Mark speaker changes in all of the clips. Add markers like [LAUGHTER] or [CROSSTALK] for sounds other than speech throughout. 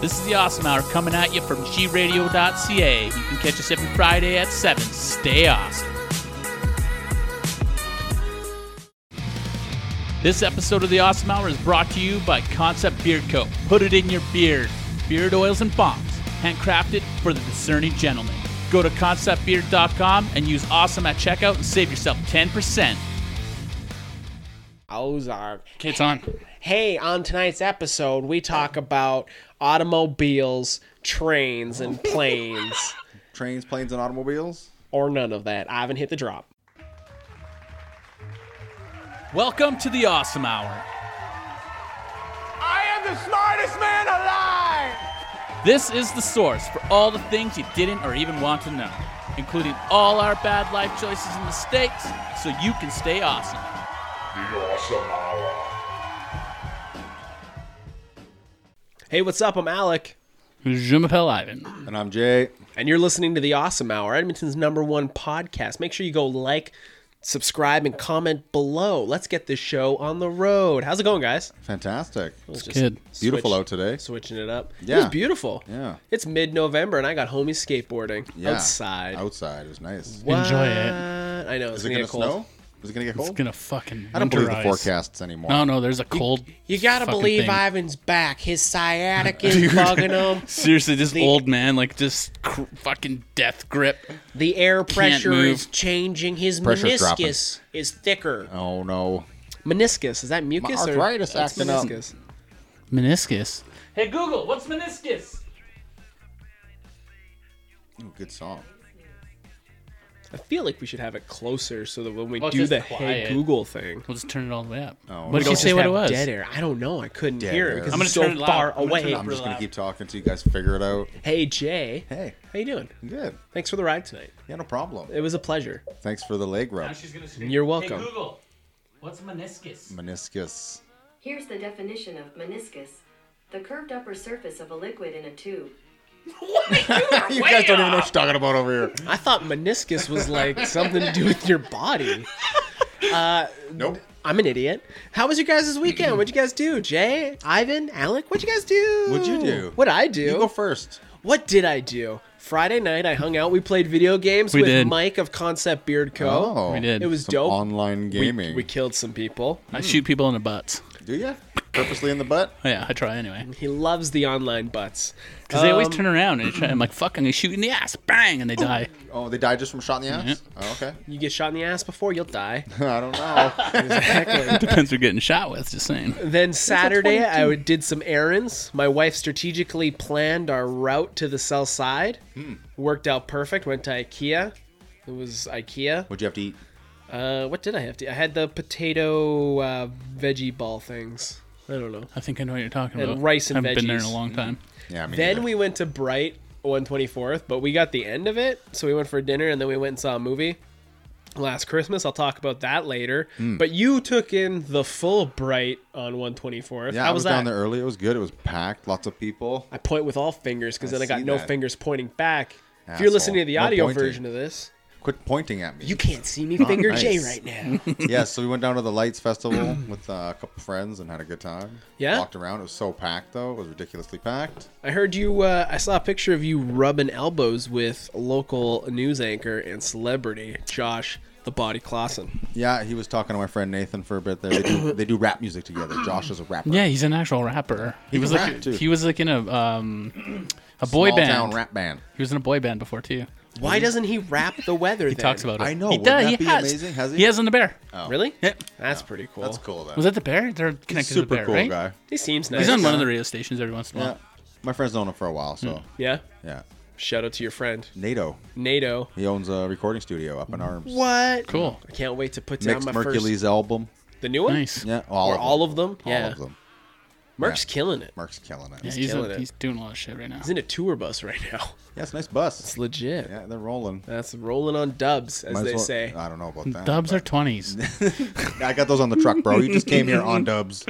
Speaker 1: This is the Awesome Hour coming at you from gradio.ca. You can catch us every Friday at 7. Stay awesome. This episode of the Awesome Hour is brought to you by Concept Beard Co. Put it in your beard. Beard oils and bombs, handcrafted for the discerning gentleman. Go to conceptbeard.com and use awesome at checkout and save yourself 10%.
Speaker 2: Ozark.
Speaker 1: Okay, it's on.
Speaker 2: Hey, on tonight's episode, we talk about automobiles, trains, and
Speaker 1: [LAUGHS]
Speaker 2: planes,
Speaker 3: Trains, planes,
Speaker 2: [CLEARS THROAT]
Speaker 3: and automobiles.
Speaker 2: or none of that. I haven't hit the drop.
Speaker 1: Welcome to the Awesome Hour.
Speaker 4: I am the smartest man alive!
Speaker 1: This is the source for all the things you didn't or even want to know, including all our bad life choices and mistakes, so you can stay awesome.
Speaker 4: The awesome hour.
Speaker 2: Hey, what's up? I'm Alec,
Speaker 1: Je m'appelle Ivan.
Speaker 3: And I'm Jay.
Speaker 2: and you're listening to The Awesome Hour, Edmonton's number one podcast. Make sure you go like, subscribe, and comment below. Let's get this show on the road. How's it going, guys?
Speaker 3: Fantastic.
Speaker 2: It's
Speaker 1: good.
Speaker 3: Beautiful out today.
Speaker 2: Switching it up. Yeah. It was
Speaker 3: Yeah.
Speaker 2: beautiful.
Speaker 3: Yeah.
Speaker 2: It's mid November, and I got homies skateboarding
Speaker 3: Yeah.
Speaker 2: outside.
Speaker 3: Outside. It was nice.
Speaker 1: Enjoy it.
Speaker 2: What? I know. It's
Speaker 3: Is it
Speaker 2: gonna
Speaker 3: gonna
Speaker 2: get cold.
Speaker 3: snow? Is it gonna get cold?
Speaker 1: It's gonna fucking.
Speaker 3: I don't believe the
Speaker 1: winterize.
Speaker 3: forecasts anymore.
Speaker 1: No, no, there's a cold.
Speaker 2: You gotta
Speaker 1: fucking
Speaker 2: believe
Speaker 1: thing.
Speaker 2: Ivan's back. His sciatic is bugging
Speaker 1: [LAUGHS]
Speaker 2: him.
Speaker 1: Seriously, this
Speaker 2: The-
Speaker 1: old man, like, just cr- fucking death grip.
Speaker 2: The air pressure
Speaker 1: move.
Speaker 2: is changing. His meniscus
Speaker 3: Pressure's dropping.
Speaker 2: is thicker.
Speaker 3: Oh no.
Speaker 2: Meniscus is that mucus or
Speaker 3: arthritis
Speaker 2: that's
Speaker 3: acting up.
Speaker 2: meniscus.
Speaker 1: Meniscus. Hey, Google, what's meniscus?
Speaker 3: Ooh, good song.
Speaker 2: I feel like we should have it closer so that when we
Speaker 1: Well, it's
Speaker 2: do
Speaker 1: just
Speaker 2: the
Speaker 1: quiet.
Speaker 2: hey Google thing,
Speaker 1: We'll just turn it all the way up.
Speaker 3: Oh,
Speaker 1: what
Speaker 3: we
Speaker 1: did you
Speaker 3: don't
Speaker 1: say
Speaker 2: just
Speaker 1: what it
Speaker 2: have
Speaker 1: was?
Speaker 2: Dead air. I don't know. I couldn't
Speaker 3: Dead
Speaker 2: hear it
Speaker 3: air.
Speaker 2: because
Speaker 3: I'm
Speaker 1: gonna
Speaker 2: it's so
Speaker 1: turn it loud.
Speaker 2: far
Speaker 1: I'm gonna turn
Speaker 2: away.
Speaker 1: it up
Speaker 3: I'm just
Speaker 1: Real
Speaker 3: gonna
Speaker 1: loud.
Speaker 3: keep talking till you guys figure it out.
Speaker 2: Hey Jay,
Speaker 3: Hey,
Speaker 2: how you doing?
Speaker 3: good.
Speaker 2: Thanks for the ride tonight.
Speaker 3: Yeah, no problem.
Speaker 2: It was a pleasure.
Speaker 3: Thanks for the leg rub.
Speaker 2: You're welcome.
Speaker 1: Hey, Google, what's meniscus?
Speaker 2: [LAUGHS]
Speaker 3: Meniscus.
Speaker 5: Here's the definition of meniscus the curved upper surface of a liquid in a tube.
Speaker 3: you guys don't even know what you're talking about over here.
Speaker 2: I thought meniscus was like something to do with your body.
Speaker 3: Nope.
Speaker 2: I'm an idiot. How was your guys' weekend? What'd you guys do? Jay, Ivan, Alec, what'd you guys do?
Speaker 3: What'd you do?
Speaker 2: What'd I do?
Speaker 3: You go first.
Speaker 2: what did I do? Friday night, I hung out. We played video games
Speaker 1: We
Speaker 2: with
Speaker 1: did.
Speaker 2: Mike of Concept Beard Co.
Speaker 3: Oh,
Speaker 1: We did.
Speaker 2: It was
Speaker 3: Some
Speaker 2: dope.
Speaker 3: online
Speaker 2: We,
Speaker 3: gaming.
Speaker 2: we killed some people.
Speaker 1: I shoot people in the butts.
Speaker 3: Do you? Purposely in the butt?
Speaker 1: Oh, yeah, I try anyway.
Speaker 2: He loves the online butts.
Speaker 1: Because they always
Speaker 2: Um,
Speaker 1: turn around and they try, I'm like, fuck, I'm going to shoot you in the ass. Bang! And they
Speaker 3: [LAUGHS]
Speaker 1: die.
Speaker 3: Oh, they died just from a shot in the ass?
Speaker 2: Mm-hmm.
Speaker 3: Oh, okay. [LAUGHS]
Speaker 2: You get shot in the ass before, you'll die.
Speaker 3: I don't
Speaker 2: [LAUGHS]
Speaker 3: know.
Speaker 1: Depends who getting shot with, just saying.
Speaker 2: Then Saturday, I w- did some errands. My wife strategically planned our route to the south side.
Speaker 3: Hmm.
Speaker 2: Worked out perfect. Went to IKEA. It was IKEA.
Speaker 3: What'd you have to eat?
Speaker 2: Uh, what did I have to? I had the potato uh, veggie ball things. I don't know.
Speaker 1: I think I know what you're talking
Speaker 2: And
Speaker 1: about. Mm-hmm.
Speaker 2: rice and
Speaker 1: I haven't been there in
Speaker 2: veggies.
Speaker 1: a long time.
Speaker 3: Yeah, I mean.
Speaker 2: Then we went to Bright 124th, but we got the end of it. So we went for dinner and then we went and saw a movie last Christmas. I'll talk about that later.
Speaker 3: Hmm.
Speaker 2: But you took in the full Bright on 124th.
Speaker 3: Yeah,
Speaker 2: How
Speaker 3: I was
Speaker 2: that?
Speaker 3: down there early. It was good. It was packed. Lots of people.
Speaker 2: I point with all fingers because
Speaker 3: I
Speaker 2: then I got
Speaker 3: see
Speaker 2: no
Speaker 3: that.
Speaker 2: fingers pointing back. If you're
Speaker 3: Asshole.
Speaker 2: listening to the
Speaker 3: No
Speaker 2: audio
Speaker 3: pointing.
Speaker 2: version of this,
Speaker 3: Quit pointing at me.
Speaker 2: you can't see
Speaker 3: [LAUGHS]
Speaker 2: me finger
Speaker 3: nice.
Speaker 2: J right
Speaker 3: [LAUGHS]
Speaker 2: now. [LAUGHS]
Speaker 3: yeah, so we went down to the Lights Festival [CLEARS THROAT] with uh, a couple friends and had a good time.
Speaker 2: Yeah?
Speaker 3: Walked around. It was so packed, though. It was ridiculously packed.
Speaker 2: I heard you. Uh, I saw a picture of you rubbing elbows with local news anchor and celebrity Josh the Body Clausen.
Speaker 3: Yeah, he was talking to my friend Nathan for a bit there.
Speaker 2: [COUGHS]
Speaker 3: They do, they do rap music together. Josh is a rapper.
Speaker 1: Yeah, he's an actual rapper. He,
Speaker 3: He
Speaker 1: was
Speaker 3: can
Speaker 1: like
Speaker 3: rap, too.
Speaker 1: he was like in a um a boy
Speaker 3: Small
Speaker 1: band.
Speaker 3: town rap band.
Speaker 1: He was in a boy band before too.
Speaker 2: Why doesn't he rap the
Speaker 3: [LAUGHS]
Speaker 2: weather?
Speaker 1: He talks about it.
Speaker 3: I know,
Speaker 1: He
Speaker 3: wouldn't
Speaker 1: does.
Speaker 3: that
Speaker 1: he
Speaker 3: be
Speaker 1: has.
Speaker 3: amazing? Has he? Oh.
Speaker 1: He has on the bear.
Speaker 2: Really?
Speaker 1: Yeah.
Speaker 2: That's pretty cool.
Speaker 3: That's cool, though.
Speaker 1: Was that the bear? They're connected to
Speaker 3: Super
Speaker 1: the bear,
Speaker 3: cool
Speaker 1: right?
Speaker 3: guy.
Speaker 2: He seems nice.
Speaker 1: He's on one of the radio stations every once in a
Speaker 3: Yeah.
Speaker 1: while.
Speaker 3: My friend's known him for a while, so.
Speaker 2: Yeah.
Speaker 3: Yeah.
Speaker 2: Shout out to your friend
Speaker 3: NATO.
Speaker 2: NATO.
Speaker 3: He owns a recording studio up in Arms.
Speaker 2: What?
Speaker 1: Cool.
Speaker 2: I can't wait to put down
Speaker 3: Mixed
Speaker 2: my
Speaker 3: Mercules album.
Speaker 2: first. The new one.
Speaker 1: Nice.
Speaker 3: Yeah, all
Speaker 2: Or
Speaker 3: of them.
Speaker 2: all of them.
Speaker 3: All
Speaker 2: yeah.
Speaker 3: of them.
Speaker 2: Merc's killing it.
Speaker 3: Mark's killing it.
Speaker 1: Yeah,
Speaker 3: Yeah,
Speaker 1: he's,
Speaker 2: killing
Speaker 1: a,
Speaker 2: it.
Speaker 1: he's doing a lot of shit right now.
Speaker 2: He's in a tour bus right now. [LAUGHS]
Speaker 3: it's a nice bus.
Speaker 2: It's legit.
Speaker 3: yeah, they're rolling.
Speaker 2: That's rolling on dubs, as
Speaker 3: Might as
Speaker 2: they
Speaker 3: well- uh,
Speaker 2: say.
Speaker 3: I don't know about that.
Speaker 1: Dubs are twenties.
Speaker 3: I got those on the truck, bro. You just came
Speaker 1: [LAUGHS]
Speaker 3: here on Dubs.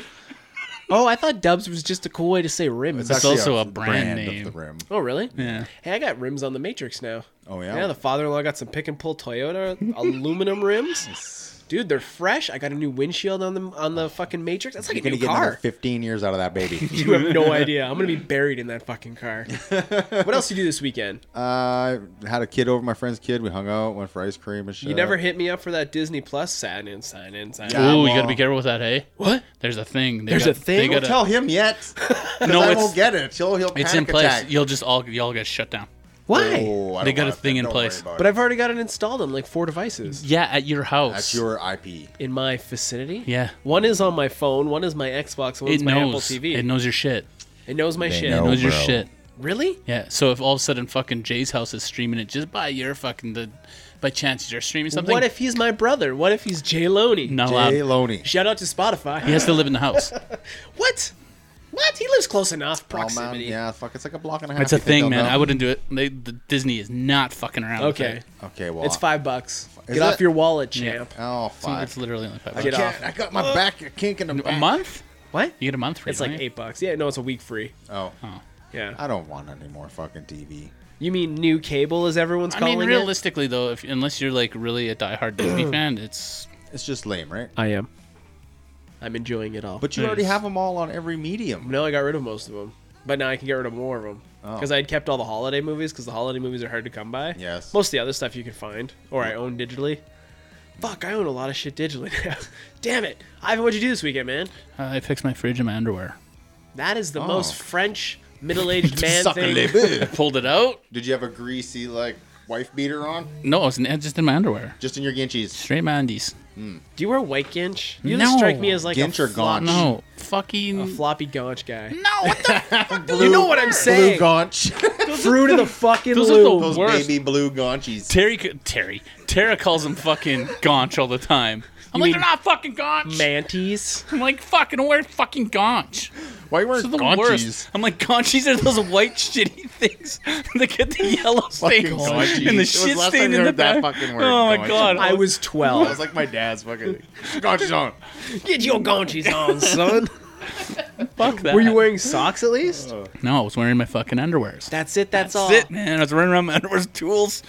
Speaker 2: Oh, I thought dubs was just a cool way to say rims.
Speaker 1: It's
Speaker 3: actually
Speaker 1: also a brand name.
Speaker 3: of the rim.
Speaker 2: Oh, really?
Speaker 1: yeah.
Speaker 2: Hey, I got rims on the Matrix now.
Speaker 3: Oh, yeah? [LAUGHS]
Speaker 2: Yeah, the father-in-law got some pick and pull Toyota aluminum rims. dude, they're fresh. I got a new windshield on the on the fucking Matrix. That's like
Speaker 3: You're
Speaker 2: a
Speaker 3: gonna
Speaker 2: new
Speaker 3: get another
Speaker 2: car.
Speaker 3: 15 years out of that baby. [LAUGHS]
Speaker 2: [LAUGHS] You have no idea. I'm gonna be buried in that fucking car. what else you do this weekend?
Speaker 3: I Uh, had a kid over, my friend's kid. We hung out, went for ice cream and shit.
Speaker 2: you never hit me up for that Disney Plus sign in, sign in, sign in.
Speaker 3: Uh, Yeah.
Speaker 1: Ooh, you
Speaker 3: well-
Speaker 1: gotta be careful with that, hey?
Speaker 2: What?
Speaker 1: There's a thing. They
Speaker 2: There's
Speaker 1: got-
Speaker 2: a thing?
Speaker 1: They
Speaker 3: Don't
Speaker 1: gotta,
Speaker 3: tell
Speaker 2: [LAUGHS]
Speaker 3: him yet.
Speaker 1: No,
Speaker 3: no, I
Speaker 1: it's-
Speaker 3: won't get it. He'll, he'll
Speaker 1: it's
Speaker 3: panic
Speaker 1: in place.
Speaker 3: attack.
Speaker 1: You'll just all y'all get shut down.
Speaker 2: Why?
Speaker 3: Oh, I
Speaker 1: They
Speaker 3: don't
Speaker 1: got a
Speaker 3: want it.
Speaker 1: thing in
Speaker 3: Don't worry
Speaker 1: place.
Speaker 3: about
Speaker 2: But
Speaker 3: it.
Speaker 2: I've already got it installed on like four devices.
Speaker 1: Yeah, at your house.
Speaker 3: That's your IP.
Speaker 2: In my vicinity?
Speaker 1: Yeah.
Speaker 2: One is on my phone, one is my Xbox, one's
Speaker 1: it
Speaker 2: my Apple
Speaker 1: knows.
Speaker 2: TV.
Speaker 1: It knows your shit.
Speaker 2: It knows my
Speaker 3: They
Speaker 2: shit.
Speaker 1: It
Speaker 3: know. Oh,
Speaker 1: knows your
Speaker 3: bro.
Speaker 1: shit.
Speaker 2: Really?
Speaker 1: Yeah. So if all of a sudden fucking Jay's house is streaming it, just by your fucking the by chance you're streaming something.
Speaker 2: What if he's my brother? What if he's Jay Loney?
Speaker 1: not
Speaker 3: Jay
Speaker 1: allowed?
Speaker 3: Loney.
Speaker 2: Shout out to Spotify.
Speaker 1: He has to live in the house.
Speaker 2: [LAUGHS] What? What? He lives close enough.
Speaker 3: Oh, man,
Speaker 2: Proximity.
Speaker 3: Yeah, fuck. It's like a block and a half.
Speaker 1: That's a
Speaker 3: You think
Speaker 1: thing,
Speaker 3: they'll
Speaker 1: man.
Speaker 3: know?
Speaker 1: I wouldn't do it. They, the Disney is not fucking around. with
Speaker 2: Okay.
Speaker 1: it.
Speaker 3: Okay, well.
Speaker 2: It's five bucks.
Speaker 3: Is
Speaker 2: Get off
Speaker 3: it?
Speaker 2: your wallet,
Speaker 1: Yeah.
Speaker 2: champ.
Speaker 3: Oh, five.
Speaker 1: It's literally only five.
Speaker 3: I
Speaker 1: bucks.
Speaker 2: Get
Speaker 3: can't.
Speaker 2: off.
Speaker 3: I got my back a kink in the
Speaker 1: A
Speaker 3: back.
Speaker 1: month?
Speaker 2: What?
Speaker 1: You get a month free.
Speaker 2: It's like
Speaker 1: right?
Speaker 2: eight bucks. Yeah, no, it's a week free.
Speaker 3: Oh,
Speaker 2: Yeah.
Speaker 3: I don't want any more fucking TV.
Speaker 2: You mean new cable is everyone's
Speaker 1: I
Speaker 2: calling
Speaker 1: mean,
Speaker 2: it?
Speaker 1: realistically though, if unless you're like really a diehard
Speaker 3: [CLEARS THROAT]
Speaker 1: Disney fan, it's
Speaker 3: It's just lame, right?
Speaker 2: I am. I'm enjoying it all.
Speaker 3: But you
Speaker 1: Nice.
Speaker 3: already have them all on every medium.
Speaker 2: No, I got rid of most of them, but now I can get rid of more of them
Speaker 3: Oh.
Speaker 2: because I had kept all the holiday movies because the holiday movies are hard to come by.
Speaker 3: Yes.
Speaker 2: most of the other stuff you can find, or I own digitally. Fuck, I own a lot of shit digitally now. [LAUGHS] Damn it, Ivan, what'd you do this weekend, man?
Speaker 1: uh, I fixed my fridge in my underwear.
Speaker 2: That is the
Speaker 3: Oh.
Speaker 2: most
Speaker 3: [LAUGHS]
Speaker 2: French middle-aged man
Speaker 3: Suck a
Speaker 2: thing.
Speaker 1: I
Speaker 3: lip.
Speaker 1: pulled it out.
Speaker 3: [LAUGHS] Did you have a greasy like wife beater on?
Speaker 1: No, I was in, just in my underwear.
Speaker 3: Just in your ginchies.
Speaker 1: Straight mandies.
Speaker 2: Do you wear white ginch? You
Speaker 1: No.
Speaker 2: strike me as like
Speaker 3: Ginch
Speaker 2: a
Speaker 3: or
Speaker 2: flop-
Speaker 3: gaunch?
Speaker 1: No, fucking.
Speaker 2: a floppy gaunch guy.
Speaker 1: no, what the fuck?
Speaker 2: you know what I'm
Speaker 3: Blue
Speaker 2: saying?
Speaker 3: gaunch.
Speaker 2: Fruit of the fucking
Speaker 1: Those are the worst.
Speaker 2: loom.
Speaker 3: [LAUGHS] Those baby blue gaunchies.
Speaker 1: Terry, c- Terry, Tara calls him fucking Gaunch all the time. I'm like,
Speaker 2: mean-
Speaker 1: they're not fucking
Speaker 3: [LAUGHS]
Speaker 1: Gaunch.
Speaker 2: mantis.
Speaker 1: I'm like, fucking, where fucking Gaunch?
Speaker 3: Why you
Speaker 1: They're
Speaker 3: wearing
Speaker 1: the worst.
Speaker 3: gaunchies?
Speaker 1: I'm like, Gaunchies are those white shitty [LAUGHS] things that get the yellow
Speaker 3: Fucking
Speaker 1: stains
Speaker 3: gaunchies.
Speaker 1: and the
Speaker 3: It was
Speaker 1: shit
Speaker 3: last
Speaker 1: stain
Speaker 3: time I
Speaker 1: in the
Speaker 3: heard that
Speaker 1: back.
Speaker 3: fucking word,
Speaker 1: oh my
Speaker 3: gaunch.
Speaker 1: god,
Speaker 2: I
Speaker 3: [LAUGHS]
Speaker 2: was
Speaker 3: I was
Speaker 2: twelve.
Speaker 3: like my dad's fucking gaunchies on.
Speaker 2: Get your gaunches on, son.
Speaker 1: fuck that.
Speaker 2: [LAUGHS] Were you wearing socks at least?
Speaker 3: Uh,
Speaker 1: No, I was wearing my fucking underwears.
Speaker 2: That's it. That's, all.
Speaker 1: That's it, man. I was running around my underwear's tools,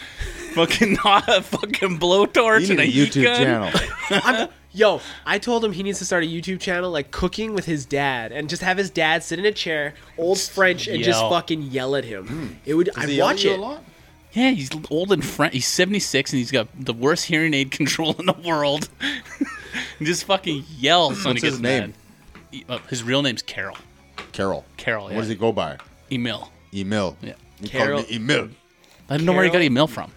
Speaker 1: fucking [LAUGHS] not a fucking blowtorch
Speaker 3: You
Speaker 1: and
Speaker 3: need a
Speaker 1: heat
Speaker 3: YouTube
Speaker 1: gun.
Speaker 3: channel.
Speaker 2: I'm- yo, I told him he needs to start a YouTube channel like cooking with his dad, and just have his dad sit in a chair,
Speaker 1: [LAUGHS]
Speaker 2: old French, and just
Speaker 1: Yell.
Speaker 2: fucking yell at
Speaker 1: Hmm.
Speaker 2: him. It would.
Speaker 3: Does he
Speaker 2: I
Speaker 3: yell at
Speaker 2: watch
Speaker 3: you a
Speaker 2: it.
Speaker 3: lot?
Speaker 1: Yeah, he's old and French. He's 76 and he's got the worst hearing aid [LAUGHS] control in the world. [LAUGHS] he just fucking yells when
Speaker 3: What's
Speaker 1: he gets
Speaker 3: his name?
Speaker 1: mad. He- uh, his real name's Carol.
Speaker 3: Carol.
Speaker 1: Carol, yeah.
Speaker 3: What does he go by?
Speaker 1: Emil.
Speaker 3: Emil.
Speaker 1: Yeah.
Speaker 3: You call me
Speaker 2: Carol-
Speaker 3: Emil.
Speaker 1: I don't know where he got
Speaker 2: Carol?
Speaker 1: Emil from.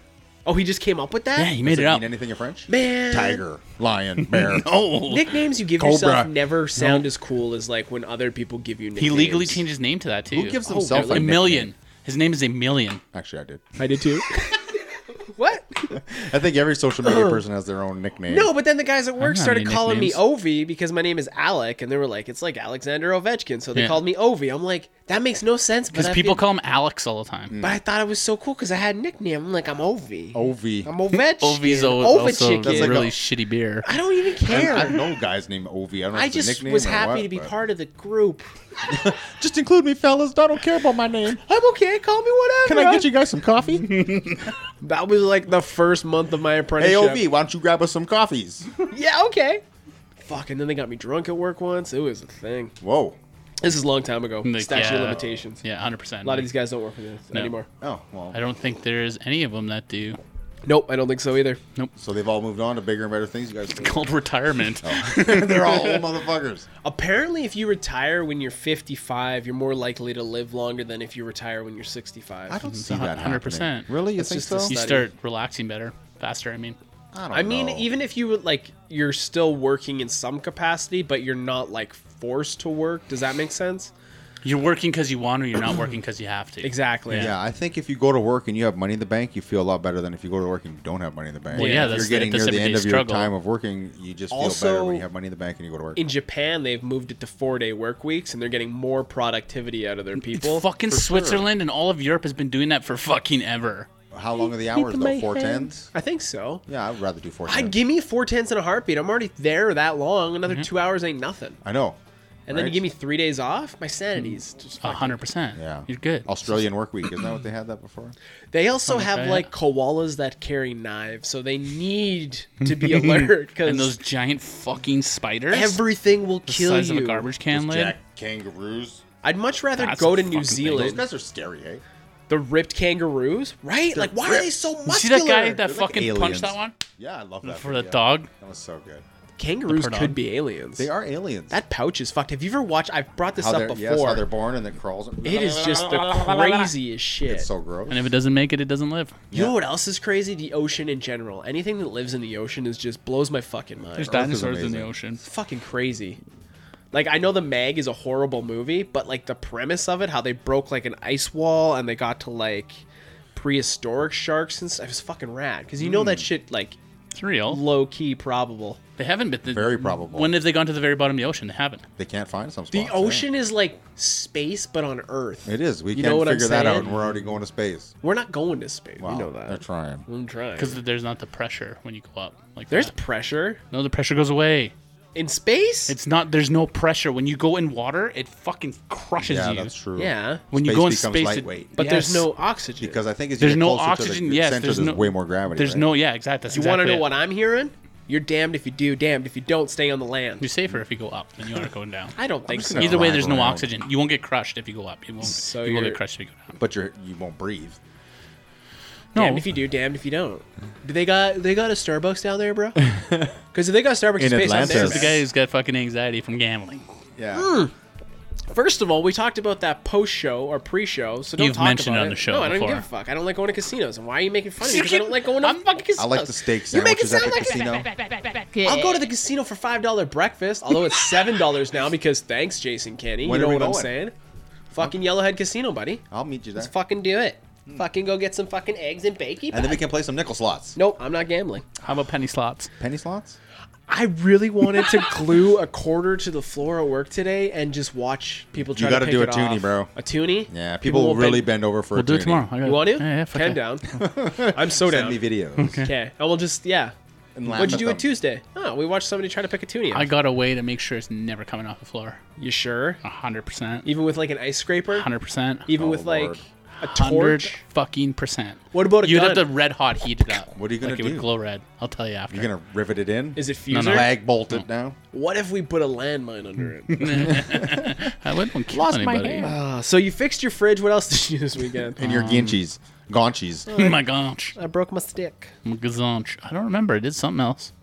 Speaker 2: Oh, he just came up with that.
Speaker 1: Yeah, he
Speaker 3: Does
Speaker 1: made it,
Speaker 3: mean
Speaker 1: up.
Speaker 3: anything in French?
Speaker 2: Man,
Speaker 3: Tiger, lion, bear.
Speaker 1: Oh,
Speaker 2: Nicknames you give
Speaker 3: Cobra.
Speaker 2: yourself never sound as cool as like when other people give you.
Speaker 1: he
Speaker 2: nicknames.
Speaker 1: legally changed his name to that too.
Speaker 3: Who gives himself
Speaker 1: a
Speaker 3: a
Speaker 1: million?
Speaker 3: nickname?
Speaker 1: His name is a million.
Speaker 3: Actually, I did.
Speaker 2: I did too. [LAUGHS] what?
Speaker 3: I think every social media person has their own nickname.
Speaker 2: No, but then the guys at work
Speaker 1: don't have
Speaker 2: started
Speaker 1: any
Speaker 2: calling me
Speaker 1: nicknames.
Speaker 2: Ovi because my name is Alec, and they were like, "It's like Alexander Ovechkin," so they
Speaker 1: Yeah.
Speaker 2: called me Ovi. I'm like, that makes no sense but
Speaker 1: Because
Speaker 2: I've
Speaker 1: people
Speaker 2: been-
Speaker 1: call him Alex all the
Speaker 3: Mm.
Speaker 1: time.
Speaker 2: But I thought it was so cool because I had a nickname. I'm like, I'm Ovi.
Speaker 3: Ovi.
Speaker 2: I'm Ovechkin.
Speaker 1: Ovi's al- also
Speaker 2: Ovechkin.
Speaker 1: that's
Speaker 3: like
Speaker 1: really
Speaker 3: a-
Speaker 1: shitty beer.
Speaker 2: I don't even care.
Speaker 3: I've
Speaker 2: i
Speaker 3: known guys named Ovi. I don't know if it's a
Speaker 2: just
Speaker 3: nickname
Speaker 2: was
Speaker 3: or
Speaker 2: happy
Speaker 3: what,
Speaker 2: to be
Speaker 3: but-
Speaker 2: part of the group.
Speaker 3: Just include me, fellas. I don't care about my name.
Speaker 2: [LAUGHS] I'm okay. Call me whatever.
Speaker 3: Can I get you guys
Speaker 2: [LAUGHS]
Speaker 3: some coffee?
Speaker 2: That was like the first month of my
Speaker 3: hey,
Speaker 2: apprenticeship.
Speaker 3: Ovi, why don't you grab us some coffees?
Speaker 2: Yeah, okay. Fuck, and then they got me drunk at work once. It was a thing.
Speaker 3: Whoa.
Speaker 2: This is a long time ago.
Speaker 1: Like,
Speaker 2: Statute
Speaker 1: yeah.
Speaker 2: of limitations.
Speaker 1: Yeah, hundred percent.
Speaker 2: A lot of these guys don't work for this anymore.
Speaker 3: Oh, well.
Speaker 1: I don't think there's any of them that do.
Speaker 2: Nope, I don't think so either.
Speaker 3: So they've all moved on to bigger and better things.
Speaker 2: [LAUGHS]
Speaker 3: You guys,
Speaker 1: Called retirement.
Speaker 3: they're all old motherfuckers.
Speaker 2: Apparently, if you retire when you're 55, you're more likely to live longer than if you retire when you're 65.
Speaker 3: I don't see
Speaker 1: hun-
Speaker 3: that
Speaker 1: hundred
Speaker 3: happening.
Speaker 1: percent.
Speaker 3: Really? You
Speaker 2: That's
Speaker 3: think
Speaker 2: just a
Speaker 3: so?
Speaker 1: You
Speaker 2: study.
Speaker 1: start relaxing better, faster. I mean,
Speaker 3: I don't
Speaker 2: I mean,
Speaker 3: know.
Speaker 2: even if you would like, you're still working in some capacity, but you're not like forced to work. Does that make sense?
Speaker 1: you're working because you want, or you're not working because you have to.
Speaker 2: Exactly.
Speaker 3: Yeah, I think if you go to work and you have money in the bank, you feel a lot better than if you go to work and you don't have money in the bank.
Speaker 1: Well, yeah,
Speaker 3: If
Speaker 1: that's
Speaker 3: you're
Speaker 1: the-
Speaker 3: getting
Speaker 1: that's
Speaker 3: near the
Speaker 1: everyday
Speaker 3: end of
Speaker 1: struggle.
Speaker 3: your time of working. You just feel
Speaker 2: Also-
Speaker 3: better when you have money in the bank and you go to work.
Speaker 2: In Japan, they've moved it to four day work weeks, and they're getting more productivity out of their
Speaker 1: It's
Speaker 2: people.
Speaker 1: fucking
Speaker 2: For sure.
Speaker 1: Switzerland and all of Europe has been doing that for fucking ever.
Speaker 3: How long are the hours though? Four tens.
Speaker 2: I think so.
Speaker 3: Yeah, I'd rather do four
Speaker 2: I
Speaker 3: tens.
Speaker 1: Mm-hmm.
Speaker 2: give me four tens in a heartbeat. I'm already there that long. Another two hours ain't nothing.
Speaker 3: I know.
Speaker 2: and then you
Speaker 3: right?
Speaker 2: give me three days off. My sanity's
Speaker 1: Mm.
Speaker 2: just
Speaker 1: A
Speaker 2: fucking-
Speaker 1: hundred percent.
Speaker 3: Yeah,
Speaker 1: you're good.
Speaker 3: Australian work week isn't that what they had that before?
Speaker 2: They also have
Speaker 1: Okay.
Speaker 2: like koalas that carry knives, so they need
Speaker 1: [LAUGHS]
Speaker 2: to be alert because
Speaker 1: and those [LAUGHS] giant fucking spiders,
Speaker 2: everything will
Speaker 1: the
Speaker 2: kill
Speaker 1: size
Speaker 2: you.
Speaker 1: of a garbage can lid.
Speaker 3: Jack kangaroos.
Speaker 2: I'd much rather
Speaker 1: That's
Speaker 2: go
Speaker 1: a
Speaker 2: to New
Speaker 1: fucking thing.
Speaker 3: Those
Speaker 2: Zealand.
Speaker 3: guys are scary, eh?
Speaker 2: The ripped kangaroos, right? like, why are they so
Speaker 1: You
Speaker 2: muscular?
Speaker 1: see that guy that
Speaker 3: like
Speaker 1: fucking punched
Speaker 3: aliens.
Speaker 1: that one
Speaker 3: Yeah, I love that
Speaker 1: for the
Speaker 3: video.
Speaker 1: dog?
Speaker 3: That was so good.
Speaker 2: Kangaroos
Speaker 1: The
Speaker 2: could
Speaker 1: Perdon.
Speaker 2: be aliens.
Speaker 3: They are aliens.
Speaker 2: That pouch is fucked. Have you ever watched? I've brought this
Speaker 3: how
Speaker 2: up
Speaker 3: they're,
Speaker 2: before.
Speaker 3: yes, how they're born and then crawls.
Speaker 2: it is [LAUGHS] just the craziest shit.
Speaker 3: It's so gross.
Speaker 1: And if it doesn't make it, it doesn't live.
Speaker 2: you know what else is crazy? The ocean in general. Anything that lives in the ocean is just blows my fucking mind.
Speaker 1: There's
Speaker 3: Earth is
Speaker 1: dinosaurs in the
Speaker 3: amazing.
Speaker 1: ocean.
Speaker 2: fucking crazy. Like I know the Meg is a horrible movie, but like the premise of it, how they broke like an ice wall and they got to like prehistoric sharks and stuff, it was fucking rad. Because you know
Speaker 3: Hmm.
Speaker 2: that shit like
Speaker 1: It's real.
Speaker 2: low key probable.
Speaker 1: They haven't been the,
Speaker 3: Very probable.
Speaker 1: When have they gone to the very bottom of the ocean? They haven't.
Speaker 3: they can't find some
Speaker 2: The
Speaker 3: spots. eh? yeah.
Speaker 2: ocean is like space, but on Earth.
Speaker 3: It is. We
Speaker 2: You know
Speaker 3: can't
Speaker 2: what I'm
Speaker 3: figure that out,
Speaker 2: saying?
Speaker 3: and we're already going to space.
Speaker 2: We're not going to space.
Speaker 3: Wow,
Speaker 2: we know that.
Speaker 3: They're trying.
Speaker 2: I'm trying.
Speaker 1: Because there's not the pressure when you go up. Like
Speaker 2: There's
Speaker 1: that.
Speaker 2: pressure
Speaker 1: no, the pressure goes away.
Speaker 2: in space.
Speaker 1: It's not. There's no pressure when you go in water. It fucking crushes
Speaker 3: Yeah,
Speaker 1: you.
Speaker 3: that's true.
Speaker 2: yeah,
Speaker 1: When you
Speaker 3: Space
Speaker 1: go in
Speaker 3: becomes
Speaker 1: space,
Speaker 3: lightweight.
Speaker 1: It,
Speaker 2: but
Speaker 1: yes.
Speaker 2: there's no oxygen.
Speaker 3: Because I think as you
Speaker 1: There's
Speaker 3: get
Speaker 1: no
Speaker 3: closer
Speaker 1: oxygen.
Speaker 3: To the
Speaker 1: yes,
Speaker 3: center,
Speaker 1: there's
Speaker 3: there's
Speaker 1: no
Speaker 3: way more gravity.
Speaker 1: There's
Speaker 3: right?
Speaker 1: no. Yeah, exactly. That's
Speaker 2: you
Speaker 1: exactly
Speaker 2: want to know
Speaker 1: it.
Speaker 2: what I'm hearing? You're damned if you do, damned if you don't. Stay on the land.
Speaker 1: You're safer if you go up than you are going down.
Speaker 2: I don't think
Speaker 3: just
Speaker 2: so.
Speaker 3: gonna-
Speaker 1: Either way,
Speaker 3: Ride
Speaker 1: there's no
Speaker 3: around.
Speaker 1: oxygen. You won't get crushed if you go up. You won't.
Speaker 2: So
Speaker 1: you won't
Speaker 2: you're-
Speaker 1: get crushed if you go down.
Speaker 3: But you're you won't breathe.
Speaker 1: No,
Speaker 2: Damned if you do, damned if you don't. Do they got they got a Starbucks down there,
Speaker 3: [LAUGHS]
Speaker 2: bro? Because if they got Starbucks
Speaker 3: In
Speaker 2: space
Speaker 3: Atlanta.
Speaker 2: on
Speaker 1: It's the
Speaker 2: there,
Speaker 1: guy who's got fucking anxiety from gambling.
Speaker 3: Yeah.
Speaker 2: first of all, we talked about that post show or pre show, so don't
Speaker 1: You've
Speaker 2: talk
Speaker 1: mentioned
Speaker 2: about
Speaker 1: it on the show
Speaker 2: No, I don't
Speaker 1: before.
Speaker 2: give a fuck. I don't like going to casinos, and why are you making fun of me? Because I don't like going to fucking casinos.
Speaker 3: I like the steak
Speaker 2: You make it
Speaker 3: sandwiches at
Speaker 2: sound
Speaker 3: the
Speaker 2: like
Speaker 3: casino.
Speaker 2: I'll go to the casino for five dollar breakfast, although it's seven dollars now because thanks, Jason Kenny.
Speaker 3: When
Speaker 2: you know
Speaker 3: are we
Speaker 2: what I'm
Speaker 3: going?
Speaker 2: saying? Fucking Yellowhead Casino, buddy.
Speaker 3: I'll meet you there.
Speaker 2: Let's fucking do it. Fucking go get some fucking eggs and bacon.
Speaker 3: And then we can play some nickel slots.
Speaker 2: nope, I'm not gambling.
Speaker 1: How about penny slots?
Speaker 3: Penny slots?
Speaker 2: I really wanted to glue a quarter to the floor at work today and just watch people try to
Speaker 3: gotta
Speaker 2: pick
Speaker 3: do a
Speaker 2: it
Speaker 3: toonie,
Speaker 2: off.
Speaker 3: bro.
Speaker 2: A toonie?
Speaker 3: Yeah, people, will
Speaker 2: won't
Speaker 3: really
Speaker 2: bend-
Speaker 3: bend over for
Speaker 1: We'll
Speaker 3: a
Speaker 1: do it tomorrow.
Speaker 3: toonie.
Speaker 1: I got
Speaker 2: You want to?
Speaker 1: Yeah, yeah, fuck
Speaker 2: Ten
Speaker 1: yeah.
Speaker 2: down.
Speaker 3: [LAUGHS]
Speaker 2: I'm so
Speaker 3: Send
Speaker 2: down.
Speaker 3: me videos.
Speaker 2: Okay, and we'll just yeah.
Speaker 3: And laugh
Speaker 2: What'd you
Speaker 3: at
Speaker 2: do
Speaker 3: them.
Speaker 2: on Tuesday? Oh, we watched somebody try to pick a toonie.
Speaker 1: I
Speaker 2: off.
Speaker 1: got a way to make sure it's never coming off the floor.
Speaker 2: You sure?
Speaker 1: hundred percent.
Speaker 2: Even with like an ice scraper?
Speaker 1: Hundred percent.
Speaker 2: Even
Speaker 3: Oh,
Speaker 2: with like
Speaker 3: Lord.
Speaker 2: a
Speaker 1: Hundred
Speaker 2: torch?
Speaker 1: fucking percent.
Speaker 2: What about a
Speaker 1: You'd
Speaker 2: gun?
Speaker 1: have to red hot heat it up.
Speaker 3: What are you gonna
Speaker 1: like It would
Speaker 3: do?
Speaker 1: glow red. I'll tell you after.
Speaker 3: You're going to rivet it in?
Speaker 2: Is it
Speaker 1: no.
Speaker 2: fuser?
Speaker 3: lag bolted now?
Speaker 2: What if we put a landmine under
Speaker 3: [LAUGHS]
Speaker 2: it?
Speaker 1: I wouldn't kill anybody.
Speaker 2: uh, so you fixed your fridge. What else did you do this weekend?
Speaker 3: And your ginchies. Gaunchies.
Speaker 1: [LAUGHS] my gosh.
Speaker 2: I broke my stick.
Speaker 1: My gazonch. I don't remember. I did something else.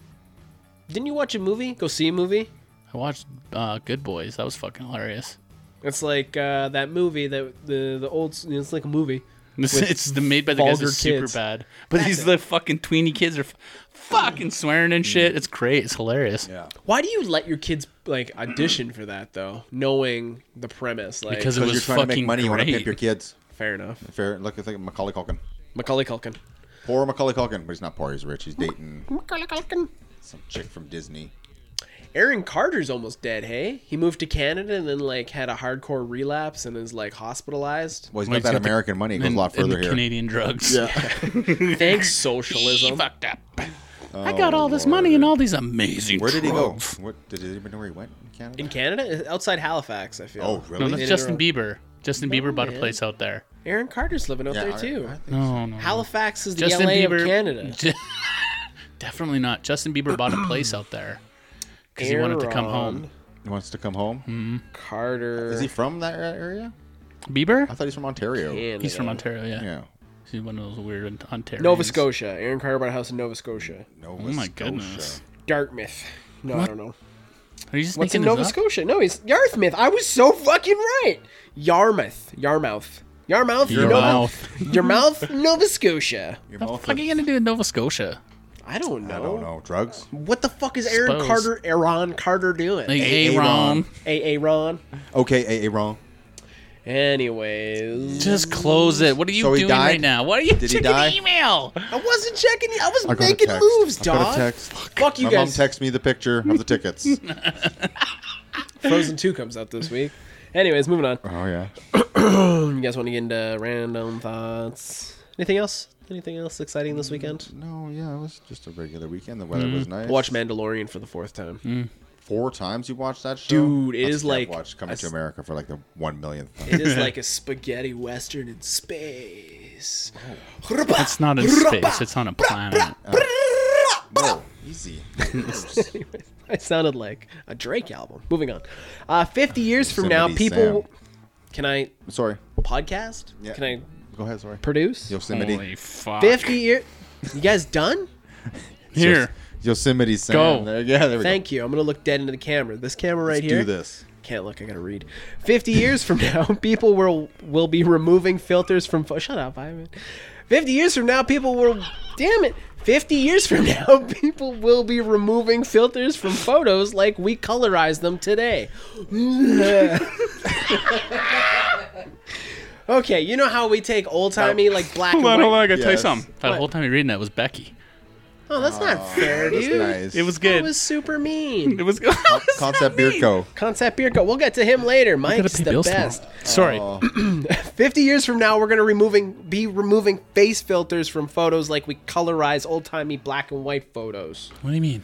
Speaker 2: Didn't you watch a movie? Go see a movie?
Speaker 1: I watched uh, Good Boys. That was fucking hilarious. [LAUGHS]
Speaker 2: It's like uh, that movie that the the old. It's like a movie.
Speaker 1: It's,
Speaker 2: With
Speaker 1: it's the made by the guys
Speaker 2: vulgar
Speaker 1: that's super
Speaker 2: kids.
Speaker 1: bad, but these the fucking tweeny kids are f- fucking swearing and shit. It's great. It's hilarious.
Speaker 3: Mm. Yeah.
Speaker 2: Why do you let your kids like audition for that though, knowing the premise? Like,
Speaker 1: Because it
Speaker 3: Because
Speaker 1: was
Speaker 3: you're trying to
Speaker 1: fucking
Speaker 3: make money, you want to
Speaker 1: great.
Speaker 3: pimp your kids.
Speaker 2: fair enough.
Speaker 3: Fair. Look, it's like Macaulay Culkin.
Speaker 2: Macaulay Culkin.
Speaker 3: Poor Macaulay Culkin. But he's not poor, he's rich. He's dating
Speaker 2: Macaulay Culkin.
Speaker 3: some chick from Disney.
Speaker 2: Aaron Carter's almost dead. Hey, he moved to Canada and then like had a hardcore relapse and is like
Speaker 3: [LAUGHS]
Speaker 2: hospitalized.
Speaker 3: Well, he's
Speaker 1: Well,
Speaker 3: got
Speaker 1: he's
Speaker 3: that
Speaker 1: got the-
Speaker 3: American money. It goes
Speaker 1: And-
Speaker 3: a lot
Speaker 1: and
Speaker 3: further
Speaker 1: the
Speaker 3: here.
Speaker 1: Canadian drugs. Yeah.
Speaker 2: Thanks
Speaker 1: He
Speaker 2: socialism.
Speaker 1: [LAUGHS] fucked
Speaker 3: [LAUGHS]
Speaker 1: up. I got all this money and all these amazing.
Speaker 3: Oh, Where did he go?
Speaker 1: drugs.
Speaker 3: What Did anybody know where he went in Canada?
Speaker 2: In Canada, outside Halifax, I feel.
Speaker 3: oh,
Speaker 1: No,
Speaker 3: really?
Speaker 1: that's
Speaker 2: In
Speaker 1: Justin
Speaker 2: and
Speaker 1: Bieber. Justin Bieber bought a
Speaker 2: man.
Speaker 1: place out there.
Speaker 2: Aaron Carter's living out
Speaker 3: Yeah,
Speaker 2: there
Speaker 3: I-
Speaker 2: too.
Speaker 3: I think
Speaker 1: No, no.
Speaker 2: Halifax is the
Speaker 1: Justin
Speaker 2: LA
Speaker 1: Bieber.
Speaker 2: of Canada.
Speaker 1: Je- [LAUGHS] Definitely not. Justin Bieber bought a place out there because he wanted to come home.
Speaker 3: He wants to come home.
Speaker 1: Mm.
Speaker 2: Carter.
Speaker 3: Is he from that area? I
Speaker 1: Bieber?
Speaker 3: thought he's from Ontario.
Speaker 2: Canada.
Speaker 1: He's from Ontario. Yeah.
Speaker 3: Yeah.
Speaker 1: He's one of those weird Ontario.
Speaker 2: Nova Scotia. Aaron Carter bought a house in Nova Scotia.
Speaker 3: Nova
Speaker 1: Oh my
Speaker 3: Scotia.
Speaker 1: goodness.
Speaker 2: Dartmouth. No, I don't know.
Speaker 1: Are you just
Speaker 2: What's
Speaker 1: making
Speaker 2: in
Speaker 1: this
Speaker 2: Nova
Speaker 1: up?
Speaker 2: Scotia? No, he's Yarmouth. I was so fucking right. Yarmouth. Yarmouth. Yarmouth.
Speaker 1: Your
Speaker 2: Nova-
Speaker 1: mouth.
Speaker 2: Yarmouth, Nova Scotia.
Speaker 3: Your
Speaker 1: What the
Speaker 3: mouth
Speaker 1: fuck are
Speaker 3: is-
Speaker 1: you gonna do in Nova Scotia?
Speaker 2: I don't know.
Speaker 3: I don't know. Oh, Drugs?
Speaker 2: What the fuck is Aaron
Speaker 1: Suppose.
Speaker 2: Carter, Aaron Carter doing?
Speaker 1: Like
Speaker 2: Hey,
Speaker 1: Aaron,
Speaker 2: Aaron.
Speaker 3: Okay, AA wrong.
Speaker 2: Anyways,
Speaker 1: just close it. What are you
Speaker 3: So he
Speaker 1: doing
Speaker 3: died?
Speaker 1: right now? What are you
Speaker 3: he
Speaker 1: checking
Speaker 3: die?
Speaker 1: the email?
Speaker 2: I wasn't checking. you. I was
Speaker 3: I got a
Speaker 2: making
Speaker 3: text.
Speaker 2: moves,
Speaker 3: I got
Speaker 2: dog.
Speaker 3: a text.
Speaker 2: Fuck you
Speaker 3: My
Speaker 2: guys.
Speaker 3: mom texted me the picture of
Speaker 1: [LAUGHS]
Speaker 3: the tickets. oh,
Speaker 2: Frozen Two comes out this week. Anyways, moving on.
Speaker 3: yeah.
Speaker 2: You guys want to get into random thoughts? Anything else? Anything else exciting this weekend? Mm-hmm.
Speaker 3: No, yeah, it was just a regular weekend. The weather was nice.
Speaker 2: Watch Mandalorian for the fourth time.
Speaker 3: four times you watched that show,
Speaker 2: Dude, it
Speaker 3: That's
Speaker 2: is
Speaker 3: what I've
Speaker 2: like
Speaker 3: watched Coming
Speaker 2: a
Speaker 3: to
Speaker 2: s-
Speaker 3: America for like the one millionth time.
Speaker 2: It
Speaker 1: [LAUGHS]
Speaker 2: is like a spaghetti western in space.
Speaker 1: It's not in space. It's on a planet.
Speaker 3: Whoa, Uh,
Speaker 2: [LAUGHS]
Speaker 3: easy.
Speaker 2: It sounded like a Drake album. Moving on. Uh, 50 years from now,
Speaker 3: Yosemite
Speaker 2: people.
Speaker 3: Sam.
Speaker 2: Can I
Speaker 3: sorry.
Speaker 2: podcast?
Speaker 3: Yeah.
Speaker 2: Can I
Speaker 3: Go ahead. Sorry.
Speaker 2: produce?
Speaker 3: Yosemite.
Speaker 1: Holy fuck!
Speaker 2: 50 years. You guys done?
Speaker 1: Here,
Speaker 3: Yosemite Sam.
Speaker 1: Go.
Speaker 3: There, yeah, there we
Speaker 2: Thank you. I'm going to look dead into the camera. This camera
Speaker 3: go.
Speaker 2: right
Speaker 3: Let's
Speaker 2: here.
Speaker 3: do this.
Speaker 2: Can't look. I got to read. 50 years from now, [LAUGHS] people will will be removing filters from. Pho- Shut up, Ivan. 50 years from now, people will. Damn it. 50 years from [LAUGHS] now, people will be removing filters from photos like we colorize them today. [LAUGHS] okay, you know how we take old timey, like black and
Speaker 1: hold on, hold on.
Speaker 2: white.
Speaker 1: I gotta tell you
Speaker 3: Yes.
Speaker 1: something. That whole time you're reading that was Becky.
Speaker 2: Oh, that's not fair,
Speaker 3: That's
Speaker 2: dude.
Speaker 3: nice.
Speaker 1: It was
Speaker 2: That
Speaker 1: good.
Speaker 2: was [LAUGHS] super mean.
Speaker 1: It [LAUGHS] was good.
Speaker 3: Concept Beard Co.
Speaker 2: Concept beer go. We'll get to him later. Mike's the best.
Speaker 1: Sorry.
Speaker 2: 50 years from now we're going to removing be removing face filters from photos like we colorize old-timey black and white photos
Speaker 1: What do you mean?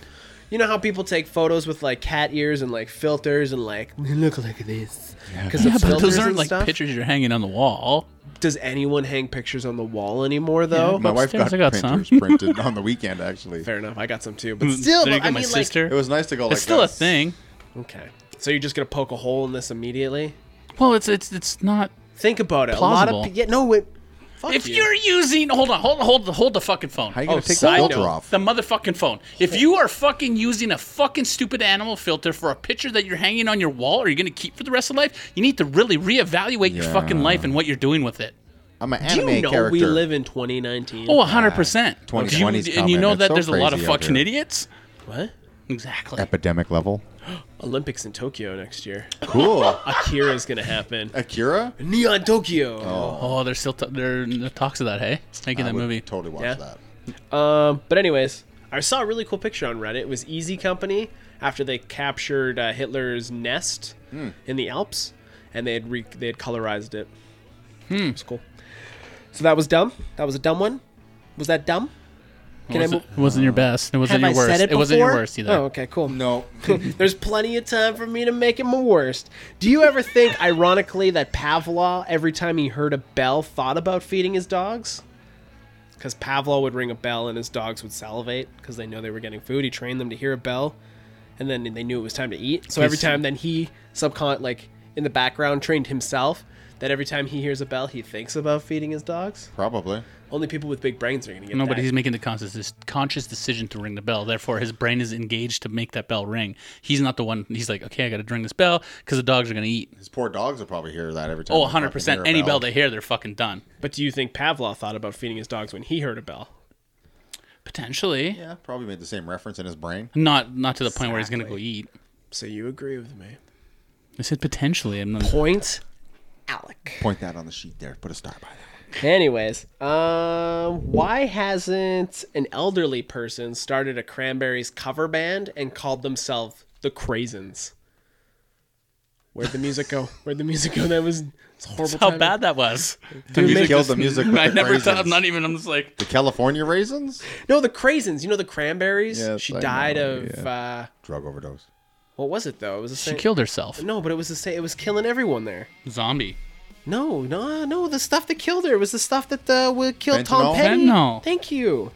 Speaker 2: you know how people take photos with like cat ears and like filters and like [LAUGHS] they look like this because
Speaker 1: Yeah,
Speaker 2: of
Speaker 1: but
Speaker 2: filters
Speaker 1: those aren't
Speaker 2: and
Speaker 1: like
Speaker 2: stuff
Speaker 1: pictures you're hanging on the wall.
Speaker 2: does anyone hang pictures on the wall anymore though
Speaker 3: My wife
Speaker 1: Upstairs,
Speaker 3: got,
Speaker 1: I got some.
Speaker 3: printers printed on the weekend. Actually,
Speaker 2: fair enough i got some too but still
Speaker 1: there you
Speaker 2: but
Speaker 1: go,
Speaker 2: i
Speaker 1: my
Speaker 2: mean like
Speaker 1: sister.
Speaker 3: it was nice to go like. uh,
Speaker 1: it's still a
Speaker 3: this.
Speaker 1: thing.
Speaker 2: okay so you're just going to poke a hole in this immediately
Speaker 1: Well, it's it's it's not.
Speaker 2: think about it a
Speaker 1: Plausible.
Speaker 2: lot of pe- yeah no it fuck
Speaker 1: If
Speaker 2: you.
Speaker 1: you're using, hold on, hold hold the hold the fucking phone.
Speaker 3: How you gonna
Speaker 2: Oh,
Speaker 3: take the
Speaker 2: side
Speaker 3: filter
Speaker 2: note.
Speaker 3: off?
Speaker 1: The motherfucking phone. If you are fucking using a fucking stupid animal filter for a picture that you're hanging on your wall or you're gonna keep for the rest of life, you need to really reevaluate your
Speaker 3: Yeah.
Speaker 1: fucking life and what you're doing with it.
Speaker 3: I'm an
Speaker 2: do
Speaker 3: anime
Speaker 2: you know
Speaker 3: character.
Speaker 2: we live in 2019
Speaker 1: Oh, 100%.
Speaker 3: Ah, 2020's
Speaker 1: You- and you
Speaker 3: coming.
Speaker 1: know
Speaker 3: It's
Speaker 1: that
Speaker 3: so
Speaker 1: there's a lot of
Speaker 3: crazy out
Speaker 1: fucking
Speaker 3: here.
Speaker 1: idiots?
Speaker 2: what
Speaker 1: Exactly.
Speaker 3: epidemic level.
Speaker 2: olympics in tokyo next year [LAUGHS]
Speaker 3: Cool.
Speaker 2: Akira's gonna happen.
Speaker 3: Akira.
Speaker 2: Neon Tokyo.
Speaker 1: Oh, they're still t- they're in the talks of that, hey? Making
Speaker 3: I
Speaker 1: that
Speaker 3: would
Speaker 1: movie.
Speaker 3: Totally watch
Speaker 2: Yeah.
Speaker 3: that.
Speaker 1: Oh.
Speaker 2: Um, but anyways, I saw a really cool picture on Reddit. It was Easy Company after they captured uh, Hitler's nest
Speaker 1: Hmm.
Speaker 2: in the Alps, and they had re- they had colorized it. Hmm. It was cool. So that was dumb. That was a dumb one. Was that dumb? Can I
Speaker 1: It
Speaker 2: move?
Speaker 1: wasn't, it wasn't your best. It
Speaker 2: Have
Speaker 1: wasn't
Speaker 2: I
Speaker 1: your worst.
Speaker 2: said it before?
Speaker 1: wasn't your worst either.
Speaker 2: Oh, okay, cool.
Speaker 3: No.
Speaker 2: There's plenty of time for me to make it my worst. Do you ever think, ironically, that Pavlov, every time he heard a bell, thought about feeding his dogs? Because Pavlov would ring a bell and his dogs would salivate because they know they were getting food. He trained them to hear a bell, and then they knew it was time to eat. So every
Speaker 1: He's-
Speaker 2: time, then he subcon like in the background trained himself that every time he hears a bell, he thinks about feeding his dogs.
Speaker 3: [LAUGHS] Probably.
Speaker 2: Only people with big brains are gonna get
Speaker 1: No,
Speaker 2: that.
Speaker 1: but he's making the conscious conscious decision to ring the bell. Therefore, his brain is engaged to make that bell ring. He's not the one. He's like, okay, I got to ring this bell because the dogs are gonna eat.
Speaker 3: His poor dogs will probably hear that every time.
Speaker 1: Oh,
Speaker 3: they fucking
Speaker 1: 100 percent.
Speaker 3: hear a
Speaker 1: Any bell they hear, they're fucking done.
Speaker 2: But do you think Pavlov thought about feeding his dogs when he heard a bell?
Speaker 1: Potentially,
Speaker 3: [LAUGHS] Yeah, probably made the same reference in his brain.
Speaker 1: not not to the point where he's gonna go
Speaker 2: Exactly.
Speaker 1: eat.
Speaker 2: So you agree with me?
Speaker 1: I said potentially. I'm not,
Speaker 2: Point, Alec.
Speaker 3: Point that on the sheet there. Put a star by that.
Speaker 2: Anyways, um, why hasn't an elderly person started a Cranberries cover band and called themselves the Craisins? Where'd the
Speaker 1: [LAUGHS]
Speaker 2: music go? Where'd the music go? That was it's horrible.
Speaker 1: how
Speaker 2: timing.
Speaker 1: bad that was.
Speaker 3: Dude, they killed the music with
Speaker 1: [LAUGHS] I
Speaker 3: the
Speaker 1: never thought.
Speaker 3: raisins.
Speaker 1: I'm not e- even. I'm just like
Speaker 3: The California raisins?
Speaker 2: No, the Craisins. You know the Cranberries.
Speaker 3: Yes,
Speaker 2: she
Speaker 3: I
Speaker 2: died
Speaker 3: know,
Speaker 2: of
Speaker 3: yeah.
Speaker 2: uh,
Speaker 3: Drug overdose.
Speaker 2: what was it though? It was the
Speaker 1: she
Speaker 2: same.
Speaker 1: killed herself.
Speaker 2: No, but it was the same. It was killing everyone there.
Speaker 1: Zombie.
Speaker 2: No, no, no. The stuff that killed her was the stuff that uh, would kill Tom
Speaker 3: Fentanyl?
Speaker 2: Petty.
Speaker 1: Fentanyl.
Speaker 2: Thank you.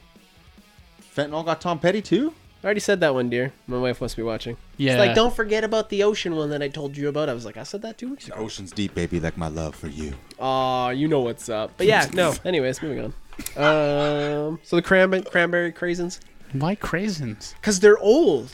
Speaker 3: Fentanyl got Tom Petty too?
Speaker 2: I already said that one, dear. My wife must be watching.
Speaker 1: Yeah.
Speaker 2: It's like, don't forget about the ocean one that I told you about. I was like, I said that two weeks ago.
Speaker 3: Ocean's deep, baby, like my love for you.
Speaker 2: Aw, you know what's up. But yeah,
Speaker 1: [LAUGHS]
Speaker 2: no. Anyways, moving on. Um, so the cranberry, cranberry craisins,
Speaker 1: Why craisins?
Speaker 2: because they're old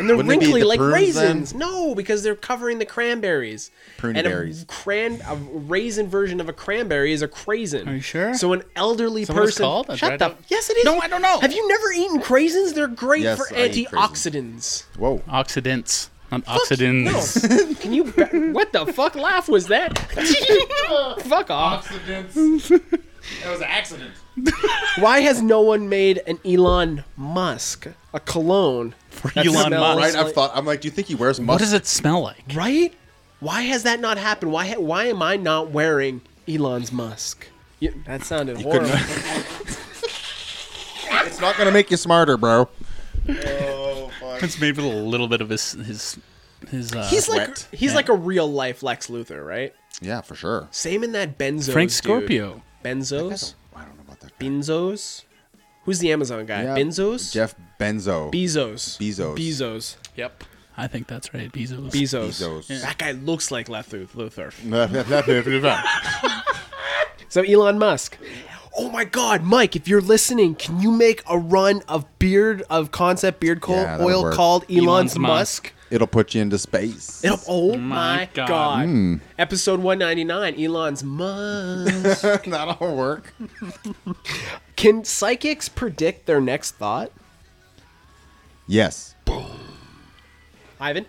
Speaker 2: and they're
Speaker 3: Wouldn't it be
Speaker 2: wrinkly
Speaker 3: the
Speaker 2: like
Speaker 3: prunes,
Speaker 2: raisins. No, because they're covering the cranberries.
Speaker 3: Prune
Speaker 2: and
Speaker 3: berries.
Speaker 2: a cran, a raisin version of a cranberry is a craisin.
Speaker 1: Are you sure?
Speaker 2: So an elderly
Speaker 1: that what it's
Speaker 2: person.
Speaker 1: called? That's
Speaker 2: Shut
Speaker 1: right.
Speaker 2: the. Yes, it is.
Speaker 1: No, I don't know.
Speaker 2: Have you never eaten craisins? They're great
Speaker 3: Yes,
Speaker 2: for
Speaker 3: I eat craisins.
Speaker 2: antioxidants.
Speaker 3: Whoa.
Speaker 1: Oxidants. Not
Speaker 2: Fuck you.
Speaker 1: oxidants.
Speaker 2: No. [LAUGHS] Can you? ba- What the fuck laugh was that? [LAUGHS] fuck off.
Speaker 3: That was an accident.
Speaker 2: [LAUGHS] Why has no one made an Elon Musk a cologne? that
Speaker 1: Elon
Speaker 2: smells
Speaker 1: Musk.
Speaker 3: Right? I've
Speaker 2: like-
Speaker 3: thought, I'm like, do you think he wears musk?
Speaker 1: What does it smell like?
Speaker 2: Right? Why has that not happened? Why? Ha- why am I not wearing Elon's Musk? You- that sounded horrible. [LAUGHS]
Speaker 3: it's not going to make you smarter, bro. Oh,
Speaker 1: It's made with a little bit of his his his. Uh,
Speaker 2: He's like
Speaker 3: Wet.
Speaker 2: he's like a real life Lex Luthor, right?
Speaker 3: Yeah, for sure.
Speaker 2: Same in that Benzos.
Speaker 1: Frank
Speaker 2: dude.
Speaker 1: Scorpio.
Speaker 2: Benzos.
Speaker 3: I don't know about that. guy.
Speaker 2: Benzos. Who's the Amazon guy?
Speaker 3: Yeah,
Speaker 2: Benzos.
Speaker 3: Jeff Benzo. [LAUGHS]
Speaker 2: Bezos.
Speaker 3: Bezos.
Speaker 2: Bezos.
Speaker 1: Yep. I think that's right. Bezos.
Speaker 2: Bezos.
Speaker 3: Bezos. Yeah.
Speaker 2: That guy looks like Lethut- Luthor.
Speaker 3: Bezos.
Speaker 2: So Elon Musk. Oh my God, Mike! If you're listening, can you make a run of beard of concept beard coal
Speaker 3: Yeah, that'll
Speaker 2: oil
Speaker 3: work.
Speaker 2: called Elon's,
Speaker 1: Elon's
Speaker 2: Musk?
Speaker 1: Musk.
Speaker 3: It'll put you into space. [LAUGHS]
Speaker 2: It'll, oh
Speaker 1: My
Speaker 2: my God!
Speaker 1: God.
Speaker 3: Hmm.
Speaker 2: Episode 199. Elon's Musk. [LAUGHS]
Speaker 3: That'll work.
Speaker 2: can psychics predict their next thought?
Speaker 3: Yes.
Speaker 2: Ivan,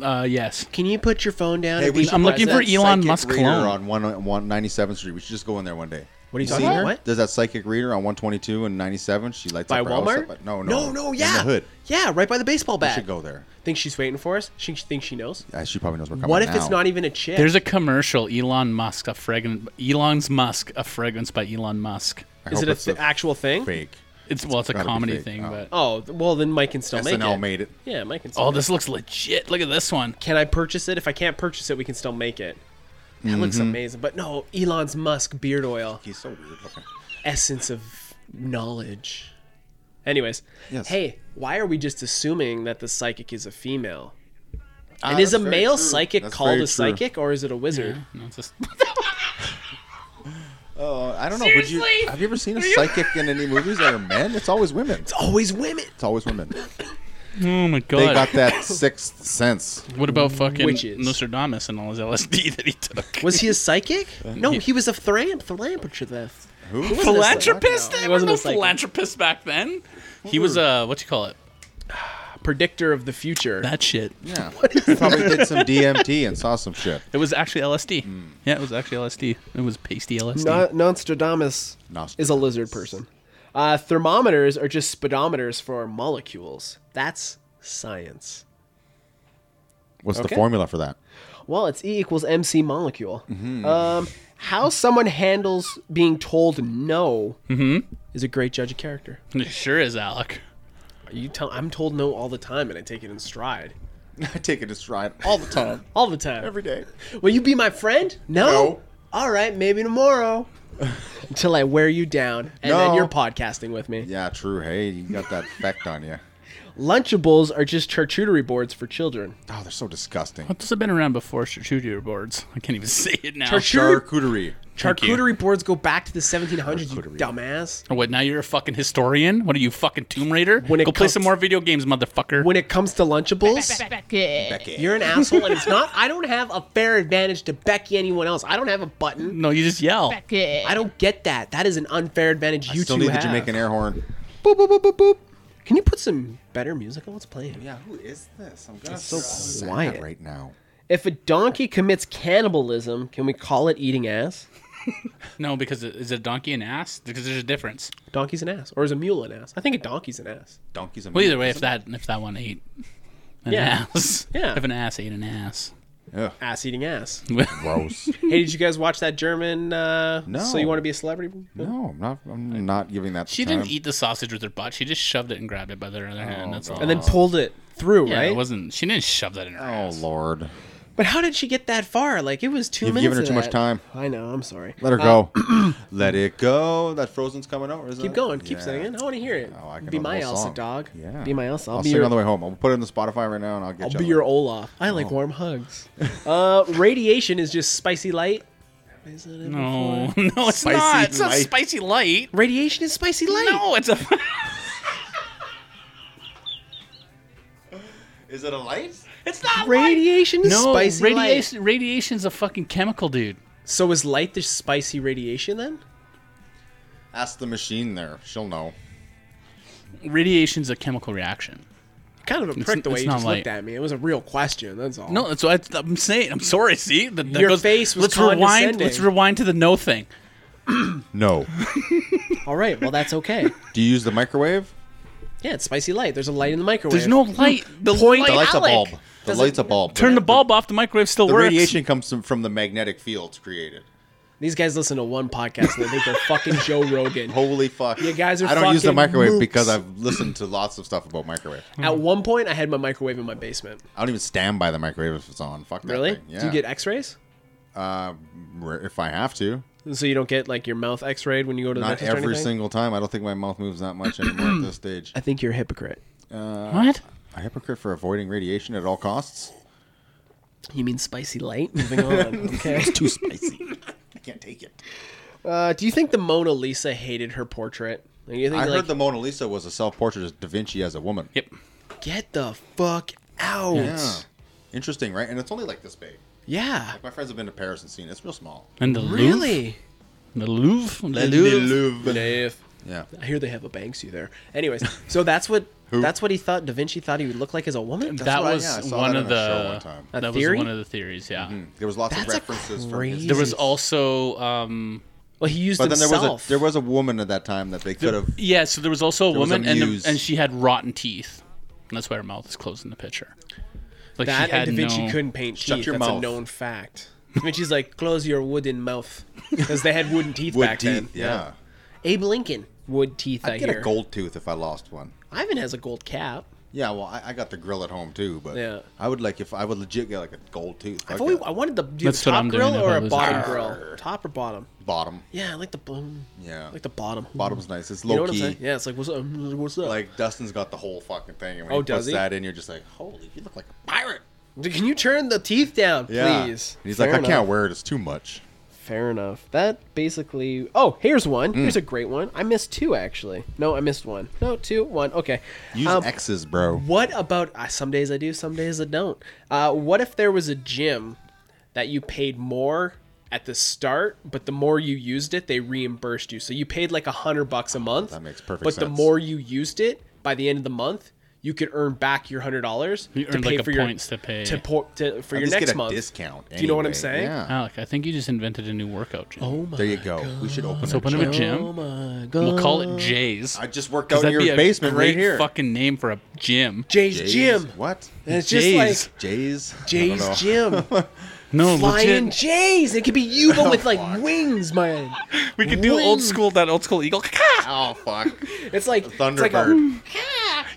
Speaker 1: Uh, yes.
Speaker 2: can you put your phone down?
Speaker 3: Hey,
Speaker 2: and
Speaker 3: we
Speaker 2: be
Speaker 3: should I'm
Speaker 1: looking
Speaker 2: present?
Speaker 1: for Elon
Speaker 3: psychic
Speaker 1: Musk
Speaker 3: reader
Speaker 1: clone.
Speaker 3: on one one ninety seventh Street. We should just go in there one day.
Speaker 2: What are you
Speaker 3: See
Speaker 2: talking about?
Speaker 3: her?
Speaker 2: What?
Speaker 3: There's that psychic reader on one twenty two and ninety seventh. She lights
Speaker 2: By
Speaker 3: up her house
Speaker 2: Walmart?
Speaker 3: up- No,
Speaker 2: no,
Speaker 3: no,
Speaker 2: no,
Speaker 3: in
Speaker 2: yeah,
Speaker 3: the hood.
Speaker 2: yeah, right by the baseball
Speaker 3: We
Speaker 2: bat.
Speaker 3: should go there.
Speaker 2: Think she's waiting for us? She thinks she knows.
Speaker 3: Yeah, she probably knows we're coming.
Speaker 2: what if it's
Speaker 3: now.
Speaker 2: not even a chick?
Speaker 1: There's a commercial. Elon Musk a fragrance. Elon's Musk a fragrance by Elon Musk.
Speaker 3: I
Speaker 2: Is
Speaker 3: hope
Speaker 2: it a
Speaker 3: it's
Speaker 2: th- actual thing?
Speaker 3: fake?
Speaker 1: It's well, it's a
Speaker 3: gotta be
Speaker 1: comedy
Speaker 3: fake.
Speaker 1: thing,
Speaker 3: Oh.
Speaker 1: but
Speaker 2: Oh, th- well then Mike can still make it.
Speaker 3: SNL made it.
Speaker 2: Yeah, Mike can still.
Speaker 1: oh,
Speaker 2: make
Speaker 1: this looks legit. Look at this one.
Speaker 2: it. Can I purchase it? If I can't purchase it, we can still make it. That
Speaker 3: Mm-hmm.
Speaker 2: looks amazing. But no, Elon's Musk beard oil,
Speaker 3: He's so weird looking.
Speaker 2: essence of knowledge. Anyways,
Speaker 3: Yes.
Speaker 2: hey, why are we just assuming that the psychic is a female? And is a
Speaker 3: Ah, very
Speaker 2: male
Speaker 3: true.
Speaker 2: psychic
Speaker 3: That's
Speaker 2: called
Speaker 3: very
Speaker 2: a
Speaker 3: true.
Speaker 2: psychic or is it a wizard?
Speaker 1: No, it's just- [LAUGHS]
Speaker 3: Oh, I don't know. Would you have you ever seen a psychic in any movies that are men? It's always women.
Speaker 2: It's always women.
Speaker 3: It's always women.
Speaker 1: oh my
Speaker 3: They got
Speaker 1: god.
Speaker 3: that sixth sense.
Speaker 1: What about fucking
Speaker 2: Witches.
Speaker 1: Nostradamus and all his LSD [LAUGHS] that he took?
Speaker 2: Was
Speaker 3: [LAUGHS]
Speaker 2: he a psychic? No, he was a philanthrop- philanthropist.
Speaker 3: Who?
Speaker 1: philanthropist?
Speaker 2: He
Speaker 1: There were
Speaker 2: wasn't a
Speaker 1: no
Speaker 2: psychic.
Speaker 1: philanthropists back then. He was a what you call it?
Speaker 2: Predictor of the future.
Speaker 1: That shit.
Speaker 3: Yeah. He probably did some DMT and saw some shit.
Speaker 1: It was actually LSD. Yeah, it was actually LSD. It was pasty LSD.
Speaker 2: No- Nostradamus
Speaker 3: Nostradamus.
Speaker 2: is a lizard person. Uh, thermometers are just speedometers for molecules. That's science.
Speaker 3: What's
Speaker 2: Okay.
Speaker 3: the formula for that?
Speaker 2: Well, it's E equals MC molecule.
Speaker 3: Mm-hmm.
Speaker 2: Um, how someone handles being told no is a great judge of character.
Speaker 1: It sure is, Alec.
Speaker 2: You tell I'm told no all the time, and I take it in stride.
Speaker 3: [LAUGHS] I take it to stride all the time,
Speaker 2: All the time.
Speaker 3: every day.
Speaker 2: Will you be my friend? No.
Speaker 3: No.
Speaker 2: All right, maybe tomorrow. [LAUGHS] Until I wear you down, and then
Speaker 3: No.
Speaker 2: you're podcasting with me.
Speaker 3: Yeah, true. Hey, you got that effect on you.
Speaker 2: Lunchables are just charcuterie boards for children.
Speaker 3: Oh, they're so disgusting.
Speaker 1: Those have been around before charcuterie boards. I can't even [LAUGHS] say it now.
Speaker 2: Charcuterie,
Speaker 3: Charcuterie.
Speaker 2: charcuterie boards go back to the 1700s, you dumbass.
Speaker 1: What? Now you're a fucking historian? What are you fucking Tomb Raider?
Speaker 2: When it
Speaker 1: Go play
Speaker 2: comes-
Speaker 1: some more video games, motherfucker.
Speaker 2: When it comes to Lunchables,
Speaker 3: Becky.
Speaker 2: you're an asshole, and it's not. I don't have a fair advantage to Becky anyone else. I don't have a button.
Speaker 1: no, you just yell.
Speaker 2: I don't get that. That is an unfair advantage you
Speaker 3: You still
Speaker 2: two
Speaker 3: need
Speaker 2: have.
Speaker 3: the Jamaican air horn.
Speaker 2: Boop boop boop boop boop. Can you put some better music on? What's playing?
Speaker 3: Yeah, who is this? I'm gonna
Speaker 2: so quiet.
Speaker 3: right now.
Speaker 2: If a donkey commits cannibalism, can we call it eating ass?
Speaker 1: No, because it, is it a donkey and ass? Because there's a difference.
Speaker 2: Donkey's an ass, or is a mule an ass? I think a donkey's an ass.
Speaker 3: Donkeys.
Speaker 1: Well, either way, if that if that one ate an
Speaker 2: Yeah.
Speaker 1: ass,
Speaker 2: Yeah.
Speaker 1: if an ass ate an ass,
Speaker 3: Ugh,
Speaker 2: Ass eating ass.
Speaker 1: [LAUGHS]
Speaker 3: gross.
Speaker 2: hey, did you guys watch that German? Uh,
Speaker 3: No.
Speaker 2: So you want to be a celebrity?
Speaker 3: no, I'm not. I'm not giving that.
Speaker 1: she
Speaker 3: the time.
Speaker 1: didn't eat the sausage with her butt. She just shoved it and grabbed it by the other hand. That's all.
Speaker 2: And then pulled it through,
Speaker 1: yeah,
Speaker 2: right?
Speaker 1: it wasn't. She didn't shove that in her.
Speaker 3: Oh
Speaker 1: ass.
Speaker 3: Lord,
Speaker 2: But how did she get that far? Like it was 2
Speaker 3: You've
Speaker 2: minutes.
Speaker 3: given her
Speaker 2: of
Speaker 3: too much
Speaker 2: that.
Speaker 3: time.
Speaker 2: I know. I'm sorry. Uh,
Speaker 3: let her go.
Speaker 1: [CLEARS THROAT]
Speaker 3: let it go. That Frozen's coming over. Isn't
Speaker 2: Keep
Speaker 3: it?
Speaker 2: going. Keep
Speaker 3: Yeah.
Speaker 2: singing. I want to hear it.
Speaker 3: Oh, I can
Speaker 2: be
Speaker 3: know the
Speaker 2: my
Speaker 3: whole
Speaker 2: Elsa,
Speaker 3: song.
Speaker 2: dog.
Speaker 3: Yeah.
Speaker 2: Be my Elsa.
Speaker 3: I'll
Speaker 2: I'll be
Speaker 3: sing
Speaker 2: your,
Speaker 3: on the way home. I'll put it in the Spotify right now, and I'll get.
Speaker 2: I'll
Speaker 3: you
Speaker 2: be
Speaker 3: on
Speaker 2: your
Speaker 3: the-
Speaker 2: Olaf. I
Speaker 3: Oh.
Speaker 2: like warm
Speaker 3: [LAUGHS]
Speaker 2: hugs. uh, radiation is just spicy light. Is it-
Speaker 1: No, Oh, [LAUGHS] no, it's
Speaker 3: Spicy
Speaker 1: not. It's not
Speaker 3: light.
Speaker 1: spicy light.
Speaker 2: Radiation is spicy light.
Speaker 1: No, it's a. [LAUGHS]
Speaker 3: Is it a light?
Speaker 1: It's not light.
Speaker 2: Radiation is
Speaker 1: No,
Speaker 2: spicy light.
Speaker 1: radiation. Radiation's a fucking chemical, dude.
Speaker 2: So is light the spicy radiation then?
Speaker 3: [LAUGHS] Ask the machine there. She'll know.
Speaker 1: Radiation's a chemical reaction.
Speaker 2: Kind of a prick the way
Speaker 1: it's
Speaker 2: you
Speaker 1: not
Speaker 2: just
Speaker 1: light.
Speaker 2: looked at me. It was a real question. That's all.
Speaker 1: No, that's what I, I'm saying. I'm sorry. See, that, that
Speaker 2: Your face was
Speaker 1: Let's rewind.
Speaker 2: condescending.
Speaker 1: Let's rewind to the no thing.
Speaker 3: No.
Speaker 2: All right. Well,
Speaker 1: [LAUGHS]
Speaker 2: that's okay.
Speaker 3: Do you use the microwave?
Speaker 2: Yeah, it's spicy light. There's a light in the microwave.
Speaker 1: There's no light. The
Speaker 2: Point
Speaker 1: light.
Speaker 3: The light's
Speaker 2: Alec,
Speaker 3: a bulb. The light's a bulb.
Speaker 1: Turn the bulb off. The microwave still
Speaker 3: The
Speaker 1: works.
Speaker 3: radiation comes from, from the magnetic fields created.
Speaker 2: These guys listen to one podcast and they think
Speaker 3: [LAUGHS]
Speaker 2: they're fucking Joe Rogan.
Speaker 3: Holy fuck!
Speaker 2: You guys are
Speaker 3: I don't use the
Speaker 2: fucking
Speaker 3: microwave
Speaker 2: mooks.
Speaker 3: because I've listened to lots of stuff about microwave.
Speaker 2: At one point, I had my microwave in my basement.
Speaker 3: I don't even stand by the microwave if it's on. Fuck that
Speaker 2: Really?
Speaker 3: thing. Yeah.
Speaker 2: Do you get X-rays?
Speaker 3: Where- if I have to.
Speaker 2: And so you don't get like your mouth X-rayed when you go to the
Speaker 3: Not
Speaker 2: dentist or
Speaker 3: every
Speaker 2: anything?
Speaker 3: single time. I don't think my mouth moves that much anymore at this stage.
Speaker 2: I think you're a hypocrite.
Speaker 1: What?
Speaker 3: A hypocrite for avoiding radiation at all costs.
Speaker 2: You mean spicy
Speaker 3: [LAUGHS]
Speaker 2: light? Moving on. [LAUGHS] Okay.
Speaker 3: Too spicy. I can't take it.
Speaker 2: Uh, do you think the Mona Lisa hated her portrait? Like, you think,
Speaker 3: I
Speaker 2: like,
Speaker 3: heard the Mona Lisa was a self-portrait of Da Vinci as a woman.
Speaker 1: Yep.
Speaker 2: get the fuck out.
Speaker 3: Yeah. Interesting, right? And it's only like this big.
Speaker 2: Yeah.
Speaker 3: My friends have been to Paris and seen it. It's real small.
Speaker 1: And the Louvre?
Speaker 2: Really?
Speaker 1: The Louvre? The
Speaker 3: Yeah.
Speaker 2: I hear they have a Banksy there. Anyways, so that's what that's what he thought Da Vinci thought he would look like as a woman.
Speaker 3: That's
Speaker 1: That
Speaker 3: what I-
Speaker 1: was
Speaker 3: yeah, I saw
Speaker 1: one
Speaker 3: that
Speaker 1: of
Speaker 3: on a show
Speaker 1: the
Speaker 3: one time. Mm-hmm.
Speaker 2: A
Speaker 1: that
Speaker 2: theory?
Speaker 1: was one of the theories. Yeah.
Speaker 3: There was lots of
Speaker 2: That's a
Speaker 3: references from his
Speaker 2: crazy-
Speaker 1: There was also um,
Speaker 2: well, he used
Speaker 3: But then there
Speaker 2: himself.
Speaker 3: was a there was a woman at that time that they could have
Speaker 1: yeah. So there was also a
Speaker 3: was a
Speaker 1: woman and
Speaker 3: muse.
Speaker 1: and she had rotten teeth. And that's why her mouth is closed in the picture. Like
Speaker 2: that
Speaker 1: she had
Speaker 2: and Da Vinci
Speaker 1: no-
Speaker 2: couldn't paint
Speaker 3: Shut
Speaker 2: teeth.
Speaker 3: your
Speaker 2: that's a
Speaker 3: mouth.
Speaker 2: known fact. Da Vinci's like, close your wooden mouth, because they had wooden teeth
Speaker 3: [LAUGHS] wood
Speaker 2: back then.
Speaker 3: teeth. Yeah.
Speaker 2: Abe Lincoln, wood teeth. I
Speaker 3: I'd get
Speaker 2: hear.
Speaker 3: a gold tooth if I lost one.
Speaker 2: Ivan has a gold cap.
Speaker 3: Yeah, well, I, I got the grill at home too, but
Speaker 2: Yeah.
Speaker 3: I would like if I would legit get like a gold tooth,
Speaker 2: I've
Speaker 3: like
Speaker 2: always,
Speaker 3: a
Speaker 2: I wanted the, do you
Speaker 1: That's
Speaker 2: have
Speaker 1: what
Speaker 2: a top
Speaker 1: I'm doing
Speaker 2: grill
Speaker 1: if
Speaker 2: or
Speaker 1: I
Speaker 2: a
Speaker 1: lose-
Speaker 2: bottom
Speaker 1: Arr.
Speaker 2: grill. Top or bottom?
Speaker 3: bottom.
Speaker 2: Yeah, I like the bottom.
Speaker 3: Yeah.
Speaker 2: I like the bottom.
Speaker 3: Bottom's nice. It's
Speaker 2: You know
Speaker 3: low
Speaker 2: what I'm
Speaker 3: key.
Speaker 2: saying? Yeah, it's like what's up? What's up?
Speaker 3: Like Dustin's got the whole fucking thing, and when
Speaker 2: Oh,
Speaker 3: he
Speaker 2: does
Speaker 3: puts
Speaker 2: he?
Speaker 3: that in, you're just like, holy, you look like a pirate.
Speaker 2: [LAUGHS] Can you turn the teeth down, please?
Speaker 3: And he's
Speaker 2: Fair
Speaker 3: like, I
Speaker 2: enough.
Speaker 3: can't wear it. It's too much.
Speaker 2: Fair enough. That basically. Oh, here's one.
Speaker 3: Mm.
Speaker 2: Here's a great one. I missed two actually. No, I missed one. No, two, one. Okay.
Speaker 3: Use
Speaker 2: Um,
Speaker 3: X's, bro.
Speaker 2: What about uh, some days I do, some days I don't. Uh, what if there was a gym that you paid more at the start, but the more you used it, they reimbursed you. So you paid like a hundred bucks a month.
Speaker 3: That makes perfect
Speaker 2: But the
Speaker 3: sense.
Speaker 2: more you used it, by the end of the month, you could earn back your hundred dollars
Speaker 1: You
Speaker 2: to
Speaker 1: earned,
Speaker 2: pay
Speaker 1: like, a
Speaker 2: for your
Speaker 1: points to pay.
Speaker 2: to, por- to for your
Speaker 3: At least
Speaker 2: next
Speaker 3: get a
Speaker 2: month.
Speaker 3: discount.
Speaker 2: Do you know what I'm
Speaker 3: anyway.
Speaker 2: saying?
Speaker 3: Yeah.
Speaker 1: Alec, Ah, I think you just invented a new workout gym.
Speaker 2: Oh my
Speaker 3: There you go. We should open.
Speaker 1: Let's open up a
Speaker 2: Oh
Speaker 1: gym.
Speaker 2: my god.
Speaker 1: We'll call it Jay's.
Speaker 3: I just worked
Speaker 1: 'Cause
Speaker 3: out in
Speaker 1: that'd be
Speaker 3: your
Speaker 1: a
Speaker 3: basement
Speaker 1: great
Speaker 3: right here.
Speaker 1: Fucking name for a gym.
Speaker 2: Jay's,
Speaker 3: Jays?
Speaker 2: Gym.
Speaker 3: What?
Speaker 2: And it's
Speaker 1: Jay's.
Speaker 2: just like
Speaker 3: Jays. I don't know.
Speaker 2: Jay's Gym.
Speaker 1: No,
Speaker 2: Flying
Speaker 1: legit.
Speaker 2: Jay's. It could be you, but with like
Speaker 3: Fuck.
Speaker 2: wings, man.
Speaker 1: We could do old
Speaker 2: Wing.
Speaker 1: school that old school eagle.
Speaker 3: [LAUGHS]
Speaker 1: [LAUGHS]
Speaker 3: Oh fuck.
Speaker 2: [LAUGHS] It's like It's like a, [LAUGHS]
Speaker 3: Thunderbird.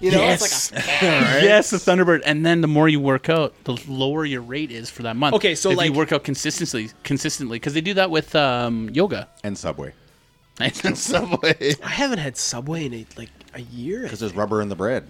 Speaker 2: you know,
Speaker 1: Yes.
Speaker 2: it's like a,
Speaker 1: Yes, the Thunderbird. And then the more you work out, the lower your rate is for that month.
Speaker 2: Okay, so,
Speaker 1: if
Speaker 2: like-
Speaker 1: you work out consistently, consistently, because they do that with um,
Speaker 2: [LAUGHS]
Speaker 1: yoga. [LAUGHS]
Speaker 3: And Subway.
Speaker 1: And so-
Speaker 3: Subway.
Speaker 2: [LAUGHS] I haven't had Subway in a, like a year,
Speaker 3: Because
Speaker 2: and
Speaker 3: there's rubber in the bread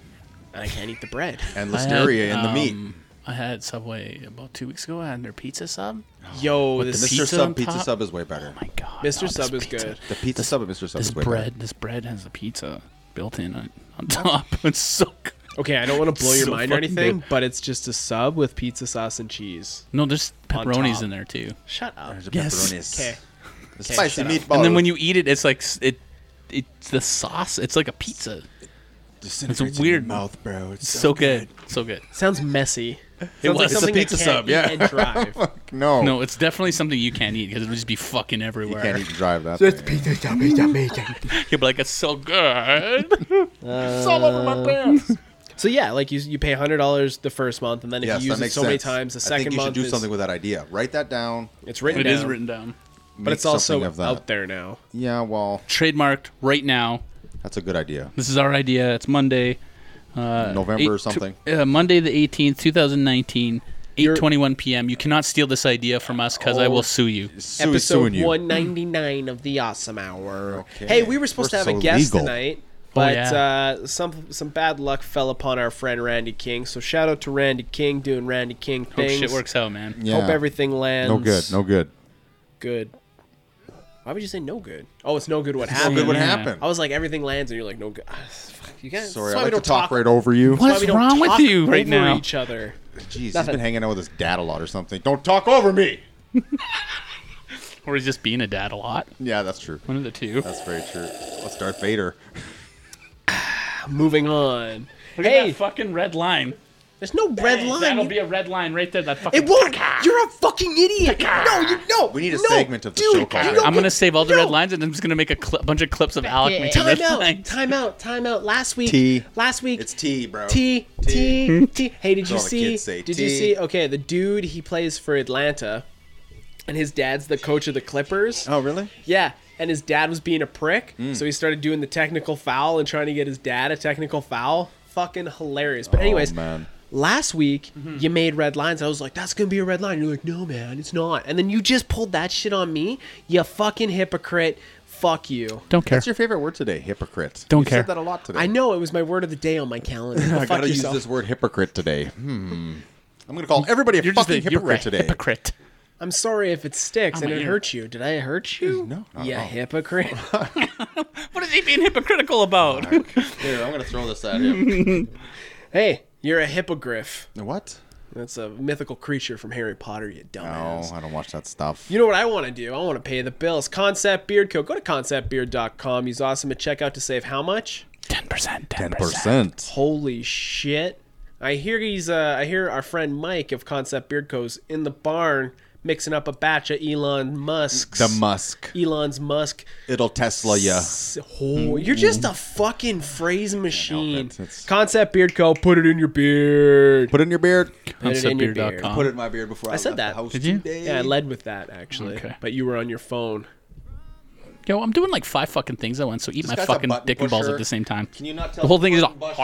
Speaker 2: I can't eat the bread.
Speaker 3: and
Speaker 1: I had,
Speaker 3: listeria in the meat.
Speaker 1: um, I had Subway about two weeks ago. I had their pizza sub.
Speaker 2: Yo,
Speaker 1: the
Speaker 2: this
Speaker 3: Mr.
Speaker 2: [LAUGHS]
Speaker 1: pizza on
Speaker 3: Sub pizza
Speaker 1: top?
Speaker 3: sub is way
Speaker 2: Oh
Speaker 3: better.
Speaker 1: My God,
Speaker 2: Mr.
Speaker 1: no,
Speaker 2: Sub
Speaker 1: this
Speaker 2: is
Speaker 1: pizza-
Speaker 2: good.
Speaker 3: the pizza sub at Mr. Sub
Speaker 1: This
Speaker 3: is way better.
Speaker 1: bread, this bread has the pizza built in on, on top. [LAUGHS] It's so good.
Speaker 2: Okay, I don't want to blow your
Speaker 1: So
Speaker 2: mind or
Speaker 1: fucking
Speaker 2: anything,
Speaker 1: good.
Speaker 2: but it's just a sub with pizza sauce and cheese.
Speaker 1: No, there's pepperonis
Speaker 2: top.
Speaker 1: in there too.
Speaker 2: Shut up.
Speaker 3: There's a
Speaker 1: Yes.
Speaker 3: pepperonis.
Speaker 2: Okay.
Speaker 3: The spicy
Speaker 2: shut up.
Speaker 3: meatball.
Speaker 1: and then when you eat it, it's like s- it, it's the sauce. It's like a pizza.
Speaker 3: Disintegrates in your
Speaker 1: weird-
Speaker 3: mouth, bro. It's
Speaker 1: So good, so good.
Speaker 2: Sounds messy. Sounds
Speaker 1: was. It's a
Speaker 2: something I
Speaker 1: pizza
Speaker 2: can't
Speaker 1: sub,
Speaker 2: eat
Speaker 3: yeah.
Speaker 2: And drive.
Speaker 3: good. No.
Speaker 1: No, it's definitely something you can't eat because it'll just be fucking
Speaker 3: You
Speaker 1: everywhere.
Speaker 3: can't even drive that. thing.
Speaker 1: [LAUGHS] You'll be like, it's so
Speaker 3: [LAUGHS]
Speaker 1: good.
Speaker 2: so yeah, like you, you pay hundred dollars the first month, and then if
Speaker 3: Yes,
Speaker 2: you
Speaker 3: that
Speaker 2: use it
Speaker 3: makes
Speaker 2: so
Speaker 3: sense.
Speaker 2: many times, the second
Speaker 3: I think you
Speaker 2: month
Speaker 3: should do
Speaker 2: is-
Speaker 3: something with that idea. Write that down.
Speaker 2: it's written.
Speaker 1: It
Speaker 2: down,
Speaker 1: is written down.
Speaker 2: but it's also out there now.
Speaker 3: Yeah, well,
Speaker 1: Trademarked right now.
Speaker 3: that's a good idea.
Speaker 1: This is our idea. It's Monday,
Speaker 3: November
Speaker 1: Uh, eight-
Speaker 3: or something.
Speaker 1: tw- uh, Monday the eighteenth, two thousand nineteen.
Speaker 2: You're-
Speaker 1: 8:21 p.m. You cannot steal this idea from us because I
Speaker 3: Oh,
Speaker 1: will sue you.
Speaker 3: Sue-
Speaker 2: episode
Speaker 3: suing you.
Speaker 2: 199 of the awesome hour
Speaker 3: Okay.
Speaker 2: hey we were supposed
Speaker 3: We're
Speaker 2: to have a
Speaker 3: so
Speaker 2: guest
Speaker 3: legal.
Speaker 2: tonight but
Speaker 1: Oh, yeah.
Speaker 2: uh, some some bad luck fell upon our friend randy king so shout out to randy king doing randy king
Speaker 1: Hope
Speaker 2: things
Speaker 1: shit works out, man.
Speaker 3: Yeah.
Speaker 2: hope everything lands
Speaker 3: No good. No good.
Speaker 2: good why would you say no good oh it's no good what
Speaker 3: No
Speaker 2: happened
Speaker 3: good. What
Speaker 1: Yeah.
Speaker 3: happened?
Speaker 2: i was like everything lands and you're like no good [SIGHS] Ah, fuck, you guys
Speaker 3: Sorry,
Speaker 2: that's
Speaker 3: I
Speaker 2: why we
Speaker 3: like to
Speaker 2: don't
Speaker 3: talk, right over you.
Speaker 1: What
Speaker 2: that's
Speaker 1: is
Speaker 2: why we don't
Speaker 1: wrong with
Speaker 2: talk
Speaker 1: you right
Speaker 2: over
Speaker 1: now?
Speaker 2: each other
Speaker 3: Jeez, he's
Speaker 2: Nothing.
Speaker 3: been hanging out with his dad a lot or something. Don't talk over me.
Speaker 1: Or he's just being a dad a lot.
Speaker 3: Yeah, that's true.
Speaker 1: One of the two.
Speaker 3: That's very true. Let's start Vader.
Speaker 2: moving on
Speaker 1: Look at
Speaker 2: hey
Speaker 1: that fucking red line.
Speaker 2: there's no red line
Speaker 1: That'll
Speaker 2: You-
Speaker 1: be a red line right there. That fucking.
Speaker 2: It won't. You're a fucking idiot. No, you no.
Speaker 3: We need a
Speaker 2: no,
Speaker 3: segment of the
Speaker 2: dude,
Speaker 3: show
Speaker 2: you
Speaker 3: called
Speaker 2: don't
Speaker 3: That.
Speaker 1: I'm
Speaker 2: get-
Speaker 1: gonna save all the
Speaker 2: no.
Speaker 1: red lines and I'm just gonna make a cli bunch of clips of Alec making red
Speaker 2: Time out.
Speaker 1: lines.
Speaker 2: Time out. Time out. Last week.
Speaker 3: T.
Speaker 2: Last week.
Speaker 3: It's T, bro.
Speaker 2: T. T. T. Hey, did you
Speaker 3: all the
Speaker 2: see?
Speaker 3: kids say,
Speaker 2: Did you
Speaker 3: T.
Speaker 2: see? Okay, the dude he plays for Atlanta. and his dad's the coach of the Clippers.
Speaker 3: Oh, really?
Speaker 2: Yeah, and his dad was being a prick,
Speaker 3: Mm.
Speaker 2: so he started doing the technical foul and trying to get his dad a technical foul. Fucking hilarious. But anyways,
Speaker 3: oh, man.
Speaker 2: last week you made red lines. I was like, that's gonna be a red line. You're like, no, man, it's not. And then you just pulled that shit on me. You fucking hypocrite. Fuck you.
Speaker 1: Don't care.
Speaker 3: That's your favorite word today, hypocrite.
Speaker 1: Don't
Speaker 3: You've
Speaker 1: care.
Speaker 3: Said that a lot today.
Speaker 2: I know it was my word of the day on my calendar.
Speaker 3: [LAUGHS] I
Speaker 2: fuck
Speaker 3: gotta use
Speaker 2: yourself.
Speaker 3: this word hypocrite today. Hmm. I'm gonna call everybody a fucking hypocrite today.
Speaker 1: hypocrite.
Speaker 2: I'm sorry if it sticks
Speaker 1: Oh,
Speaker 2: and
Speaker 1: my
Speaker 2: it
Speaker 1: ear.
Speaker 2: hurt you. Did I hurt you?
Speaker 3: No, not at
Speaker 2: Yeah,
Speaker 3: all. [LAUGHS]
Speaker 2: hypocrite.
Speaker 1: What is he being hypocritical about?
Speaker 3: Here, I'm gonna throw this at him.
Speaker 2: hey, you're a hippogriff.
Speaker 3: [LAUGHS] what?
Speaker 2: That's a mythical creature from Harry Potter, you
Speaker 3: No,
Speaker 2: dumbass.
Speaker 3: Oh, I don't watch that stuff.
Speaker 2: You know what I want to do? I want to pay the bills. Concept Beard Co. Go to conceptbeard.com. Use awesome at checkout to save how much?
Speaker 1: [LAUGHS] Ten percent. Ten
Speaker 3: Ten percent.
Speaker 2: Holy shit. I hear he's uh I hear our friend Mike of Concept Beard Co.'s in the barn mixing up a batch of Elon Musk's
Speaker 3: The Musk.
Speaker 2: Elon's Musk.
Speaker 3: It'll Tesla ya.
Speaker 2: S- Oh, you're just a
Speaker 3: Mm-hmm.
Speaker 2: fucking phrase machine.
Speaker 3: it. It's-
Speaker 2: Concept Beard Co. Put it in your beard.
Speaker 3: Put it in your beard.
Speaker 1: Conceptbeard.com.
Speaker 3: Put it in my beard before I,
Speaker 2: said
Speaker 3: left the
Speaker 2: that.
Speaker 3: house
Speaker 1: Did you?
Speaker 3: today.
Speaker 2: Yeah, I led with that actually,
Speaker 1: Okay.
Speaker 2: but you were on your phone.
Speaker 1: Yo, I'm doing like five fucking things at once, so eat my
Speaker 3: guy's a
Speaker 1: fucking
Speaker 3: button
Speaker 1: dick and balls
Speaker 3: pusher.
Speaker 1: at the same time.
Speaker 3: Can you not tell
Speaker 1: The whole thing is all.
Speaker 3: What's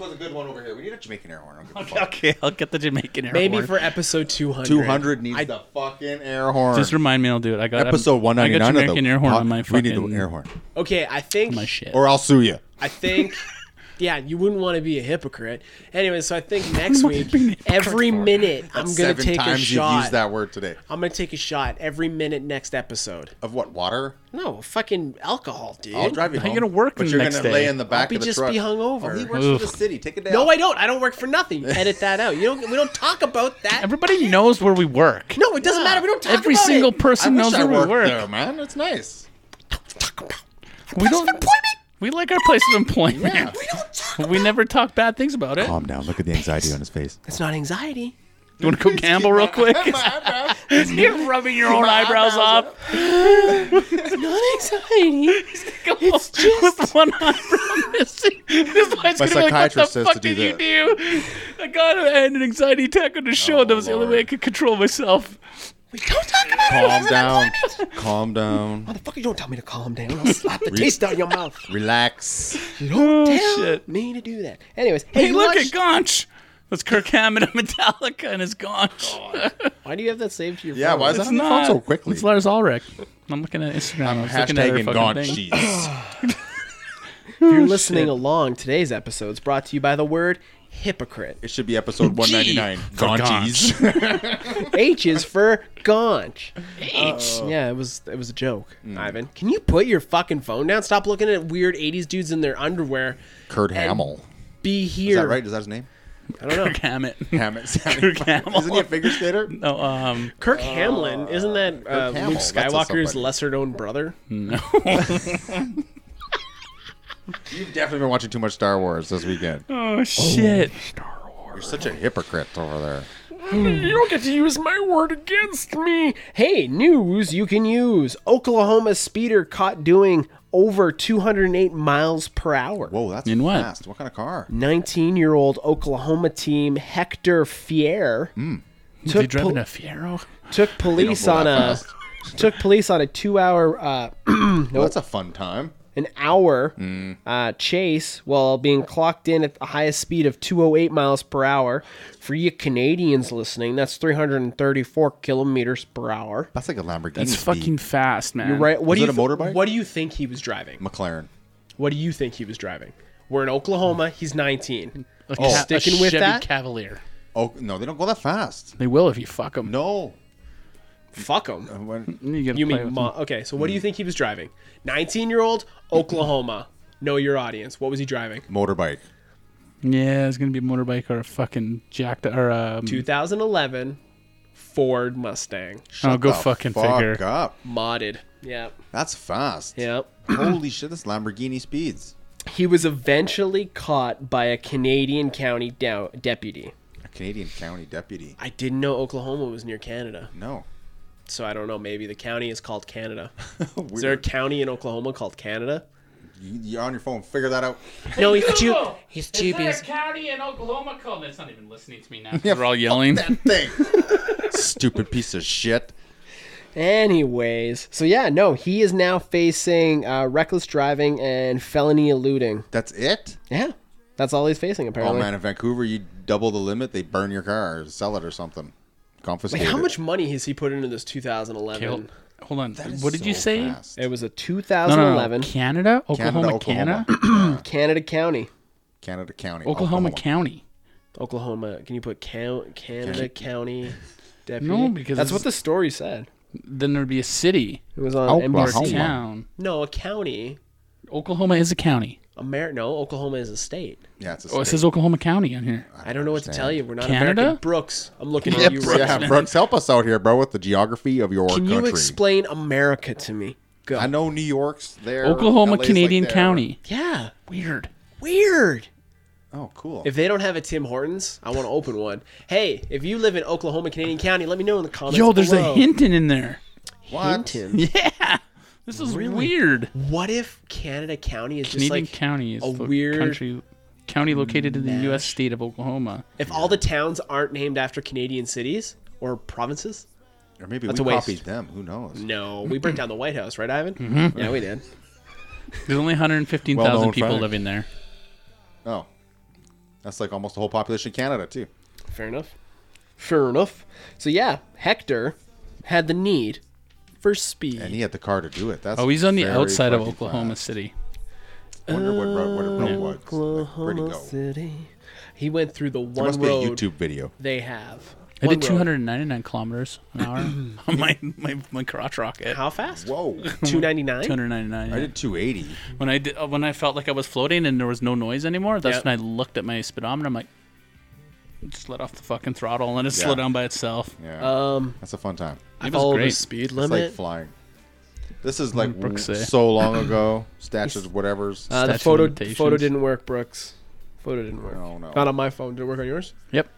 Speaker 3: was a good one over here? We need a Jamaican air horn.
Speaker 1: [LAUGHS] Okay, I'll get the Jamaican air
Speaker 2: Maybe
Speaker 1: horn.
Speaker 2: for episode 200.
Speaker 3: [LAUGHS] Two hundred needs the fucking air horn.
Speaker 1: Just remind me, I'll do it. I got
Speaker 3: Episode one ninety
Speaker 1: I got
Speaker 3: nine of
Speaker 1: Jamaican
Speaker 3: the
Speaker 1: air horn
Speaker 3: pod-
Speaker 1: on my
Speaker 3: We
Speaker 1: fucking
Speaker 3: need an air horn,
Speaker 2: Okay, I think
Speaker 1: My shit.
Speaker 3: or I'll sue you.
Speaker 2: I think
Speaker 1: [LAUGHS]
Speaker 2: yeah, you wouldn't want to be a hypocrite. Anyway, so I
Speaker 1: [LAUGHS]
Speaker 2: think next week
Speaker 1: being a hypocrite
Speaker 2: every minute I'm going to
Speaker 3: Seven
Speaker 2: take a
Speaker 3: times you've
Speaker 2: shot.
Speaker 3: used that word today.
Speaker 2: I'm going to take a shot every minute next episode.
Speaker 3: Of what water?
Speaker 2: No, fucking alcohol, dude.
Speaker 3: I'll drive you
Speaker 1: How you
Speaker 3: home.
Speaker 1: gonna work
Speaker 3: But
Speaker 1: the
Speaker 3: you're
Speaker 1: next
Speaker 3: gonna lay
Speaker 1: day?
Speaker 3: in the back
Speaker 2: I'll be
Speaker 3: of the
Speaker 2: just
Speaker 3: truck.
Speaker 2: be hungover.
Speaker 3: Oh, he works
Speaker 1: Ugh.
Speaker 3: for the city. Take a day
Speaker 2: no,
Speaker 3: off.
Speaker 2: I don't. I don't work for nothing. Edit that out. You don't we don't talk about that.
Speaker 1: Everybody knows where we work.
Speaker 2: no, it doesn't matter. We don't talk
Speaker 1: Every
Speaker 2: about
Speaker 1: single
Speaker 2: it.
Speaker 1: person
Speaker 3: I
Speaker 1: knows
Speaker 3: wish I
Speaker 1: where we
Speaker 3: worked
Speaker 1: work.
Speaker 3: there, man.
Speaker 2: [LAUGHS]
Speaker 3: It's nice.
Speaker 1: We don't. We like our place of employment.
Speaker 2: We
Speaker 1: [LAUGHS]
Speaker 2: don't talk.
Speaker 1: We never talk bad things about it.
Speaker 3: Calm down. Look at the anxiety on his [LAUGHS] face.
Speaker 2: It's not anxiety.
Speaker 1: You want to go gamble
Speaker 3: [LAUGHS]
Speaker 1: real quick? You're rubbing your own eyebrows off.
Speaker 2: Not
Speaker 1: [LAUGHS]
Speaker 2: anxiety.
Speaker 1: It's just with one eyebrow [LAUGHS] missing. This guy's
Speaker 3: My
Speaker 1: gonna be like, "What the
Speaker 3: psychiatrist says
Speaker 1: fuck
Speaker 3: to
Speaker 1: did
Speaker 3: do
Speaker 1: you do?" I got a- an anxiety attack on the show, and that was the only
Speaker 3: Lord.
Speaker 1: way I could control myself.
Speaker 2: We don't talk about it.
Speaker 3: Calm down. Calm down.
Speaker 2: Motherfucker, you don't tell me to calm down. I'll slap the taste out of your mouth.
Speaker 3: Relax.
Speaker 2: You
Speaker 1: [LAUGHS]
Speaker 2: don't
Speaker 1: Oh,
Speaker 2: tell
Speaker 1: shit.
Speaker 2: me to do that. Anyways,
Speaker 1: Hey,
Speaker 2: you
Speaker 1: look
Speaker 2: watched-
Speaker 1: at Gonch. That's Kirk Hammett of Metallica and his Gonch.
Speaker 2: Why do you have that saved to your
Speaker 3: Yeah,
Speaker 2: phone?
Speaker 3: why is that on the phone so quickly?
Speaker 1: It's Lars Ulrich. I'm looking at Instagram. I'm I was looking at her
Speaker 3: Hashtagging
Speaker 1: fucking
Speaker 3: gaunt
Speaker 1: thing.
Speaker 3: [LAUGHS] cheese.
Speaker 2: If you're listening along, today's episode is brought to you by the word hypocrite.
Speaker 3: It should be episode 199. Gone [LAUGHS] cheese.
Speaker 2: H is for gaunch. H. yeah, it was it was a joke.
Speaker 3: Hmm.
Speaker 2: Ivan, can you put your fucking phone down? Stop looking at weird '80s dudes in their underwear.
Speaker 3: Kurt Hamill.
Speaker 2: Be
Speaker 3: Is
Speaker 2: here.
Speaker 3: that right? Is that his [LAUGHS] name?
Speaker 2: I don't know.
Speaker 1: Kirk Hammett. [LAUGHS]
Speaker 3: Hammett. [LAUGHS]
Speaker 1: Kirk Hamill.
Speaker 3: Isn't he a figure skater?
Speaker 1: No, um,
Speaker 2: Kirk Hamlin, isn't that uh,
Speaker 3: Uh, Hamill,
Speaker 2: Luke
Speaker 3: that's a
Speaker 2: Skywalker's
Speaker 3: somebody. Hmm.
Speaker 2: lesser-known brother?
Speaker 3: You've definitely been watching too much Star Wars this weekend.
Speaker 1: oh shit.
Speaker 3: You're such a hypocrite over there.
Speaker 2: You don't get to use my word against me. Hey, news you can use. Oklahoma speeder caught doing over 208 miles per hour.
Speaker 3: Whoa, that's
Speaker 1: In what? Mm-hmm.
Speaker 3: fast. What kind of car?
Speaker 2: 19 year old Oklahoma team Hector Fier
Speaker 3: Hmm.
Speaker 1: Is he
Speaker 2: took,
Speaker 1: driving
Speaker 2: pol-
Speaker 1: a Fiero?
Speaker 2: took police
Speaker 3: go
Speaker 2: on
Speaker 3: that
Speaker 2: a took police on a two hour uh,
Speaker 3: Well, that's a fun time.
Speaker 2: an hour
Speaker 3: Hmm.
Speaker 2: uh, chase while being clocked in at the highest speed of 208 miles per hour. For you Canadians listening, that's 334 kilometers per hour.
Speaker 3: That's like a Lamborghini.
Speaker 1: That's
Speaker 3: speed.
Speaker 1: fucking fast, man.
Speaker 2: You're right. What
Speaker 3: Is
Speaker 2: do
Speaker 3: it
Speaker 2: you
Speaker 3: a
Speaker 2: th-
Speaker 3: motorbike?
Speaker 2: What do you think he was driving?
Speaker 3: McLaren.
Speaker 2: What do you think he was driving? We're in Oklahoma. He's 19.
Speaker 3: [LAUGHS]
Speaker 1: A
Speaker 2: Oh.
Speaker 1: ca-
Speaker 2: Sticking
Speaker 1: a
Speaker 2: with
Speaker 1: Chevy
Speaker 2: that?
Speaker 1: Cavalier.
Speaker 3: Oh no, they don't go that fast.
Speaker 1: They will if you fuck them.
Speaker 3: No.
Speaker 2: Fuck him.
Speaker 3: When-
Speaker 1: You, gotta
Speaker 2: You
Speaker 1: play
Speaker 2: mean
Speaker 1: with Mm.
Speaker 2: ma- okay? So what do you think he was driving? Nineteen-year-old Oklahoma. Know your audience. What was he driving?
Speaker 3: Motorbike.
Speaker 1: Oh, them. Yeah, it's gonna be a motorbike or a fucking jacked or um.
Speaker 2: 2011 Ford Mustang,
Speaker 1: oh, go
Speaker 3: The
Speaker 1: fucking
Speaker 3: fuck
Speaker 1: figure.
Speaker 3: up.
Speaker 2: modded. Yeah.
Speaker 3: That's fast.
Speaker 2: Yep.
Speaker 3: [CLEARS THROAT] Holy shit, that's Lamborghini speeds.
Speaker 2: He was eventually caught by a Canadian county dou- deputy.
Speaker 3: A Canadian county deputy.
Speaker 2: I didn't know Oklahoma was near Canada,
Speaker 1: [LAUGHS]
Speaker 3: No.
Speaker 2: so I don't know. Maybe the county is called Canada. Is there a
Speaker 3: Weird.
Speaker 2: county in Oklahoma called Canada?
Speaker 3: You- You're on your phone. Figure
Speaker 1: [LAUGHS]
Speaker 3: that out.
Speaker 2: No, he's too. He's too busy.
Speaker 1: county in Oklahoma called? That's not even listening to me now. They're all yelling.
Speaker 3: Thing. Stupid piece of shit.
Speaker 2: Anyways, so yeah, no, he is now facing uh, reckless driving and felony eluding.
Speaker 3: That's it.
Speaker 2: Yeah, that's all he's facing
Speaker 3: Oh
Speaker 2: apparently.
Speaker 3: man, in Vancouver, you double the limit, they burn your car, or sell it, or something, confiscate
Speaker 2: Like, how
Speaker 3: it.
Speaker 2: much money has he put into this 2011?
Speaker 1: Hold hold on.
Speaker 3: That is
Speaker 1: What did you
Speaker 3: so
Speaker 1: say?
Speaker 3: fast.
Speaker 2: It was a
Speaker 1: No, no, no,
Speaker 2: 2011
Speaker 1: Canada, Oklahoma, Canada,
Speaker 3: Canada,
Speaker 1: Oklahoma,
Speaker 3: Oklahoma,
Speaker 2: Canada County,
Speaker 3: Canada County,
Speaker 1: County.
Speaker 2: Oklahoma. Can you put count Canada County? Deputy?
Speaker 1: No, because
Speaker 2: that's
Speaker 1: it's-
Speaker 2: what the story said.
Speaker 1: Then there'd be a city
Speaker 2: It was on
Speaker 3: Oklahoma.
Speaker 1: or a
Speaker 2: NBC.
Speaker 1: town.
Speaker 2: No, a county.
Speaker 1: Oklahoma is a county.
Speaker 2: Amer- no, Oklahoma is a state.
Speaker 3: Yeah, it's a
Speaker 1: Oh, it
Speaker 3: state.
Speaker 1: says Oklahoma County on here.
Speaker 2: I don't know what to tell you. We're not
Speaker 1: Canada?
Speaker 2: American. Brooks, I'm looking
Speaker 3: Yeah,
Speaker 2: at you.
Speaker 3: Brooks,
Speaker 2: Brooks.
Speaker 3: yeah, Brooks, help us out here, bro, with the geography of your
Speaker 2: Can
Speaker 3: country.
Speaker 2: you explain America to me? Go.
Speaker 3: I know New York's there.
Speaker 1: Oklahoma,
Speaker 3: LA's like
Speaker 1: Canadian
Speaker 3: there.
Speaker 1: County.
Speaker 2: Yeah.
Speaker 1: Weird.
Speaker 2: Weird.
Speaker 3: Oh, cool.
Speaker 2: If they don't have a Tim Hortons, I want to open one. Hey, if you live in Oklahoma, Canadian County, let me know in the comments.
Speaker 1: Yo, there's
Speaker 2: below.
Speaker 1: a Hinton in there. [LAUGHS]
Speaker 3: what?
Speaker 2: Hinton.
Speaker 1: Yeah. This is weird.
Speaker 2: What if Canada County is
Speaker 1: Canadian
Speaker 2: just like
Speaker 1: County is
Speaker 2: a
Speaker 1: the
Speaker 2: weird
Speaker 1: country county located in the U.S. state of Oklahoma.
Speaker 2: if all the towns aren't named after Canadian cities or provinces?
Speaker 3: Or maybe
Speaker 2: That's
Speaker 3: we
Speaker 2: a waste.
Speaker 3: copied them. Who knows?
Speaker 2: No, we burnt down the White House, right, Ivan?
Speaker 1: Mm-hmm.
Speaker 2: Yeah, we did.
Speaker 1: There's only 115,000
Speaker 3: Well-known
Speaker 1: people
Speaker 3: fact.
Speaker 1: living there.
Speaker 3: Oh, that's like almost the whole population of Canada too.
Speaker 2: Fair enough. Fair enough. So yeah, Hector had the need for speed.
Speaker 3: And he had the car to do it. That's
Speaker 1: Oh, he's on the
Speaker 3: very
Speaker 1: outside of
Speaker 3: fucking
Speaker 1: Oklahoma
Speaker 3: fast.
Speaker 1: City.
Speaker 3: Wonder what road, what road was. Like, where'd he
Speaker 2: Oklahoma
Speaker 3: go?
Speaker 2: City. He went through the
Speaker 3: There
Speaker 2: one
Speaker 3: must be a
Speaker 2: road
Speaker 3: YouTube video.
Speaker 2: they have.
Speaker 1: I
Speaker 2: One
Speaker 1: did
Speaker 2: road.
Speaker 1: 299 kilometers an
Speaker 3: [CLEARS THROAT]
Speaker 1: hour on my, my, my crotch rocket.
Speaker 2: How fast?
Speaker 3: Whoa,
Speaker 2: Two ninety nine.
Speaker 1: 299.
Speaker 3: I did 280.
Speaker 1: When I did, uh, when I felt like I was floating and there was no noise anymore, that's
Speaker 2: Yep.
Speaker 1: when I looked at my speedometer. I'm like, just let off the fucking throttle and it
Speaker 3: Yeah.
Speaker 1: slowed down by itself.
Speaker 3: Yeah,
Speaker 2: Um,
Speaker 3: that's a fun time.
Speaker 2: I
Speaker 1: was
Speaker 2: followed the
Speaker 1: great.
Speaker 2: speed
Speaker 3: It's
Speaker 2: limit.
Speaker 3: like flying. This is like
Speaker 1: Brooks say.
Speaker 3: so long ago.
Speaker 1: [LAUGHS]
Speaker 3: Statues, whatever's.
Speaker 2: uh, the
Speaker 1: statute
Speaker 2: photo
Speaker 1: limitations.
Speaker 2: photo didn't work, Brooks. Photo didn't work.
Speaker 3: No, no.
Speaker 2: Not on my phone. Did it work on yours?
Speaker 1: Yep.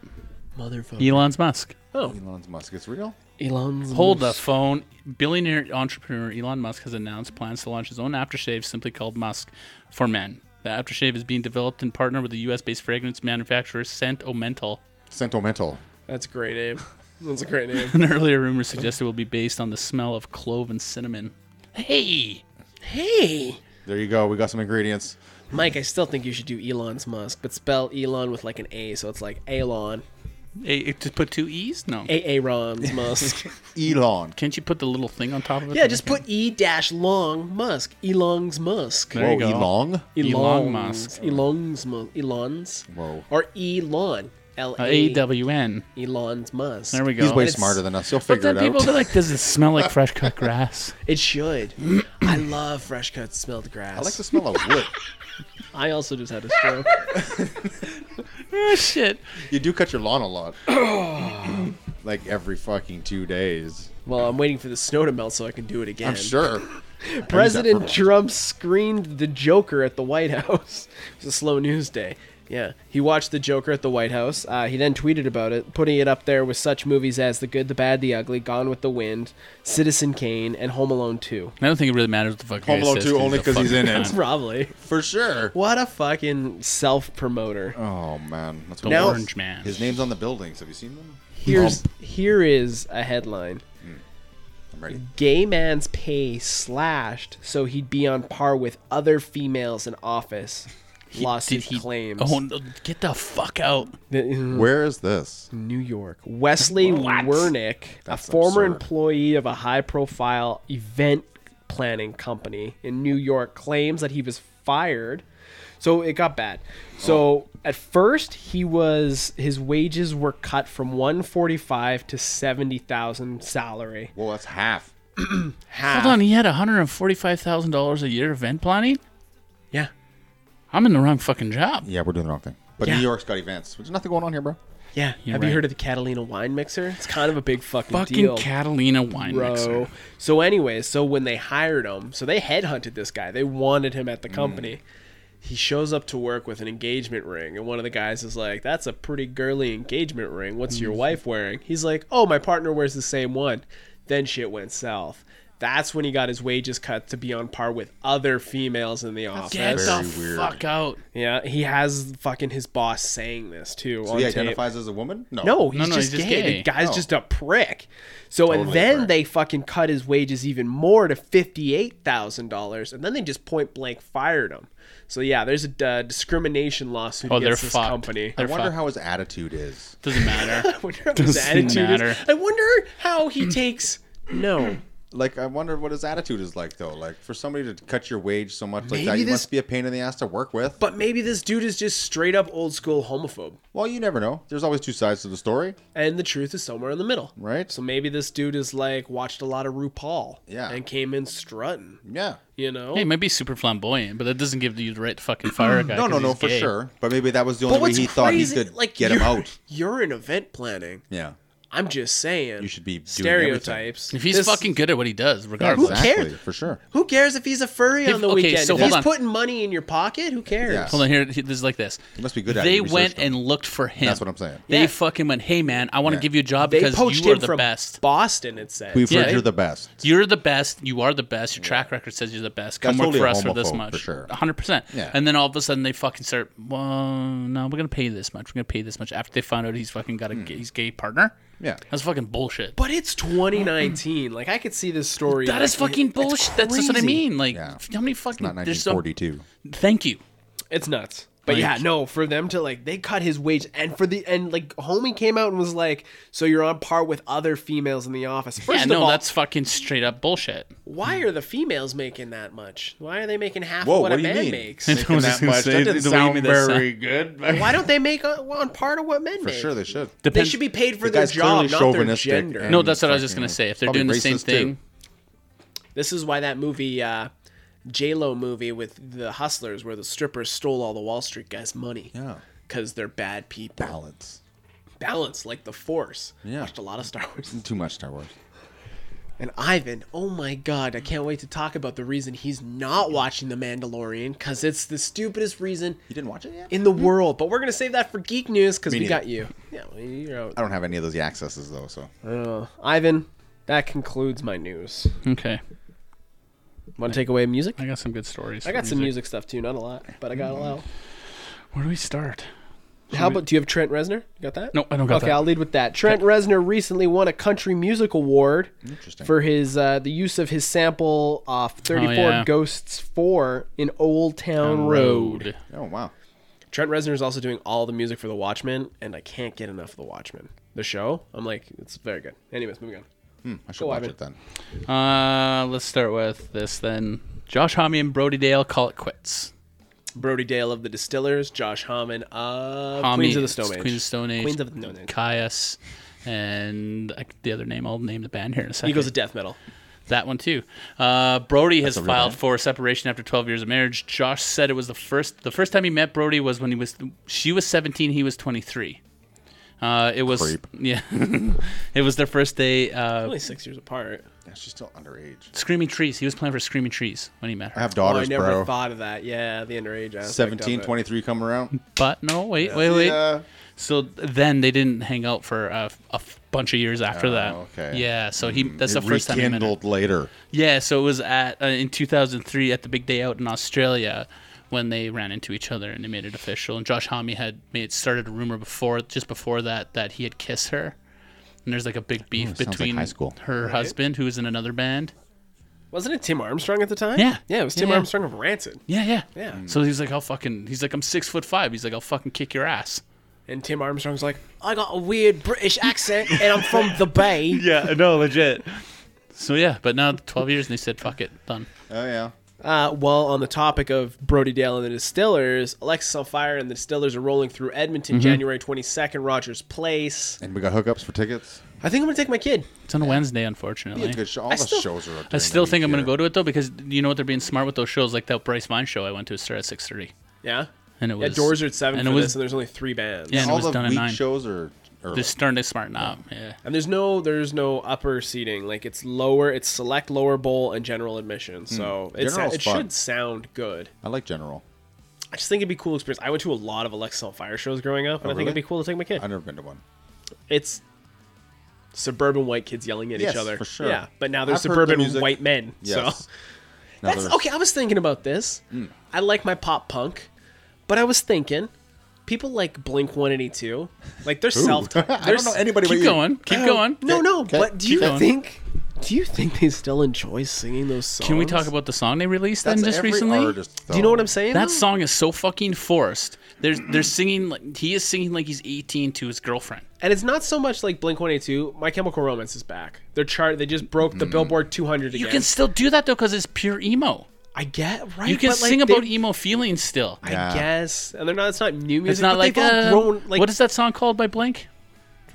Speaker 2: Motherfucker.
Speaker 1: Elon's Musk.
Speaker 2: oh,
Speaker 3: Elon Musk. It's real.
Speaker 2: Elon's
Speaker 1: Hold the phone. Billionaire entrepreneur Elon Musk has announced plans to launch his own aftershave simply called Musk for Men. The aftershave is being developed in partner with the US based fragrance manufacturer Scent Omental.
Speaker 3: Sentimental.
Speaker 2: That's a great name. That's a great [LAUGHS] name.
Speaker 1: [LAUGHS] An earlier rumor suggested it will be based on the smell of clove and cinnamon. Hey!
Speaker 2: hey,
Speaker 3: There you go. We got some ingredients.
Speaker 2: Mike, I still think you should do Elon's Musk, but spell Elon with like an A, so it's like Elon,
Speaker 1: Hey, it- to put two E's? No.
Speaker 2: Aaron's [LAUGHS] Musk.
Speaker 3: Elon.
Speaker 1: Can't you put the little thing on top of it?
Speaker 2: yeah,
Speaker 1: to
Speaker 2: just
Speaker 1: make
Speaker 2: put E dash long Musk, Elon's Musk.
Speaker 1: There you
Speaker 3: Whoa,
Speaker 1: go.
Speaker 3: Elon.
Speaker 1: it- Elon
Speaker 2: Elon's-
Speaker 1: Musk.
Speaker 2: Elon's Musk. Elon's.
Speaker 3: Whoa.
Speaker 2: Or Elon. L
Speaker 1: Uh,
Speaker 2: A
Speaker 1: AWN.
Speaker 2: Elon's Musk.
Speaker 1: There we go.
Speaker 3: He's way
Speaker 1: It's-
Speaker 3: smarter than us. He'll
Speaker 1: But
Speaker 3: figure
Speaker 1: then
Speaker 3: it out.
Speaker 1: people be like, does it smell like fresh cut grass?
Speaker 2: It should. I love fresh cut smelled grass.
Speaker 3: I like the smell of wood.
Speaker 2: I also just had a stroke.
Speaker 1: [LAUGHS] oh, shit.
Speaker 3: you do cut your lawn
Speaker 1: [COUGHS]
Speaker 3: a lot. [COUGHS] like every fucking two days.
Speaker 2: well, I'm waiting for the snow to melt so I can do it again.
Speaker 3: I'm sure.
Speaker 2: President
Speaker 3: for-
Speaker 2: Trump screened the Joker at the White [LAUGHS] House. it was a slow news day. Yeah, he watched the Joker at the White House. Uh, he then tweeted about it, putting it up there with such movies as The Good, the Bad, the Ugly, Gone with the Wind, Citizen Kane, and Home Alone 2.
Speaker 1: I don't think it really matters what the fuck
Speaker 3: Home
Speaker 1: guy
Speaker 3: Alone
Speaker 1: says
Speaker 3: 2
Speaker 1: a
Speaker 3: only 'cause he's
Speaker 1: fucking
Speaker 3: in it.
Speaker 1: cunt.
Speaker 2: Probably.
Speaker 3: For sure.
Speaker 2: What a fucking self promoter.
Speaker 3: Oh man, that's
Speaker 1: The
Speaker 3: what now,
Speaker 1: orange man.
Speaker 3: his name's on the buildings. Have you seen them?
Speaker 2: Here's here is a headline.
Speaker 3: I'm ready.
Speaker 2: Gay man's pay slashed so he'd be on par with other females in office. Lawsuit
Speaker 1: Did he
Speaker 2: claims. mm,
Speaker 1: Oh, no, get the fuck out.
Speaker 3: Where is this?
Speaker 2: New York. Wesley Wernick, a
Speaker 3: That's
Speaker 2: former
Speaker 3: absurd.
Speaker 2: employee of a high profile event planning company in New York, claims that he was fired. So it got bad. So
Speaker 1: Oh.
Speaker 2: at first he was his wages were cut from 145 to 70,000 salary.
Speaker 3: Well, that's half.
Speaker 2: Half.
Speaker 3: Ah.
Speaker 1: Hold on, he had $145,000 a year event planning?
Speaker 2: Yeah.
Speaker 1: I'm in the wrong fucking job.
Speaker 3: Yeah, we're doing the wrong thing. But
Speaker 2: Yeah.
Speaker 3: New York's got events. There's nothing going on here, bro.
Speaker 2: Yeah.
Speaker 1: You're
Speaker 2: Have you
Speaker 1: right.
Speaker 2: heard of the Catalina wine mixer? It's kind of a big fucking,
Speaker 1: Fucking
Speaker 2: deal.
Speaker 1: Catalina wine
Speaker 2: bro.
Speaker 1: mixer.
Speaker 2: So, anyways, so when they hired him, so they headhunted this guy. They wanted him
Speaker 1: Mm.
Speaker 2: at the company. He shows up to work with an engagement ring, and one of the guys is like, "That's a pretty girly engagement
Speaker 1: Mm.
Speaker 2: ring. What's your wife wearing?" He's like, "Oh, my partner wears the same one." Then shit went south. That's when he got his wages cut to be on par with other females in the office.
Speaker 1: Get
Speaker 3: Very
Speaker 1: the
Speaker 3: weird.
Speaker 1: fuck out.
Speaker 2: Yeah, he has fucking his boss saying this too.
Speaker 3: So
Speaker 2: on
Speaker 3: he
Speaker 2: tape.
Speaker 3: identifies as a woman? No.
Speaker 2: No, he's
Speaker 1: no,
Speaker 2: just
Speaker 1: he's just
Speaker 2: gay.
Speaker 1: gay.
Speaker 2: The guy's
Speaker 3: Oh.
Speaker 2: just a prick. So and
Speaker 3: Totally
Speaker 2: then
Speaker 3: prick.
Speaker 2: they fucking cut his wages even more to fifty-eight thousand dollars, and then they just point blank fired him. So yeah, there's a uh, discrimination lawsuit
Speaker 1: Oh,
Speaker 2: against
Speaker 1: they're
Speaker 2: this
Speaker 1: fucked.
Speaker 2: company.
Speaker 3: I
Speaker 1: They're
Speaker 3: wonder
Speaker 1: fucked.
Speaker 3: how his attitude is. [LAUGHS]
Speaker 1: Doesn't matter.
Speaker 2: [LAUGHS] I wonder what his
Speaker 1: Doesn't
Speaker 2: attitude is.
Speaker 1: matter.
Speaker 2: I wonder how he takes no.
Speaker 3: Like, I wonder what his attitude is like, though. Like, for somebody to cut your wage so much
Speaker 2: Maybe
Speaker 3: like that, you
Speaker 2: this-
Speaker 3: must be a pain in the ass to work with.
Speaker 2: But maybe this dude is just straight up old school homophobe,
Speaker 3: well, you never know. There's always two sides to the story,
Speaker 2: and the truth is somewhere in the middle.
Speaker 3: right?
Speaker 2: So maybe this dude is like watched a lot of RuPaul,
Speaker 3: Yeah.
Speaker 2: and came in strutting,
Speaker 3: yeah.
Speaker 2: you know.
Speaker 1: Hey, it might be super flamboyant, but that doesn't give you the right to fucking
Speaker 3: [CLEARS THROAT]
Speaker 1: fire a guy.
Speaker 3: No, no,
Speaker 1: 'cause
Speaker 3: no,
Speaker 1: he's
Speaker 3: for
Speaker 1: gay.
Speaker 3: sure. But maybe that was the only way he thought he could get him
Speaker 2: you're-
Speaker 3: out.
Speaker 2: [LAUGHS] You're in event planning.
Speaker 3: Yeah.
Speaker 2: I'm just saying.
Speaker 3: You should be doing
Speaker 2: stereotypes.
Speaker 1: If he's
Speaker 2: This-
Speaker 1: fucking good at what he does,
Speaker 3: Yeah,
Speaker 1: regardless.
Speaker 2: who cares?
Speaker 3: exactly. For sure.
Speaker 2: who cares if he's a furry
Speaker 1: If-
Speaker 2: on the
Speaker 1: okay,
Speaker 2: weekend?
Speaker 1: so
Speaker 2: if
Speaker 1: hold
Speaker 2: he's
Speaker 1: on.
Speaker 2: putting money in your pocket, who cares?
Speaker 3: Yeah.
Speaker 1: Hold on here. he- This is like this.
Speaker 3: He must be good at it.
Speaker 1: They
Speaker 3: He researched
Speaker 1: went
Speaker 3: them.
Speaker 1: and looked for him.
Speaker 3: That's what I'm saying.
Speaker 1: They
Speaker 2: Yeah.
Speaker 1: fucking went, hey man, I want to
Speaker 3: Yeah.
Speaker 1: give you a job
Speaker 2: They
Speaker 1: because
Speaker 2: poached
Speaker 1: you are
Speaker 2: him
Speaker 1: the
Speaker 2: from
Speaker 1: best.
Speaker 2: Boston. It says.
Speaker 3: We've
Speaker 1: Yeah.
Speaker 3: heard you're the best.
Speaker 1: You're the best. You are the best. Your track record says you're the best. Come
Speaker 3: That's
Speaker 1: work
Speaker 3: totally
Speaker 1: for
Speaker 3: a
Speaker 1: us for this
Speaker 3: homophobe,
Speaker 1: much.
Speaker 3: for sure.
Speaker 1: 100%.
Speaker 3: Yeah.
Speaker 1: And then all of a sudden they fucking start, well, no, we're going to pay you this much. We're going to pay you this much after they found out he's fucking
Speaker 3: Hmm.
Speaker 1: got a gay, he's gay partner.
Speaker 3: Yeah.
Speaker 1: That's fucking bullshit.
Speaker 2: But it's 2019. like I could see this story.
Speaker 1: that is
Speaker 2: like,
Speaker 1: fucking bullshit. That's just what I
Speaker 2: crazy.
Speaker 1: mean. Like,
Speaker 3: Yeah.
Speaker 1: how many fucking.
Speaker 3: Not
Speaker 1: there's so-
Speaker 3: 1942.
Speaker 1: thank you.
Speaker 2: It's nuts. But yeah, no, for them to like they cut his wage and for the and like homie came out and was like, So you're on par with other females in the office. First
Speaker 1: yeah,
Speaker 2: of
Speaker 1: no,
Speaker 2: all,
Speaker 1: that's fucking straight up bullshit.
Speaker 2: why are the females making that much? Why are they making half
Speaker 3: Whoa,
Speaker 2: of what,
Speaker 3: what
Speaker 2: a
Speaker 3: do you
Speaker 2: man
Speaker 3: mean? [LAUGHS]
Speaker 2: makes?
Speaker 1: I was just gonna say,
Speaker 6: That
Speaker 1: the
Speaker 6: doesn't
Speaker 1: way you
Speaker 6: sound
Speaker 1: made that
Speaker 6: very good.
Speaker 2: Why don't they make on, on part of what men
Speaker 3: For
Speaker 2: make?
Speaker 3: sure they should.
Speaker 2: They
Speaker 1: Depends-
Speaker 2: should be paid for
Speaker 3: The
Speaker 2: their
Speaker 3: guy's
Speaker 2: job,
Speaker 3: clearly
Speaker 2: not their
Speaker 3: chauvinistic
Speaker 2: gender.
Speaker 3: and-
Speaker 1: No, that's what I was just
Speaker 3: fucking-
Speaker 1: gonna say. If they're
Speaker 3: probably
Speaker 1: doing the same
Speaker 3: racist, too.
Speaker 1: thing,
Speaker 2: This is why that movie, uh, J Lo movie with the hustlers, where the strippers stole all the Wall Street guys' money.
Speaker 3: Yeah.
Speaker 2: Because they're bad people.
Speaker 3: Balance.
Speaker 2: Balance, like the Force.
Speaker 3: Yeah.
Speaker 2: Watched a lot of Star Wars.
Speaker 3: Too much Star Wars.
Speaker 2: And Ivan, oh my god, I can't wait to talk about the reason he's not watching The Mandalorian, because it's the stupidest reason
Speaker 3: You didn't watch it yet?
Speaker 2: in the world. But we're going to save that for geek news because
Speaker 3: Me
Speaker 2: we
Speaker 3: neither.
Speaker 2: got you. Yeah, well, you're out.
Speaker 3: I don't have any of those accesses though, so
Speaker 2: Uh, Ivan, that concludes my news.
Speaker 1: okay.
Speaker 2: Want to take away music?
Speaker 1: I got some Mm-hmm. good stories.
Speaker 2: I
Speaker 1: for
Speaker 2: got some music stuff too, not a lot, but I got a lot.
Speaker 1: Where do we start?
Speaker 2: How about do you have Trent Reznor? You got that?
Speaker 1: No, I don't got
Speaker 2: okay,
Speaker 1: that.
Speaker 2: I'll lead with that. Trent Reznor recently won a country music award
Speaker 1: Mm-hmm.
Speaker 3: Interesting.
Speaker 2: for his uh, the use of his sample off 34
Speaker 1: Oh, yeah.
Speaker 2: Ghosts 4 in Old Town Road.
Speaker 3: Oh wow.
Speaker 2: Trent Reznor is also doing all the music for The Watchmen, and I can't get enough of The Watchmen. The show, I'm like, it's very good. Anyways, moving on.
Speaker 3: I should
Speaker 2: Go,
Speaker 3: watch
Speaker 2: Ivan.
Speaker 3: it then.
Speaker 1: Uh, let's start with this then. Josh Homme and Brody Dale call it quits.
Speaker 2: Brody Dale of The Distillers, Josh Homme of
Speaker 1: Homme,
Speaker 2: Queens of the
Speaker 1: it's
Speaker 2: Stone Age.
Speaker 1: Queens of the Stone Age.
Speaker 2: Queens of the Stone Age.
Speaker 1: Caius, and I, the other name. I'll name the band here in a second.
Speaker 2: Eagles of Death Metal.
Speaker 1: That one too. Uh, Brody has
Speaker 3: a real
Speaker 1: filed
Speaker 3: band.
Speaker 1: for separation after 12 years of marriage. Josh said it was the first. The first time he met Brody was when he was. She was 17. He was 23. Uh, it was
Speaker 3: Creep.
Speaker 1: [LAUGHS] yeah. it was their first day. Uh,
Speaker 2: Only six years apart.
Speaker 3: Yeah, she's still underage.
Speaker 1: Screaming Trees. He was playing for Screaming Trees when he met
Speaker 3: I
Speaker 1: her.
Speaker 3: have
Speaker 2: Oh, I
Speaker 3: daughters,
Speaker 2: never
Speaker 3: bro.
Speaker 2: thought of that. Yeah, the underage aspect. of
Speaker 3: 17,
Speaker 2: it.
Speaker 3: 23 come around.
Speaker 1: But no, wait, wait, wait.
Speaker 3: Yeah.
Speaker 1: So then they didn't hang out for a, a f- bunch of years after
Speaker 3: Oh,
Speaker 1: that.
Speaker 3: okay. Mm,
Speaker 1: Yeah. So he. That's
Speaker 3: It
Speaker 1: the first time he met her.
Speaker 3: rekindled later.
Speaker 1: Yeah, so it was at uh, in 2003 at the big day out in Australia when they ran into each other and they made it official. And Josh Homme had made started a rumor before just before that that he had kissed her. And there's like a big beef
Speaker 3: Oh, sounds like
Speaker 1: between
Speaker 3: high school.
Speaker 1: her husband who was in another band.
Speaker 2: Wasn't it Tim Armstrong at the time?
Speaker 1: Yeah.
Speaker 2: Yeah, it was
Speaker 1: Yeah,
Speaker 2: Tim
Speaker 1: yeah.
Speaker 2: Armstrong of Rancid.
Speaker 1: Yeah, yeah.
Speaker 2: Yeah.
Speaker 1: So he's like, I'll fucking he's like, I'm six foot five. He's like, I'll fucking kick your ass.
Speaker 2: And Tim Armstrong's like, I got a weird British accent and I'm from the Bay.
Speaker 1: Yeah, no, legit. So yeah, but now twelve years and they said, Fuck it, done.
Speaker 3: Oh yeah.
Speaker 2: Uh, well, on the topic of Brody Dale and the Distillers, Alexis on Fire and the Distillers are rolling through Edmonton
Speaker 1: Mm-hmm.
Speaker 2: January 22nd, Rogers Place.
Speaker 3: And we got hookups for tickets.
Speaker 2: I think I'm going to take my kid.
Speaker 1: It's on a Wednesday, unfortunately.
Speaker 3: Be a good show. All the
Speaker 2: still-
Speaker 3: shows are up
Speaker 1: I still think I'm gonna go to it though because you know what they're being smart with those shows like that Bryce Vine show I went to started at six thirty
Speaker 2: Yeah.
Speaker 1: and it was
Speaker 2: yeah, doors are at 7
Speaker 1: and
Speaker 2: for
Speaker 1: it was
Speaker 2: this, and there's only three bands.
Speaker 1: Yeah. and it
Speaker 3: All
Speaker 1: was
Speaker 3: the
Speaker 1: done at
Speaker 3: week
Speaker 1: nine.
Speaker 3: shows are early.
Speaker 1: they're starting to smarten up yeah
Speaker 2: And there's no there's no upper seating. Like, it's lower, it's select lower bowl and general
Speaker 1: Hmm.
Speaker 2: admission. So it's,
Speaker 3: General's
Speaker 2: it
Speaker 3: fun.
Speaker 2: should sound good.
Speaker 3: I like General.
Speaker 2: I just think it'd be a cool experience. I went to a lot of Alexis on Fire shows growing up, and I think
Speaker 3: Oh, really?
Speaker 2: it'd be cool to take my kid.
Speaker 3: I've never been to one.
Speaker 2: It's suburban white kids yelling at
Speaker 3: Yes,
Speaker 2: each other.
Speaker 3: for sure.
Speaker 2: Yeah, but now there's
Speaker 3: I've heard the
Speaker 2: suburban
Speaker 3: music.
Speaker 2: white men. [LAUGHS]
Speaker 3: Yes.
Speaker 2: So
Speaker 3: Now Hmm.
Speaker 2: that's
Speaker 3: there's-
Speaker 2: okay. I was thinking about this. I like my pop punk, but I was thinking people like Blink 182. Like they're self.
Speaker 3: [LAUGHS] I don't know anybody.
Speaker 1: Keep
Speaker 3: but you.
Speaker 1: going. Keep going.
Speaker 2: No, no.
Speaker 3: Okay,
Speaker 2: But do
Speaker 3: keep
Speaker 2: you
Speaker 1: going.
Speaker 2: think? Do you think they still enjoy singing those songs?
Speaker 1: Can we talk about the song they released
Speaker 3: That's
Speaker 1: then just
Speaker 3: every
Speaker 1: recently?
Speaker 3: artist,
Speaker 2: Do you know
Speaker 3: though.
Speaker 2: what I'm saying?
Speaker 1: That
Speaker 2: though?
Speaker 1: song is so fucking forced. There's they're singing like he is singing like he's 18 to his girlfriend.
Speaker 2: and it's not so much like Blink 182. My Chemical Romance is back. Their chart. They just broke the
Speaker 3: Mm-hmm.
Speaker 2: Billboard 200 again.
Speaker 1: You can still do that though cuz it's pure emo.
Speaker 2: I get right.
Speaker 1: You can
Speaker 2: but, like,
Speaker 1: sing
Speaker 2: they-
Speaker 1: about e- emo feelings still.
Speaker 2: I
Speaker 3: Yeah.
Speaker 2: guess, and they're not. It's not new music.
Speaker 1: It's not
Speaker 2: but
Speaker 1: like,
Speaker 2: they've all
Speaker 1: uh,
Speaker 2: grown. Like
Speaker 1: what is that song called by Blink?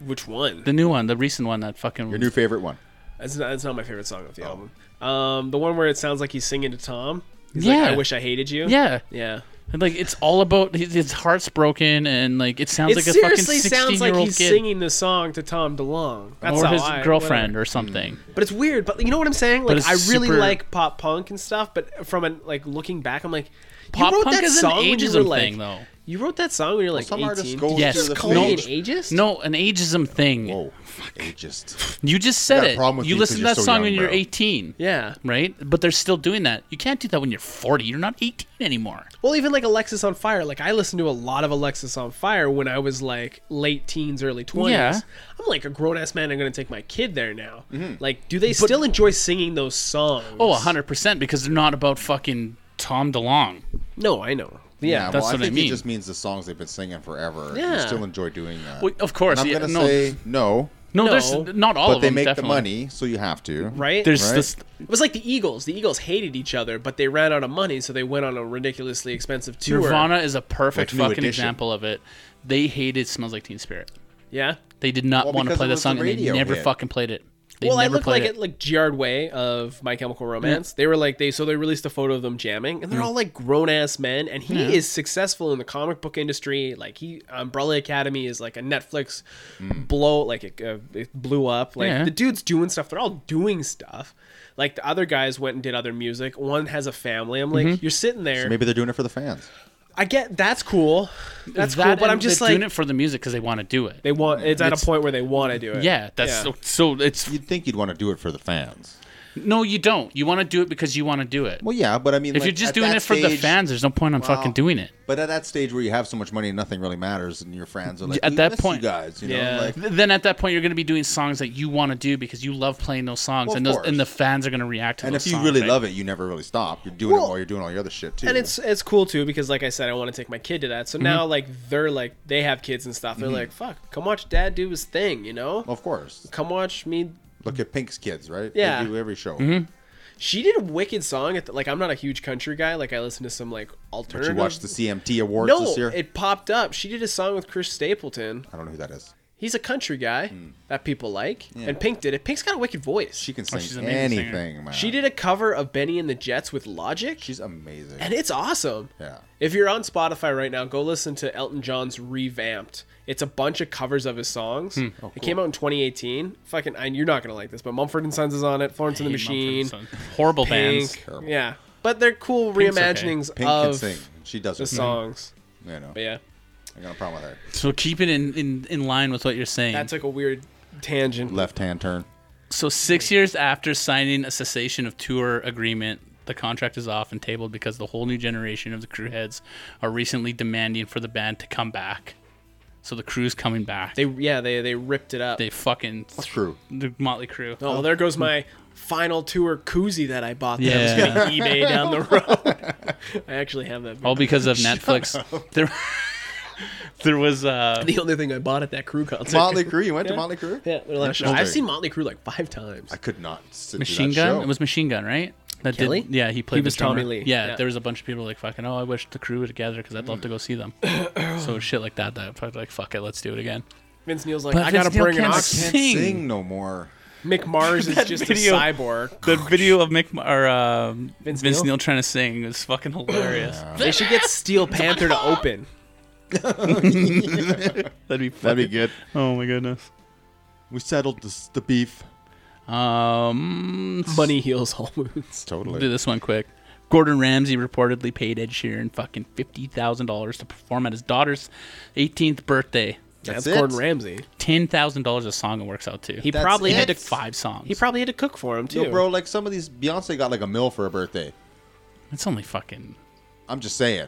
Speaker 2: which one?
Speaker 1: The new one, the recent one that fucking
Speaker 3: Your new favorite one.
Speaker 2: That's not, that's not my favorite song of
Speaker 3: Oh.
Speaker 2: the album. Um, the one where it sounds like he's singing to Tom. He's
Speaker 1: Yeah.
Speaker 2: like, I wish I hated you.
Speaker 1: Yeah.
Speaker 2: Yeah.
Speaker 1: And, like it's all about his, his heart's broken and like it sounds
Speaker 2: It
Speaker 1: like a fucking
Speaker 2: seriously
Speaker 1: 16
Speaker 2: sounds like
Speaker 1: year old
Speaker 2: he's
Speaker 1: kid
Speaker 2: singing the song to Tom DeLonge. That's
Speaker 1: or
Speaker 2: how
Speaker 1: his
Speaker 2: I-
Speaker 1: girlfriend
Speaker 2: whatever.
Speaker 1: or
Speaker 3: Hmm.
Speaker 1: something.
Speaker 2: But it's weird. But you know what I'm saying? Like
Speaker 1: it's
Speaker 2: I really
Speaker 1: super-
Speaker 2: like pop punk and stuff. But from an like looking back, I'm like, you
Speaker 1: Pop
Speaker 2: wrote
Speaker 1: punk
Speaker 2: that
Speaker 1: is an
Speaker 2: song when you
Speaker 1: ageism
Speaker 2: were, like,
Speaker 1: thing though.
Speaker 2: You wrote that song when you're like
Speaker 3: some
Speaker 2: 18.
Speaker 3: artists
Speaker 2: Did
Speaker 3: go
Speaker 2: you
Speaker 1: Yes,
Speaker 2: just
Speaker 1: through the
Speaker 2: call me an
Speaker 3: phase.
Speaker 2: ageist?
Speaker 1: No, an ageism thing.
Speaker 3: Whoa, fuck, ageist.
Speaker 1: You just said
Speaker 3: got a
Speaker 1: it.
Speaker 3: problem with
Speaker 1: you
Speaker 3: you 'cause
Speaker 1: listen to
Speaker 3: you're
Speaker 1: that
Speaker 3: so
Speaker 1: song
Speaker 3: young,
Speaker 1: when you're
Speaker 3: bro.
Speaker 1: 18.
Speaker 2: Yeah.
Speaker 1: Right? But they're still doing that. You can't do that when you're 40. You're not 18 anymore.
Speaker 2: Well, even like Alexis on Fire, like I listened to a lot of Alexis on Fire when I was like late teens, early twenties.
Speaker 1: Yeah.
Speaker 2: I'm like a grown ass man. I'm gonna take my kid there now.
Speaker 3: Mm-hmm.
Speaker 2: Like, do they still enjoy singing those songs?
Speaker 1: Oh, 100% because they're not about fucking Tom DeLong.
Speaker 2: No, I know. Yeah,
Speaker 1: that's
Speaker 3: well,
Speaker 1: what I
Speaker 3: I think
Speaker 1: mean.
Speaker 3: It just means the songs they've been singing forever. You
Speaker 2: Yeah.
Speaker 3: still enjoy doing that.
Speaker 1: Well, of course.
Speaker 3: And I'm
Speaker 1: yeah,
Speaker 3: gonna
Speaker 1: no,
Speaker 3: say no,
Speaker 1: no,
Speaker 2: No.
Speaker 1: there's not all
Speaker 3: but
Speaker 1: of
Speaker 3: they
Speaker 1: them.
Speaker 3: make
Speaker 1: definitely.
Speaker 3: the money, so you have to.
Speaker 2: right.
Speaker 1: There's
Speaker 3: Right?
Speaker 1: this.
Speaker 2: it was like the Eagles. The Eagles hated each other, but they ran out of money, so they went on a ridiculously expensive tour.
Speaker 1: Nirvana is a perfect
Speaker 3: Like New
Speaker 1: fucking
Speaker 3: Edition.
Speaker 1: example of it. They hated Smells Like Teen Spirit.
Speaker 2: Yeah.
Speaker 1: They did not
Speaker 3: Well,
Speaker 1: want to
Speaker 3: because
Speaker 1: play
Speaker 3: it
Speaker 1: the
Speaker 3: was a
Speaker 1: song and they
Speaker 3: radio
Speaker 1: never
Speaker 3: hit.
Speaker 1: fucking played it. They
Speaker 2: well, I
Speaker 1: never
Speaker 2: look
Speaker 1: played
Speaker 2: like at
Speaker 1: it.
Speaker 2: like Gerard Way of My Chemical Romance. They were like they so they released a photo of them jamming, and they're
Speaker 1: Mm.
Speaker 2: all like grown ass men. And he is successful in the comic book industry. Like he Umbrella Academy is like a Netflix blow. Like it, uh, it blew up. Like
Speaker 1: Mm. Yeah.
Speaker 2: the dude's doing stuff. They're all doing stuff. Like the other guys went and did other music. One has a family. I'm
Speaker 1: Mm-hmm.
Speaker 2: like, you're sitting there.
Speaker 3: Maybe they're doing it for the fans.
Speaker 2: I get that's cool. That's
Speaker 1: That
Speaker 2: cool. But
Speaker 1: and
Speaker 2: I'm just
Speaker 1: they're
Speaker 2: like
Speaker 1: doing it for the music because they want to do it.
Speaker 2: they want.
Speaker 3: Mm.
Speaker 2: It's, at a point where they want to do it.
Speaker 1: yeah, that's So, so. It's
Speaker 3: You'd think you'd want to do it for the fans.
Speaker 1: no, you don't. You want to do it because you want to do it.
Speaker 3: Well, yeah, but I mean,
Speaker 1: If
Speaker 3: like,
Speaker 1: you're just
Speaker 3: at
Speaker 1: doing
Speaker 3: that
Speaker 1: it for the
Speaker 3: stage-
Speaker 1: fans, there's no point in fucking doing it.
Speaker 3: But at that stage where you have so much money and nothing really matters, and your friends are like,
Speaker 1: At
Speaker 3: "We
Speaker 1: that
Speaker 3: miss you
Speaker 1: point-
Speaker 3: guys, you know,
Speaker 2: Yeah.
Speaker 3: like,
Speaker 1: Th- Then at that point, you're going to be doing songs that you want to do because you love playing those songs,
Speaker 3: Well, of
Speaker 1: and those,
Speaker 3: course.
Speaker 1: and the fans are going to react to
Speaker 3: and
Speaker 1: those
Speaker 3: if you
Speaker 1: songs,
Speaker 3: really
Speaker 1: right?
Speaker 3: love it, you never really stop. You're doing
Speaker 2: Well,
Speaker 3: it while you're doing all your other shit too.
Speaker 2: and it's it's cool too because like I said, I want to take my kid to that.
Speaker 3: Mm-hmm.
Speaker 2: So now like they're like they have kids and stuff. They're like, fuck, come watch dad do his thing, you know?
Speaker 3: of course.
Speaker 2: Come watch me.
Speaker 3: Look at Pink's kids, right?
Speaker 2: Yeah.
Speaker 3: they do every
Speaker 1: Mm-hmm.
Speaker 3: show.
Speaker 2: She did a wicked song. At the, like I'm not a huge country guy. Like I listen to some like
Speaker 3: Did you
Speaker 2: alternative.
Speaker 3: watch the CMT awards
Speaker 2: no,
Speaker 3: this year?
Speaker 2: it popped up. She did a song with Chris Stapleton.
Speaker 3: I don't know who that is.
Speaker 2: He's a country guy that people like, and Pink did it. Pink's got a wicked voice.
Speaker 3: Mm. She
Speaker 2: She
Speaker 3: can
Speaker 1: she's
Speaker 3: sing
Speaker 1: an amazing singer.
Speaker 3: anything, man.
Speaker 2: she did a cover of Benny and the Jets with Logic.
Speaker 3: She's amazing.
Speaker 2: and it's awesome.
Speaker 3: Yeah.
Speaker 2: If you're on Spotify right now, go listen to Elton John's Revamped. It's a bunch of covers of his songs.
Speaker 1: Hmm. Oh,
Speaker 2: It came out in 2018. Fucking, and you're not gonna like this, but Mumford and Sons is on it. Florence and the
Speaker 1: Hate Mumford and
Speaker 2: Machine,
Speaker 1: Sons. horrible bands.
Speaker 2: Pink,
Speaker 3: Terrible.
Speaker 2: yeah. But they're cool
Speaker 1: Pink's okay.
Speaker 2: reimaginings
Speaker 3: Pink can
Speaker 2: of
Speaker 3: sing. She does
Speaker 2: the
Speaker 1: Mm-hmm.
Speaker 3: her
Speaker 2: songs.
Speaker 3: You know,
Speaker 2: But yeah,
Speaker 3: I got a problem with her.
Speaker 1: So keep it in, in, in line with what you're saying.
Speaker 2: that took a weird tangent.
Speaker 3: Left hand turn.
Speaker 1: so six years after signing a cessation of tour agreement, the contract is off and tabled because the whole new generation of the crew heads are recently demanding for the band to come back. So the crew's coming back.
Speaker 2: They yeah they they ripped it up.
Speaker 1: they fucking
Speaker 2: [LAUGHS]
Speaker 3: True.
Speaker 1: the Motley Crew.
Speaker 2: oh, well, there goes my final tour koozie that I bought. That I was
Speaker 1: Yeah. Oh.
Speaker 2: gonna eBay
Speaker 1: [LAUGHS]
Speaker 2: down the road. [LAUGHS] I actually have that.
Speaker 1: all because of Netflix. There, there was uh,
Speaker 2: the only thing I bought at that crew concert.
Speaker 3: Motley Crue. You went to Motley Crue?
Speaker 2: Yeah, their last show.
Speaker 3: Interesting.
Speaker 2: I've seen Motley Crue like five times.
Speaker 3: I could not. Sit
Speaker 1: Machine
Speaker 3: through that
Speaker 1: Gun.
Speaker 3: show.
Speaker 1: It was Machine Gun, right? That
Speaker 2: Kelly?
Speaker 1: did. Yeah, he played.
Speaker 2: He
Speaker 1: the
Speaker 2: was Tommy
Speaker 1: drummer.
Speaker 2: Lee,
Speaker 1: Yeah,
Speaker 2: yeah.
Speaker 1: there was a bunch of people like fucking. Oh, I wish the crew would gather because I'd love to go see them. so shit like that. That probably like fuck it, let's do it again.
Speaker 2: Vince Neil's like,
Speaker 1: But
Speaker 2: I
Speaker 1: Vince
Speaker 2: gotta
Speaker 1: Neil
Speaker 2: bring an
Speaker 1: can't
Speaker 2: ox.
Speaker 1: sing.
Speaker 3: Can't sing no more.
Speaker 2: [LAUGHS] Mick Mars is
Speaker 1: That
Speaker 2: just
Speaker 1: video-
Speaker 2: a
Speaker 1: [LAUGHS]
Speaker 2: cyborg.
Speaker 1: The video of Mick or um, Vince,
Speaker 2: Vince
Speaker 1: Neil?
Speaker 2: Neil?
Speaker 1: trying to sing was fucking hilarious.
Speaker 2: They should get Steel Panther to
Speaker 1: "Ah,
Speaker 2: open.
Speaker 1: That'd be fucking,
Speaker 3: That'd be good.
Speaker 1: Oh my goodness.
Speaker 3: We settled this, the beef.
Speaker 1: Um,
Speaker 2: Money heals all wounds.
Speaker 1: We'll do
Speaker 3: Totally.
Speaker 1: this one quick. Gordon Ramsay reportedly paid Ed Sheeran fucking fifty thousand dollars to perform at his daughter's 18th birthday.
Speaker 2: That's,
Speaker 3: That's it.
Speaker 2: Gordon Ramsay.
Speaker 1: Ten thousand dollars a song it works out to.
Speaker 2: He
Speaker 1: He
Speaker 3: That's
Speaker 2: probably had
Speaker 3: it.
Speaker 2: to
Speaker 1: five songs.
Speaker 2: he probably had to cook for him too.
Speaker 3: Yo, bro, like some of these Beyonce got like a mill for her birthday.
Speaker 1: it's only fucking.
Speaker 3: I'm just saying.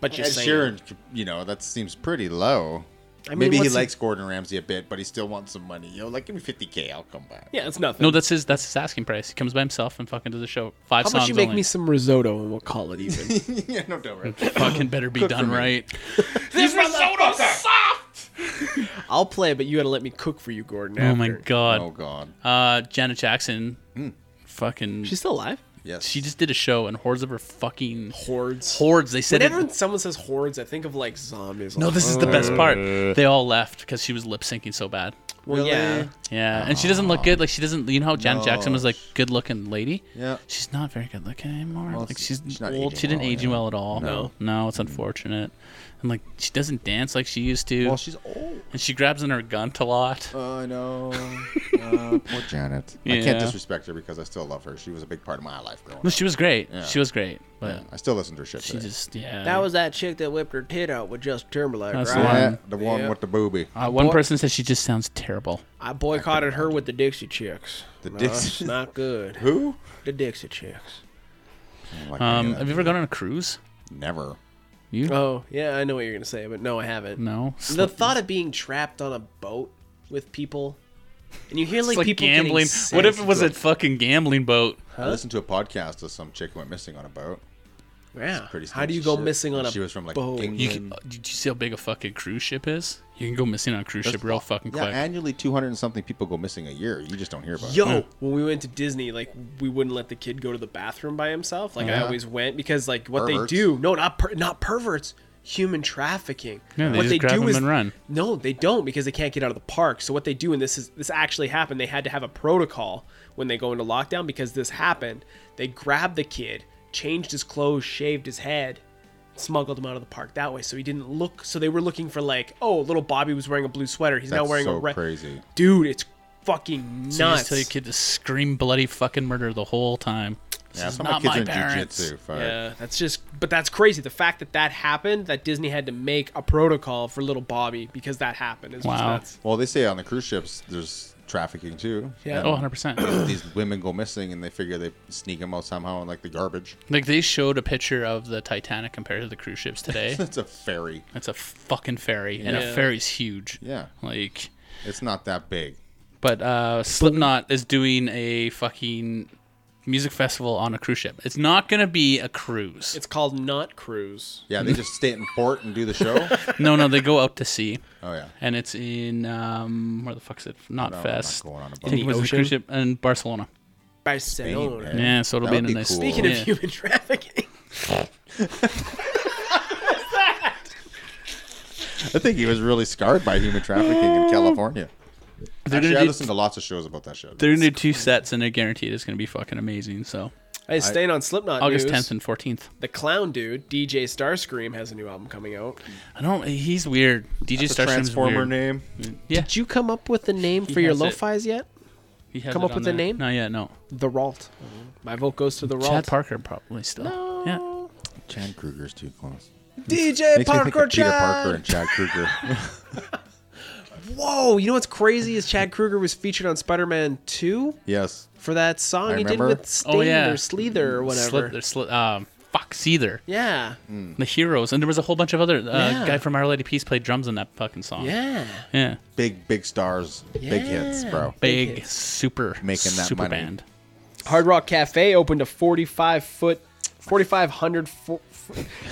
Speaker 2: but you're
Speaker 3: Ed
Speaker 2: saying
Speaker 3: Sheeran, you know, that seems pretty low.
Speaker 2: I mean,
Speaker 3: Maybe he
Speaker 2: what's
Speaker 3: likes Gordon Ramsay a bit, but he still wants some money. Yo, like give me 50k, I'll come back.
Speaker 2: Yeah, it's nothing.
Speaker 1: No, that's his. That's his asking price. He comes by himself and fucking does a show. Five
Speaker 2: How
Speaker 1: songs
Speaker 2: about you make
Speaker 1: only.
Speaker 2: me some risotto and we'll call it even?
Speaker 3: [LAUGHS] yeah, no doubt.
Speaker 1: [LAUGHS]
Speaker 3: Right?
Speaker 1: fucking better be done
Speaker 3: me.
Speaker 1: right.
Speaker 4: This risotto soft.
Speaker 2: I'll play, but you got to let me cook for you, Gordon.
Speaker 1: Oh my
Speaker 2: after.
Speaker 1: god.
Speaker 3: oh god.
Speaker 1: Uh, Janet Jackson.
Speaker 3: Hmm.
Speaker 1: Fucking.
Speaker 2: She's still alive.
Speaker 3: Yes.
Speaker 1: she just did a show and hordes of her fucking
Speaker 2: Hordes.
Speaker 1: hordes. They said. it-
Speaker 2: Whenever someone says hordes, I think of like zombies.
Speaker 1: no,
Speaker 2: Like,
Speaker 1: this is the best part.
Speaker 3: Uh.
Speaker 1: They all left because she was lip syncing so bad.
Speaker 2: well, yeah.
Speaker 1: Yeah, and she doesn't look good. Like she doesn't. You know how Janet
Speaker 3: No.
Speaker 1: Jackson was like good looking lady.
Speaker 3: Yeah.
Speaker 1: she's not very good looking anymore. like
Speaker 3: she-
Speaker 1: she's,
Speaker 3: she's not
Speaker 1: old.
Speaker 3: aging
Speaker 1: She didn't
Speaker 3: well,
Speaker 1: age
Speaker 3: yeah. Mm-hmm.
Speaker 1: well at all.
Speaker 2: No.
Speaker 1: no, it's unfortunate. And like she doesn't dance like she used to.
Speaker 3: Well, she's old.
Speaker 1: and she grabs in her gunt a lot.
Speaker 3: I
Speaker 1: [LAUGHS]
Speaker 3: know. Uh, poor Janet. I
Speaker 1: Yeah.
Speaker 3: can't disrespect her because I still love her. She was a big part of my life growing
Speaker 1: No,
Speaker 3: up.
Speaker 1: she was great.
Speaker 3: Yeah.
Speaker 1: She was great, but
Speaker 3: Yeah, I still listen to her shit.
Speaker 1: she
Speaker 3: today.
Speaker 1: just yeah.
Speaker 2: That was that chick that whipped her tit out with Justin Timberlake,
Speaker 1: That's
Speaker 2: right?
Speaker 1: the
Speaker 3: yeah,
Speaker 1: one.
Speaker 3: the one
Speaker 2: Yeah. Oh,
Speaker 3: with the booby.
Speaker 1: Uh, one
Speaker 2: Boy-
Speaker 1: person said she just sounds terrible.
Speaker 2: I boycotted her with the Dixie Chicks.
Speaker 3: The
Speaker 2: No,
Speaker 3: Dixie-
Speaker 2: it's not good.
Speaker 3: [LAUGHS] Who?
Speaker 2: The Dixie Chicks.
Speaker 3: I don't like any
Speaker 1: Um,
Speaker 3: of that
Speaker 1: have you ever
Speaker 3: shit.
Speaker 1: gone on a cruise?
Speaker 3: Never.
Speaker 1: You
Speaker 2: Oh yeah, I know what you're gonna say, but no, I haven't.
Speaker 1: no.
Speaker 2: The thought of being trapped on a boat with people, and you hear
Speaker 1: It's
Speaker 2: like,
Speaker 1: like
Speaker 2: people getting
Speaker 1: gambling.
Speaker 2: sick.
Speaker 1: What if it was a fucking gambling boat?
Speaker 3: I listened to a podcast of some chick who went missing on a boat.
Speaker 2: Yeah.
Speaker 3: Pretty.
Speaker 2: How do
Speaker 3: sketchy
Speaker 2: you go
Speaker 3: shit.
Speaker 2: missing on a
Speaker 3: She was from like
Speaker 2: boat?
Speaker 3: England.
Speaker 1: You can, uh, did you see how big a fucking cruise ship is? You can go missing on a cruise ship real fucking
Speaker 3: yeah,
Speaker 1: quick.
Speaker 3: annually 200 and something people go missing a year. You just don't hear about. it.
Speaker 2: Yo, when we went to Disney, like we wouldn't let the kid go to the bathroom by himself. Like I
Speaker 3: Yeah.
Speaker 2: always went because like what
Speaker 3: Perverts.
Speaker 2: they do, no, not per- not perverts, human trafficking.
Speaker 1: Yeah, they
Speaker 2: what
Speaker 1: just grab them and run.
Speaker 2: No, they don't because they can't get out of the park. So what they do, and this is this actually happened. They had to have a protocol when they go into lockdown because this happened. They grabbed the kid, changed his clothes, shaved his head, smuggled him out of the park that way. So he didn't look. So they were looking for like, oh, little Bobby was wearing a blue sweater. He's now
Speaker 3: That's
Speaker 2: wearing
Speaker 3: so
Speaker 2: a red.
Speaker 3: crazy.
Speaker 2: Dude, it's fucking nuts.
Speaker 1: So you just tell your kid to scream bloody fucking murder the whole time. This
Speaker 3: Yeah,
Speaker 1: is
Speaker 3: that's why
Speaker 1: not
Speaker 3: my
Speaker 1: my
Speaker 3: kids are in
Speaker 1: parents.
Speaker 3: jiu-jitsu. Fuck.
Speaker 2: Yeah, that's just, but that's crazy. The fact that that happened, that Disney had to make a protocol for little Bobby because that happened. Is Just
Speaker 1: Wow.
Speaker 2: nuts.
Speaker 3: Well, they say on the cruise ships there's trafficking too.
Speaker 2: Yeah.
Speaker 1: Oh, 100%.
Speaker 3: [COUGHS] And these women go missing and they figure they sneak them out somehow in like the garbage. [LAUGHS]
Speaker 1: like, they showed a picture of the Titanic compared to the cruise
Speaker 3: [LAUGHS]
Speaker 1: ships today.
Speaker 3: It's a ferry.
Speaker 1: That's a fucking ferry, and a
Speaker 2: Yeah.
Speaker 1: ferry's huge.
Speaker 3: Yeah.
Speaker 1: Like,
Speaker 3: It's not that big.
Speaker 1: but uh, Slipknot is doing a fucking music festival on a cruise ship. It's not going to be a cruise.
Speaker 3: [LAUGHS]
Speaker 2: It's called Not Cruise.
Speaker 3: Yeah, they just stay in port and do the show.
Speaker 1: no, no, they go out to sea.
Speaker 3: Oh yeah.
Speaker 1: and it's in um where the fuck's it? Not
Speaker 3: No, we're not
Speaker 1: Fest.
Speaker 3: going on a
Speaker 1: I think it
Speaker 3: boat.
Speaker 1: was a
Speaker 2: Ocean?
Speaker 1: cruise ship in Barcelona.
Speaker 2: Barcelona.
Speaker 3: man.
Speaker 1: Yeah, so it'll
Speaker 3: That
Speaker 1: be in
Speaker 3: would
Speaker 1: a
Speaker 3: be
Speaker 1: nice.
Speaker 3: cool.
Speaker 2: Speaking
Speaker 1: Yeah.
Speaker 2: of human trafficking,
Speaker 3: I think he was really scarred by human trafficking in California.
Speaker 1: They're
Speaker 3: Actually, I
Speaker 1: gonna do,
Speaker 3: listened to lots of shows about that shit.
Speaker 1: they're gonna do two sets, and I guarantee it's gonna be fucking amazing. So
Speaker 2: hey, staying on Slipknot
Speaker 1: August
Speaker 2: news,
Speaker 1: 10th and 14th.
Speaker 2: the clown dude DJ Starscream has a new album coming out.
Speaker 1: I don't. He's weird. DJ
Speaker 3: It's a
Speaker 1: Starscream's
Speaker 3: transformer
Speaker 1: weird.
Speaker 3: name.
Speaker 1: Yeah.
Speaker 2: Did you come up with a name for
Speaker 1: He
Speaker 2: your
Speaker 1: has it.
Speaker 2: lo-fi's yet?
Speaker 1: He has
Speaker 2: come
Speaker 1: it
Speaker 2: up
Speaker 1: on
Speaker 2: with a
Speaker 1: there.
Speaker 2: name?
Speaker 1: Not yet. No.
Speaker 2: The Ralt. My vote goes to the Ralt.
Speaker 1: Chad Parker probably still. Yeah.
Speaker 3: Chan Kruger's too close.
Speaker 2: DJ
Speaker 3: Makes me think
Speaker 2: Parker
Speaker 3: of Peter
Speaker 2: Chad.
Speaker 3: Parker and Chad Kruger.
Speaker 2: [LAUGHS] Whoa, you know what's crazy is Chad Kruger was featured on Spider-Man 2.
Speaker 3: yes.
Speaker 2: for that song
Speaker 3: I
Speaker 2: he did
Speaker 3: remember.
Speaker 2: with Sting
Speaker 1: Oh, yeah.
Speaker 2: or Sleether or whatever.
Speaker 1: Slip. There's slip. Um. Fuck. Seether.
Speaker 2: yeah,
Speaker 3: Mm.
Speaker 1: The heroes, and there was a whole bunch of other uh,
Speaker 2: Yeah.
Speaker 1: guy from Our Lady Peace played drums in that fucking song.
Speaker 2: yeah.
Speaker 1: Yeah.
Speaker 3: Big big stars. Big hits,
Speaker 2: Yeah.
Speaker 3: bro.
Speaker 1: Big,
Speaker 2: hits.
Speaker 1: super
Speaker 3: Making that
Speaker 1: super
Speaker 3: money.
Speaker 1: band.
Speaker 2: Hard Rock Cafe opened a 45 foot, 4,500 fo-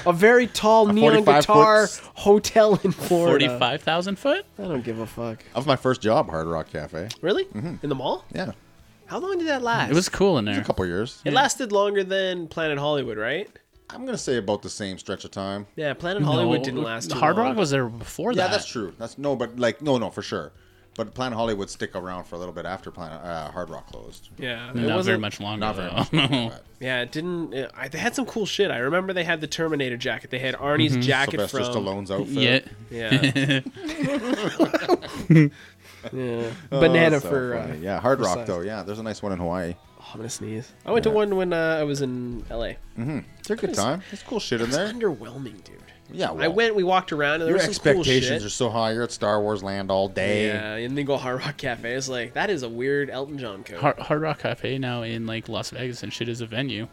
Speaker 2: a very tall neon
Speaker 3: 45
Speaker 2: guitar
Speaker 3: foot-
Speaker 2: hotel in Florida.
Speaker 1: Forty-five thousand foot.
Speaker 2: I don't give a fuck.
Speaker 3: That was my first job, Hard Rock Cafe.
Speaker 2: Really?
Speaker 3: Mm-hmm.
Speaker 2: In the mall?
Speaker 3: Yeah.
Speaker 2: How long did that last?
Speaker 1: It was cool in there.
Speaker 3: A couple years.
Speaker 2: It lasted longer than Planet Hollywood, right?
Speaker 3: I'm gonna say about the same stretch of time.
Speaker 2: Yeah, Planet
Speaker 1: No,
Speaker 2: Hollywood didn't last. Too
Speaker 1: Hard
Speaker 2: long.
Speaker 1: Rock was there before that.
Speaker 3: Yeah, that's true. That's no, but like no, no, for sure. But Planet Hollywood stick around for a little bit after Planet uh, Hard Rock closed.
Speaker 2: Yeah, it
Speaker 1: Not very
Speaker 2: wasn't-
Speaker 1: much longer. [LAUGHS]
Speaker 3: Not very
Speaker 1: though.
Speaker 3: much. but
Speaker 2: Yeah, it didn't. uh, I, they had some cool shit. I remember they had the Terminator jacket. They had Arnie's jacket
Speaker 3: Sylvester
Speaker 2: from.
Speaker 3: Stallone's outfit.
Speaker 1: yeah.
Speaker 2: Yeah. [LAUGHS] yeah. Banana
Speaker 3: So
Speaker 2: for
Speaker 3: funny.
Speaker 2: uh,
Speaker 3: yeah, Hard Rock
Speaker 2: precise.
Speaker 3: uh, though. Yeah, there's a nice one in Hawaii.
Speaker 2: uh, oh, I'm gonna sneeze. I went to one when uh, I was in LA.
Speaker 3: It's a good time. There's cool shit in
Speaker 2: It's
Speaker 3: there.
Speaker 2: underwhelming, dude.
Speaker 3: Yeah,
Speaker 2: I
Speaker 3: well,
Speaker 2: went. We walked around, and there
Speaker 3: Your
Speaker 2: was some cool
Speaker 3: expectations
Speaker 2: shit.
Speaker 3: are so high. You're at Star Wars Land all day.
Speaker 2: Yeah, and then go Hard Rock Cafe. It's like that is a weird Elton John coat.
Speaker 1: Hard, Hard Rock Cafe now in like Las Vegas and shit is a venue.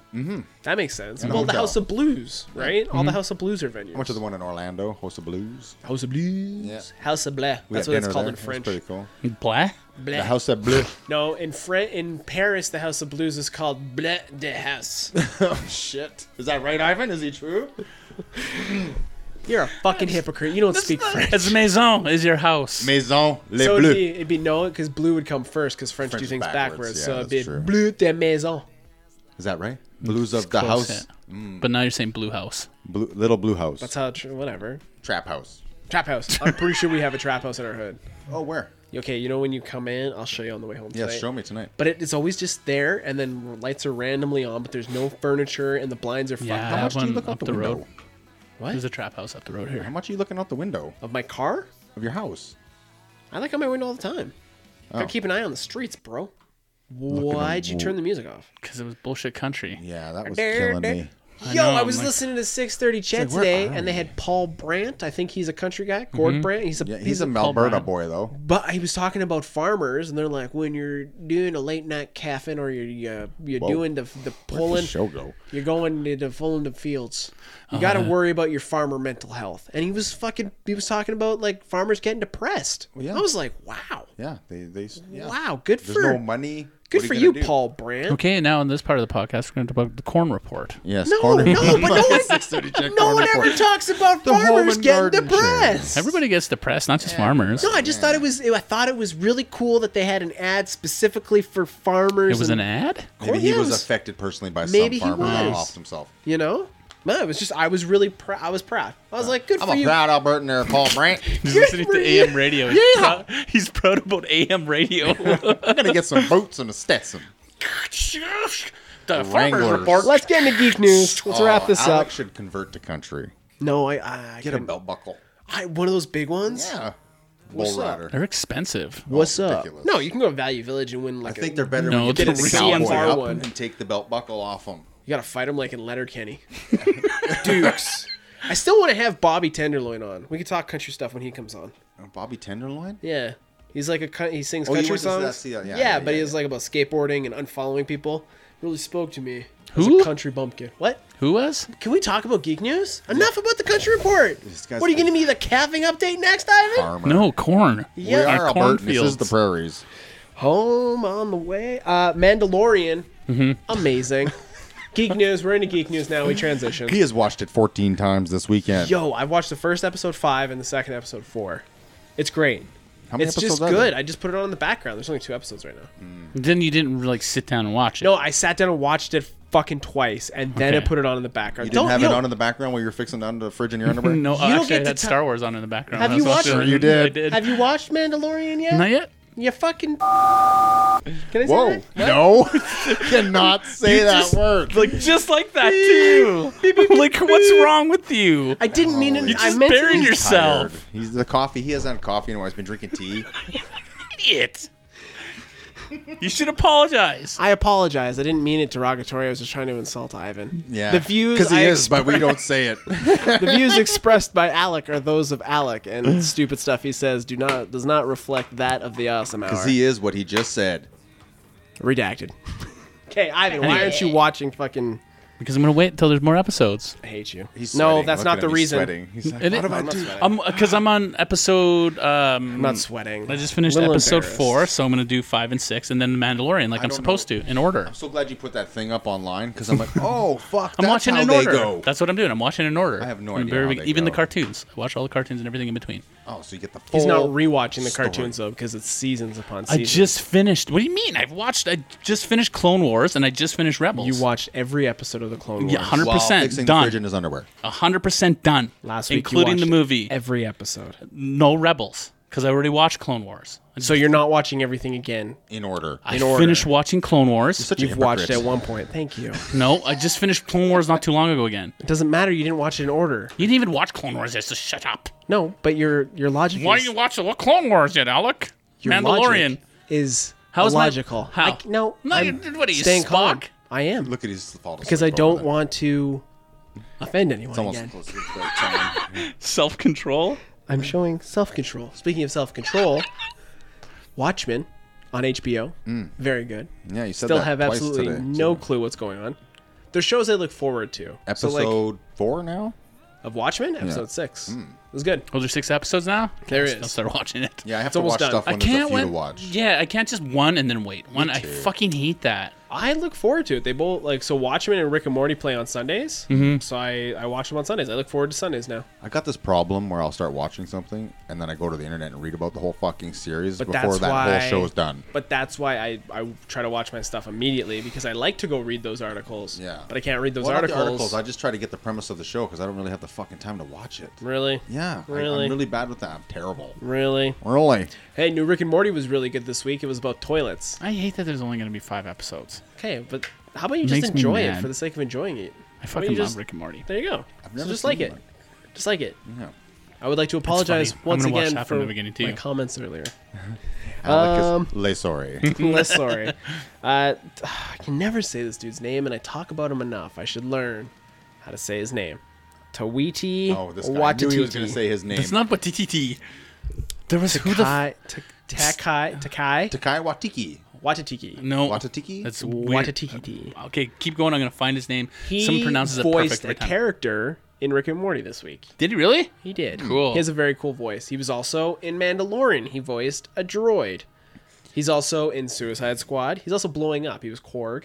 Speaker 2: That makes sense.
Speaker 3: And a
Speaker 2: Well, the
Speaker 3: hotel.
Speaker 2: House of Blues, right? All the House of Blues are venues.
Speaker 3: I went to the one in Orlando, House of Blues.
Speaker 2: House of Blues.
Speaker 3: Yeah.
Speaker 2: House of Bleu.
Speaker 3: We
Speaker 2: That's
Speaker 3: had
Speaker 2: what it's
Speaker 3: dinner
Speaker 2: called
Speaker 3: there.
Speaker 2: in
Speaker 3: It was
Speaker 2: French.
Speaker 3: pretty cool.
Speaker 1: Blah.
Speaker 2: Bleu.
Speaker 3: The House of Blue.
Speaker 2: No, in Fran- in Paris, the House of Blues is called Bleu de House.
Speaker 3: Shit. Is that right, Ivan? Is he true?
Speaker 2: You're a fucking hypocrite. You don't speak French.
Speaker 1: It's maison is your house.
Speaker 3: Maison Les
Speaker 2: So it'd
Speaker 3: Bleus.
Speaker 2: be, it'd be no, because blue would come first, because French,
Speaker 3: French
Speaker 2: do
Speaker 3: is
Speaker 2: things backwards.
Speaker 3: backwards, yeah,
Speaker 2: so it'd be
Speaker 3: that's true.
Speaker 2: bleu de maison.
Speaker 3: Is that right? Blues of the
Speaker 1: Close
Speaker 3: House. Mm.
Speaker 1: it. But now you're saying blue house.
Speaker 3: Blue, little Blue House.
Speaker 2: That's how. Tr- whatever.
Speaker 3: Trap House.
Speaker 2: Trap house. I'm pretty sure we have a trap house in our hood.
Speaker 3: Oh, where?
Speaker 2: Okay, you know when you come in, I'll show you on the way home.
Speaker 3: Yeah,
Speaker 2: tonight.
Speaker 3: show me tonight.
Speaker 2: But it, it's always just there, and then lights are randomly on, but there's no furniture, and the blinds are fucked
Speaker 1: Yeah,
Speaker 3: How
Speaker 1: that
Speaker 2: up.
Speaker 3: much do you
Speaker 1: one
Speaker 3: look out
Speaker 1: up
Speaker 3: the
Speaker 1: the, road.
Speaker 3: window?
Speaker 2: What?
Speaker 1: There's a trap house up the road
Speaker 3: How
Speaker 1: here.
Speaker 3: much are you looking out the window
Speaker 2: Of my car?
Speaker 3: of your house?
Speaker 2: I look out my window all the time.
Speaker 3: Oh.
Speaker 2: Gotta keep an eye on the streets, bro.
Speaker 3: at
Speaker 2: Why'd you
Speaker 3: them.
Speaker 2: turn the music off?
Speaker 1: Because it was bullshit country.
Speaker 3: Yeah, that was
Speaker 2: There,
Speaker 3: killing
Speaker 2: there.
Speaker 3: me.
Speaker 1: I
Speaker 2: Yo,
Speaker 1: know,
Speaker 2: I
Speaker 1: I'm
Speaker 2: was
Speaker 1: like-
Speaker 2: listening to 6:30 Chat
Speaker 3: where
Speaker 2: today,
Speaker 3: are
Speaker 2: and they
Speaker 3: we? Mm-hmm.
Speaker 2: had Paul Brandt. I think he's a country guy. Gord Brandt. He's a
Speaker 3: Yeah, he's,
Speaker 2: he's
Speaker 3: a
Speaker 1: Paul
Speaker 3: Alberta
Speaker 1: Bryan.
Speaker 3: boy, though.
Speaker 2: But he was talking about farmers, and they're like, when you're doing a late night caffeine, or you're uh, you're
Speaker 3: Whoa.
Speaker 2: doing the the pulling,
Speaker 3: show Oh, go?
Speaker 2: you're going to the pulling the fields. You got to worry about your farmer mental health. And he was fucking. He was talking about like farmers getting depressed.
Speaker 3: yeah.
Speaker 2: I was like, wow,
Speaker 3: Yeah, they. they yeah.
Speaker 2: wow, good
Speaker 3: There's
Speaker 2: for
Speaker 3: no money.
Speaker 2: good
Speaker 3: What are
Speaker 2: for
Speaker 3: gonna
Speaker 2: you,
Speaker 3: do?
Speaker 2: Paul Brandt.
Speaker 1: Okay, now in this part of the podcast, we're going to debug the corn report.
Speaker 3: Yes.
Speaker 2: No,
Speaker 3: corner-
Speaker 2: no, but
Speaker 3: [LAUGHS]
Speaker 2: no one-
Speaker 3: 6:30 check
Speaker 2: No
Speaker 3: corner
Speaker 2: one ever
Speaker 3: report.
Speaker 2: talks about
Speaker 3: The home
Speaker 2: farmers
Speaker 3: and
Speaker 2: getting
Speaker 3: garden show.
Speaker 2: depressed.
Speaker 1: Everybody gets depressed, not just farmers.
Speaker 2: No, I just thought it was. I thought it was really cool that they had an ad specifically for farmers.
Speaker 1: It was an
Speaker 2: and-
Speaker 1: ad?
Speaker 3: Maybe he was
Speaker 2: Yes.
Speaker 3: affected personally by
Speaker 2: Maybe he
Speaker 3: some farmer and
Speaker 2: was.
Speaker 3: offed himself.
Speaker 2: You know, no, it was just. I was really. Pr- I was proud. I was like, good
Speaker 3: I'm
Speaker 2: for
Speaker 3: a
Speaker 2: you.
Speaker 3: proud Albertan there, Paul Brandt.
Speaker 1: He's listening
Speaker 2: for
Speaker 1: to
Speaker 2: you.
Speaker 1: AM radio. He's, proud, he's proud about AM
Speaker 3: [LAUGHS]
Speaker 1: radio.
Speaker 3: I'm gonna get some boots and a Stetson.
Speaker 1: the farmers
Speaker 3: Wranglers.
Speaker 1: report.
Speaker 2: Let's get into geek news. Let's
Speaker 3: Oh,
Speaker 2: wrap this
Speaker 3: Alex
Speaker 2: up.
Speaker 3: should convert to country.
Speaker 2: No, I. I, I
Speaker 3: Get a
Speaker 2: couldn't-
Speaker 3: belt buckle.
Speaker 2: I- one of those big ones.
Speaker 3: Yeah.
Speaker 2: What's
Speaker 3: Bull
Speaker 2: up?
Speaker 3: rider.
Speaker 1: They're expensive.
Speaker 2: What's
Speaker 3: Oh,
Speaker 2: up?
Speaker 3: ridiculous.
Speaker 2: No, you can go to Value Village and win.
Speaker 3: I
Speaker 2: Like
Speaker 3: think
Speaker 2: a-
Speaker 3: they're better
Speaker 1: No,
Speaker 3: when you get a
Speaker 1: it's a
Speaker 3: cowboy
Speaker 2: CMR
Speaker 3: up
Speaker 2: one.
Speaker 3: and take the belt buckle off him.
Speaker 2: You gotta fight them like in
Speaker 3: [LAUGHS]
Speaker 2: Letterkenny. Dukes. I still want to have Bobby Tenderloin on. We can talk country stuff when he comes on.
Speaker 3: Oh, Bobby Tenderloin?
Speaker 2: Yeah. He's like a cu- he sings
Speaker 3: Oh, you
Speaker 2: country
Speaker 3: went to
Speaker 2: songs.
Speaker 3: that- see that, yeah, yeah,
Speaker 2: but he
Speaker 3: yeah,
Speaker 2: was like about skateboarding and unfollowing people. Really spoke to me. As
Speaker 1: Who?
Speaker 2: a country bumpkin. What?
Speaker 1: Who was?
Speaker 2: Can we talk about geek news? Enough about the country report.
Speaker 3: This guy's
Speaker 2: What are you
Speaker 3: a-
Speaker 2: going to be the calving update next, Ivan?
Speaker 3: Farmer.
Speaker 1: No, corn.
Speaker 3: We
Speaker 2: Yeah.
Speaker 1: Our
Speaker 3: are Albertans. This is
Speaker 1: cornfields.
Speaker 3: the prairies.
Speaker 2: Home on the way. Uh, Mandalorian. Amazing. [LAUGHS] geek news. We're into geek news now. We transition.
Speaker 3: He has watched it 14 times this weekend.
Speaker 2: Yo, I watched the first episode five and the second episode four. It's great.
Speaker 3: How many
Speaker 2: it's
Speaker 3: episodes
Speaker 2: just
Speaker 3: are
Speaker 2: good.
Speaker 3: there?
Speaker 2: I just put it on in the background. There's only two episodes right now.
Speaker 1: Then you didn't like sit down and watch it.
Speaker 2: No, I sat down and watched it fucking twice, and then
Speaker 1: Okay.
Speaker 2: I put it on in the background.
Speaker 3: You didn't
Speaker 2: Don't-
Speaker 3: have
Speaker 2: you
Speaker 3: it
Speaker 2: don't-
Speaker 3: on in the background while you were fixing down the fridge in
Speaker 2: [LAUGHS]
Speaker 3: your underwear?
Speaker 1: no.
Speaker 2: don't
Speaker 1: actually,
Speaker 2: get
Speaker 1: I
Speaker 2: to
Speaker 1: had
Speaker 2: tell-
Speaker 1: Star Wars on in the background.
Speaker 2: Have
Speaker 1: That's
Speaker 2: you
Speaker 1: what I'm
Speaker 2: watched-
Speaker 1: doing.
Speaker 3: Sure you did.
Speaker 1: I did.
Speaker 2: Have you watched Mandalorian yet?
Speaker 1: Not yet.
Speaker 2: You fucking. Can I say
Speaker 3: Whoa.
Speaker 2: that? [LAUGHS]
Speaker 3: No.
Speaker 1: [LAUGHS]
Speaker 3: Cannot say that word.
Speaker 1: Like [LAUGHS] just like that too. like what's wrong with you?
Speaker 2: I didn't mean it.
Speaker 3: You
Speaker 2: I
Speaker 1: just
Speaker 2: meant
Speaker 1: buried
Speaker 2: to,
Speaker 1: your-
Speaker 3: Tired.
Speaker 1: yourself.
Speaker 3: He's the coffee. He hasn't had coffee in a while. He's been drinking tea.
Speaker 1: Idiot. you should apologize.
Speaker 2: I apologize. I didn't mean it derogatory. I was just trying to insult Ivan.
Speaker 3: Yeah.
Speaker 2: The views
Speaker 3: Because he
Speaker 2: I
Speaker 3: is,
Speaker 2: exp-
Speaker 3: but we don't say it.
Speaker 2: [LAUGHS] the views expressed by Alec are those of Alec, and stupid stuff he says do not does not reflect that of the awesome hour.
Speaker 3: Because he is what he just said.
Speaker 2: Redacted. Okay, Ivan, why aren't you watching fucking?
Speaker 1: Because I'm gonna wait until there's more episodes.
Speaker 2: I hate you.
Speaker 3: He's
Speaker 2: no,
Speaker 3: sweating.
Speaker 2: that's
Speaker 3: Look
Speaker 2: not
Speaker 3: at
Speaker 2: the
Speaker 3: him. He's
Speaker 2: reason.
Speaker 3: sweating. He's like,
Speaker 1: It-
Speaker 3: what am I
Speaker 2: I'm not
Speaker 3: doing?
Speaker 2: sweating.
Speaker 1: I'm because I'm on episode. Um,
Speaker 2: I'm
Speaker 3: Hmm.
Speaker 2: not sweating.
Speaker 1: I just finished
Speaker 2: Little
Speaker 1: episode
Speaker 2: embarrassed.
Speaker 1: four, so I'm gonna do five and six, and then Mandalorian, like I am
Speaker 3: don't
Speaker 1: supposed
Speaker 3: know.
Speaker 1: to, in order.
Speaker 3: so glad you put that thing up online because I'm like,
Speaker 2: [LAUGHS]
Speaker 3: oh fuck,
Speaker 1: I'm
Speaker 3: that's
Speaker 1: watching
Speaker 3: how
Speaker 1: in
Speaker 3: they
Speaker 1: order.
Speaker 3: go.
Speaker 1: That's what I'm doing. I'm watching in order. I
Speaker 3: have no
Speaker 1: am
Speaker 3: idea
Speaker 1: Very,
Speaker 3: how they
Speaker 1: even the
Speaker 3: go.
Speaker 1: cartoons. I watch all the cartoons and everything in between.
Speaker 3: oh, so you get the full.
Speaker 2: He's not rewatching the
Speaker 3: story.
Speaker 2: cartoons though because it's seasons upon
Speaker 1: I
Speaker 2: seasons.
Speaker 1: just finished. What do you mean? I've watched. I just finished Clone Wars, and I just finished Rebels.
Speaker 2: you watched every episode of the Clone Wars.
Speaker 1: Yeah, 100%
Speaker 3: while fixing the
Speaker 1: done.
Speaker 3: fridge in his underwear.
Speaker 1: hundred percent done.
Speaker 2: Last week, you
Speaker 1: including the
Speaker 2: watched
Speaker 1: movie.
Speaker 2: Every episode.
Speaker 1: No Rebels, because I already watched Clone Wars.
Speaker 2: So you're not watching everything again.
Speaker 3: In order.
Speaker 1: I
Speaker 2: in order.
Speaker 1: finished watching Clone Wars.
Speaker 3: Such a
Speaker 2: You've watched it at
Speaker 3: hypocrite.
Speaker 2: one point. Thank you.
Speaker 1: No, I just finished Clone Wars not too long ago again.
Speaker 2: It doesn't matter. You didn't watch it in order.
Speaker 1: You didn't even watch Clone Wars yet, so shut up.
Speaker 2: No, but your your logic.
Speaker 1: Why
Speaker 2: is,
Speaker 1: do you watch the Clone Wars yet, Alec?
Speaker 2: your
Speaker 1: Mandalorian.
Speaker 2: logic is
Speaker 1: How's my-
Speaker 2: illogical.
Speaker 1: how?
Speaker 2: I, no,
Speaker 1: No,
Speaker 2: I'm
Speaker 1: you're- what are you,
Speaker 2: staying calm.
Speaker 1: Spock?
Speaker 2: I am
Speaker 3: Look at his fault. oh,
Speaker 2: because I don't want to offend anyone
Speaker 3: It's almost
Speaker 2: again.
Speaker 3: close to the right
Speaker 2: [LAUGHS]
Speaker 3: time.
Speaker 1: Self control.
Speaker 2: I'm showing self control. Speaking of self control, Watchmen on HBO, very good.
Speaker 3: Mm. Yeah, you said
Speaker 2: Still
Speaker 3: that
Speaker 2: have
Speaker 3: twice
Speaker 2: absolutely
Speaker 3: today,
Speaker 2: no
Speaker 3: so-
Speaker 2: clue what's going on. There's shows I look forward to. So,
Speaker 3: Episode Mm.
Speaker 2: like,
Speaker 3: four now.
Speaker 2: of Watchmen, episode six. It was good.
Speaker 1: Oh, there's six episodes now.
Speaker 2: There
Speaker 1: I'll-
Speaker 2: is.
Speaker 1: I'll start watching it.
Speaker 3: Yeah, I have
Speaker 2: It's
Speaker 3: to
Speaker 2: almost
Speaker 3: watch
Speaker 2: done.
Speaker 3: stuff
Speaker 2: I
Speaker 3: when
Speaker 1: I
Speaker 3: there's a
Speaker 1: can't
Speaker 3: few
Speaker 1: wait.
Speaker 3: to watch.
Speaker 1: Yeah, I can't just one and then wait. One, I fucking hate that.
Speaker 2: I look forward to it. They both like so Watchmen and Rick and Morty play on Sundays. So I I watch them on Sundays. I look forward to Sundays now.
Speaker 3: I got this problem where I'll start watching something and then I go to the internet and read about the whole fucking series
Speaker 2: But
Speaker 3: before
Speaker 2: that's
Speaker 3: that
Speaker 2: why-
Speaker 3: whole show is done.
Speaker 2: But that's why I I try to watch my stuff immediately because I like to go read those articles.
Speaker 3: Yeah.
Speaker 2: But I can't read those
Speaker 3: Well, not the
Speaker 2: articles.
Speaker 3: I just try to get the premise of the show because I don't really have the fucking time to watch it.
Speaker 2: Really?
Speaker 3: Yeah, I,
Speaker 2: Really?
Speaker 3: am really bad with that. I'm terrible.
Speaker 2: Really?
Speaker 3: Really?
Speaker 2: Hey, new Rick and Morty was really good this week. It was about toilets.
Speaker 1: I hate that there's only going to be five episodes.
Speaker 2: Okay, but how about you just
Speaker 1: Makes me
Speaker 2: enjoy it
Speaker 1: mad.
Speaker 2: for the sake of enjoying
Speaker 1: I
Speaker 2: it? How about
Speaker 1: fucking
Speaker 2: you
Speaker 1: love
Speaker 2: just-
Speaker 1: Rick and Morty.
Speaker 2: There you go.
Speaker 3: I've
Speaker 2: So
Speaker 3: never
Speaker 2: just
Speaker 3: seen
Speaker 2: like it.
Speaker 3: one.
Speaker 2: Just like it.
Speaker 3: Yeah.
Speaker 2: I would like to apologize
Speaker 1: funny. I'm
Speaker 2: once
Speaker 1: gonna watch
Speaker 2: again
Speaker 1: that
Speaker 2: for
Speaker 1: from the beginning too.
Speaker 2: my comments
Speaker 1: [LAUGHS]
Speaker 2: earlier.
Speaker 3: Alec
Speaker 2: Um,
Speaker 3: is
Speaker 2: [LAUGHS]
Speaker 3: lay sorry.
Speaker 2: Less sorry. Uh, t- I can never say this dude's name, and I talk about him enough. I should learn how to say his name. Tawiti
Speaker 3: oh, this guy. I knew he was going to say his name.
Speaker 1: It's not but TTT. There was [LAUGHS] who the f-
Speaker 2: Takai, Ta- Takai, Takai,
Speaker 3: Takai Watiki.
Speaker 2: Watatiki.
Speaker 1: no
Speaker 3: Watatiki?
Speaker 1: That's weird.
Speaker 2: Watatiki.
Speaker 1: Okay, keep going. I'm going to find his name.
Speaker 2: He
Speaker 1: Someone pronounces it
Speaker 2: voiced
Speaker 1: perfect.
Speaker 2: a
Speaker 1: every time.
Speaker 2: character in Rick and Morty this week.
Speaker 1: Did he really?
Speaker 2: He did.
Speaker 1: Cool.
Speaker 2: He has a very cool voice. He was also in Mandalorian. He voiced a droid. He's also in Suicide Squad. He's also blowing up. He was Korg,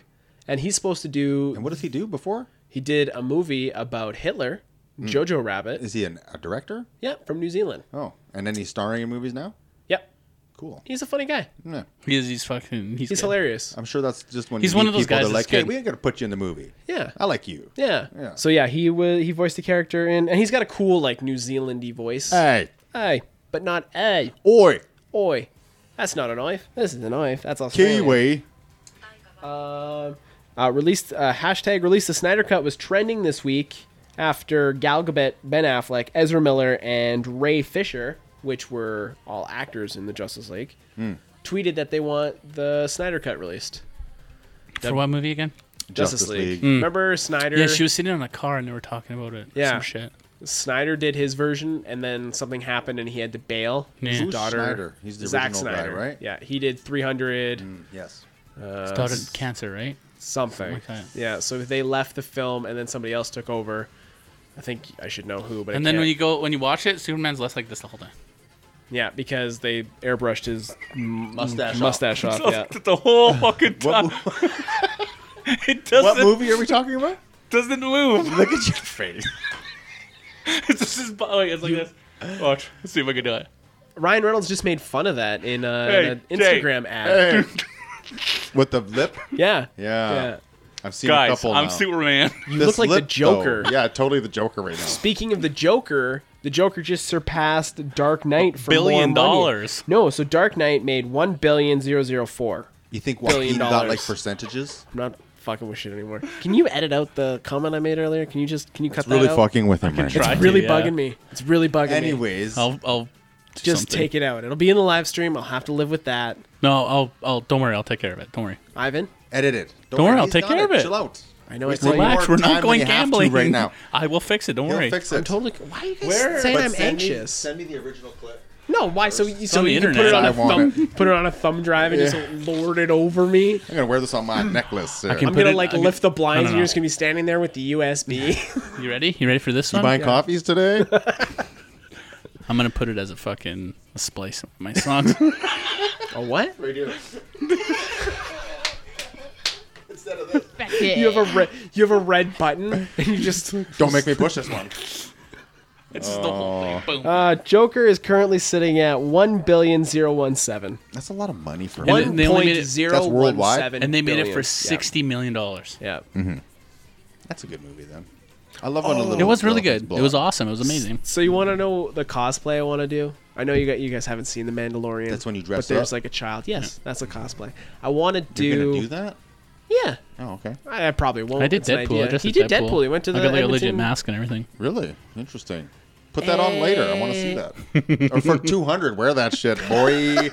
Speaker 2: and he's supposed to do
Speaker 3: And what does he do before?
Speaker 2: He did a movie about Hitler, Jojo Rabbit.
Speaker 3: Hmm. Is he an, a director?
Speaker 2: yeah, from New Zealand.
Speaker 3: Oh, and then he's starring in movies now?
Speaker 2: Yep.
Speaker 3: Cool.
Speaker 2: He's a funny guy.
Speaker 3: Yeah.
Speaker 1: He is. He's fucking. He's, good.
Speaker 2: He's hilarious.
Speaker 3: I'm sure that's just when
Speaker 1: He's
Speaker 3: you
Speaker 1: one
Speaker 3: meet
Speaker 1: of those
Speaker 3: people,
Speaker 1: guys
Speaker 3: they're
Speaker 1: that's
Speaker 3: like, hey,
Speaker 1: good.
Speaker 3: we ain't going to put you in the movie.
Speaker 2: Yeah.
Speaker 3: I like you.
Speaker 2: Yeah.
Speaker 3: Oh. Yeah.
Speaker 2: So yeah, he was he voiced the character in and he's got a cool like New Zealandy voice.
Speaker 3: Hey.
Speaker 2: Aye, but not ay.
Speaker 3: Oi,
Speaker 2: Oi. That's not a knife. This is a knife. That's Australian.
Speaker 3: Kiwi.
Speaker 2: Um, uh, released uh, hashtag release the Snyder Cut was trending this week after Gal Gadot, Ben Affleck, Ezra Miller, and Ray Fisher, which were all actors in the Justice League,
Speaker 3: Hmm.
Speaker 2: tweeted that they want the Snyder Cut released.
Speaker 1: For what movie again?
Speaker 2: Justice, League. Remember Snyder?
Speaker 1: Hmm. Yeah, she was sitting in a car and they were talking about it.
Speaker 2: Yeah.
Speaker 1: Some shit.
Speaker 2: Snyder did his version, and then something happened, and he had to bail.
Speaker 1: Yeah.
Speaker 2: His
Speaker 1: Who's
Speaker 2: daughter,
Speaker 3: Snyder? He's the
Speaker 2: Zack
Speaker 3: original guy,
Speaker 2: Snyder,
Speaker 3: right? Hmm.
Speaker 2: Yeah, he did 300.
Speaker 3: Yes.
Speaker 1: His daughter
Speaker 2: Uh,
Speaker 1: had cancer, right?
Speaker 2: something.
Speaker 1: like that.
Speaker 2: Yeah, so they left the film and then somebody else took over. I think I should know who, but
Speaker 1: And
Speaker 2: I
Speaker 1: then when you
Speaker 2: can't.
Speaker 1: go when you watch it, Superman's less like this the whole time.
Speaker 2: yeah, because they airbrushed his
Speaker 3: Mustache. off.
Speaker 2: mustache [LAUGHS] off.
Speaker 1: [LAUGHS]
Speaker 2: Yeah,
Speaker 1: the whole fucking
Speaker 3: Uh, What,
Speaker 2: [LAUGHS]
Speaker 1: time.
Speaker 3: mo-
Speaker 1: it
Speaker 3: what
Speaker 1: doesn't
Speaker 3: movie are we talking about?
Speaker 1: doesn't move.
Speaker 3: [LAUGHS] Look at your face.
Speaker 1: [LAUGHS] it's just his body. It's like this. Watch. Let's see if I can do it.
Speaker 2: Ryan Reynolds just made fun of that in, uh,
Speaker 1: Hey,
Speaker 2: in an
Speaker 1: Jake.
Speaker 2: Instagram ad.
Speaker 3: Hey. With the lip?
Speaker 2: Yeah,
Speaker 3: Yeah.
Speaker 2: yeah.
Speaker 3: I've seen a
Speaker 1: Guys,
Speaker 3: couple
Speaker 1: I'm
Speaker 3: now.
Speaker 1: Superman.
Speaker 2: You look like the Joker.
Speaker 3: though. Yeah, totally the Joker right now.
Speaker 2: Speaking of the Joker, the Joker just surpassed Dark Knight for
Speaker 1: billion
Speaker 2: more money.
Speaker 1: dollars.
Speaker 2: No, so Dark Knight made one billion zero zero four.
Speaker 3: You think
Speaker 2: Billion
Speaker 3: Joaquin got
Speaker 2: dollars.
Speaker 3: like percentages?
Speaker 2: I'm not fucking with shit anymore. Can you edit out the comment I made earlier? Can you just can you cut
Speaker 3: It's really
Speaker 2: that out?
Speaker 3: fucking with him right
Speaker 1: try.
Speaker 3: now.
Speaker 2: It's really
Speaker 1: Yeah.
Speaker 2: bugging me. It's really bugging me.
Speaker 1: [LAUGHS]
Speaker 3: Anyways,
Speaker 1: I'll I'll do
Speaker 2: just
Speaker 1: something.
Speaker 2: take it out. It'll be in the live stream. I'll have to live with that.
Speaker 1: No, I'll I'll don't worry. I'll take care of it. Don't worry.
Speaker 2: Ivan,
Speaker 3: edit it.
Speaker 1: Don't worry, I'll
Speaker 3: he's
Speaker 1: take
Speaker 3: got
Speaker 1: care of it.
Speaker 3: Chill out.
Speaker 2: I know
Speaker 3: We
Speaker 2: I
Speaker 3: still
Speaker 2: told
Speaker 3: have
Speaker 2: you.
Speaker 1: Relax.
Speaker 3: more
Speaker 1: We're
Speaker 3: time
Speaker 1: not
Speaker 3: than
Speaker 1: going
Speaker 3: you have to
Speaker 1: gambling
Speaker 3: right now.
Speaker 1: [LAUGHS] I will fix it. Don't
Speaker 3: He'll
Speaker 1: worry.
Speaker 3: fix it.
Speaker 2: I'm totally. Why are you guys
Speaker 3: Where-
Speaker 2: saying
Speaker 3: But
Speaker 2: I'm
Speaker 3: send me-
Speaker 2: anxious?
Speaker 3: send me the original clip.
Speaker 2: no, why? So you, so
Speaker 1: on the
Speaker 2: you can put
Speaker 1: internet.
Speaker 2: it on
Speaker 3: I
Speaker 2: a
Speaker 3: want
Speaker 2: thumb, put it on a thumb drive and
Speaker 3: Yeah.
Speaker 2: just lord it over me.
Speaker 3: I'm gonna wear this
Speaker 1: [CLEARS THROAT]
Speaker 3: on my necklace. Sir.
Speaker 1: can-
Speaker 2: I'm
Speaker 1: Put
Speaker 2: gonna
Speaker 1: it-
Speaker 2: like
Speaker 1: I mean-
Speaker 2: lift the blinds,
Speaker 1: no,
Speaker 2: and
Speaker 1: no.
Speaker 2: you're just gonna be standing there with the
Speaker 1: [LAUGHS]
Speaker 2: [LAUGHS] USB.
Speaker 1: You ready? You ready for this one?
Speaker 3: buying
Speaker 1: [LAUGHS]
Speaker 3: coffees today.
Speaker 1: I'm gonna put it as a fucking a splice of my [LAUGHS] songs.
Speaker 2: a what?
Speaker 3: right here. Instead of this.
Speaker 2: You have a red, you have a red button, and you
Speaker 1: [LAUGHS]
Speaker 2: just.
Speaker 3: Don't make me push this one.
Speaker 1: it's the whole thing. Boom.
Speaker 2: Uh, Joker is currently sitting at one billion zero one seven.
Speaker 3: That's a lot of money for
Speaker 1: And
Speaker 3: one.
Speaker 1: they only made it-
Speaker 3: That's worldwide?
Speaker 1: and they made it for
Speaker 2: sixty.
Speaker 1: sixty million dollars.
Speaker 2: Yeah.
Speaker 3: Mm-hmm. That's a good movie then. I love when a little.
Speaker 1: It was really
Speaker 3: girl gets
Speaker 1: good.
Speaker 3: blown
Speaker 1: It was
Speaker 3: up.
Speaker 1: awesome. It was amazing.
Speaker 2: So you want to know the cosplay I want to do? I know you got you guys haven't seen The Mandalorian.
Speaker 3: That's when you dress
Speaker 2: But there's
Speaker 3: up?
Speaker 2: like a child. Yes, that's a cosplay. I want to do.
Speaker 3: You're gonna do that?
Speaker 2: Yeah,
Speaker 3: Oh, okay.
Speaker 2: I, I probably won't.
Speaker 1: I did
Speaker 2: It's an
Speaker 1: Deadpool.
Speaker 2: idea.
Speaker 1: I just
Speaker 2: he
Speaker 1: did
Speaker 2: did Deadpool. He went to the
Speaker 1: I got like a legit
Speaker 2: Edmonton-
Speaker 1: mask and everything.
Speaker 3: Really interesting. Put that on later.
Speaker 2: Eh.
Speaker 3: I want to see that. or for two hundred, wear that shit, boy.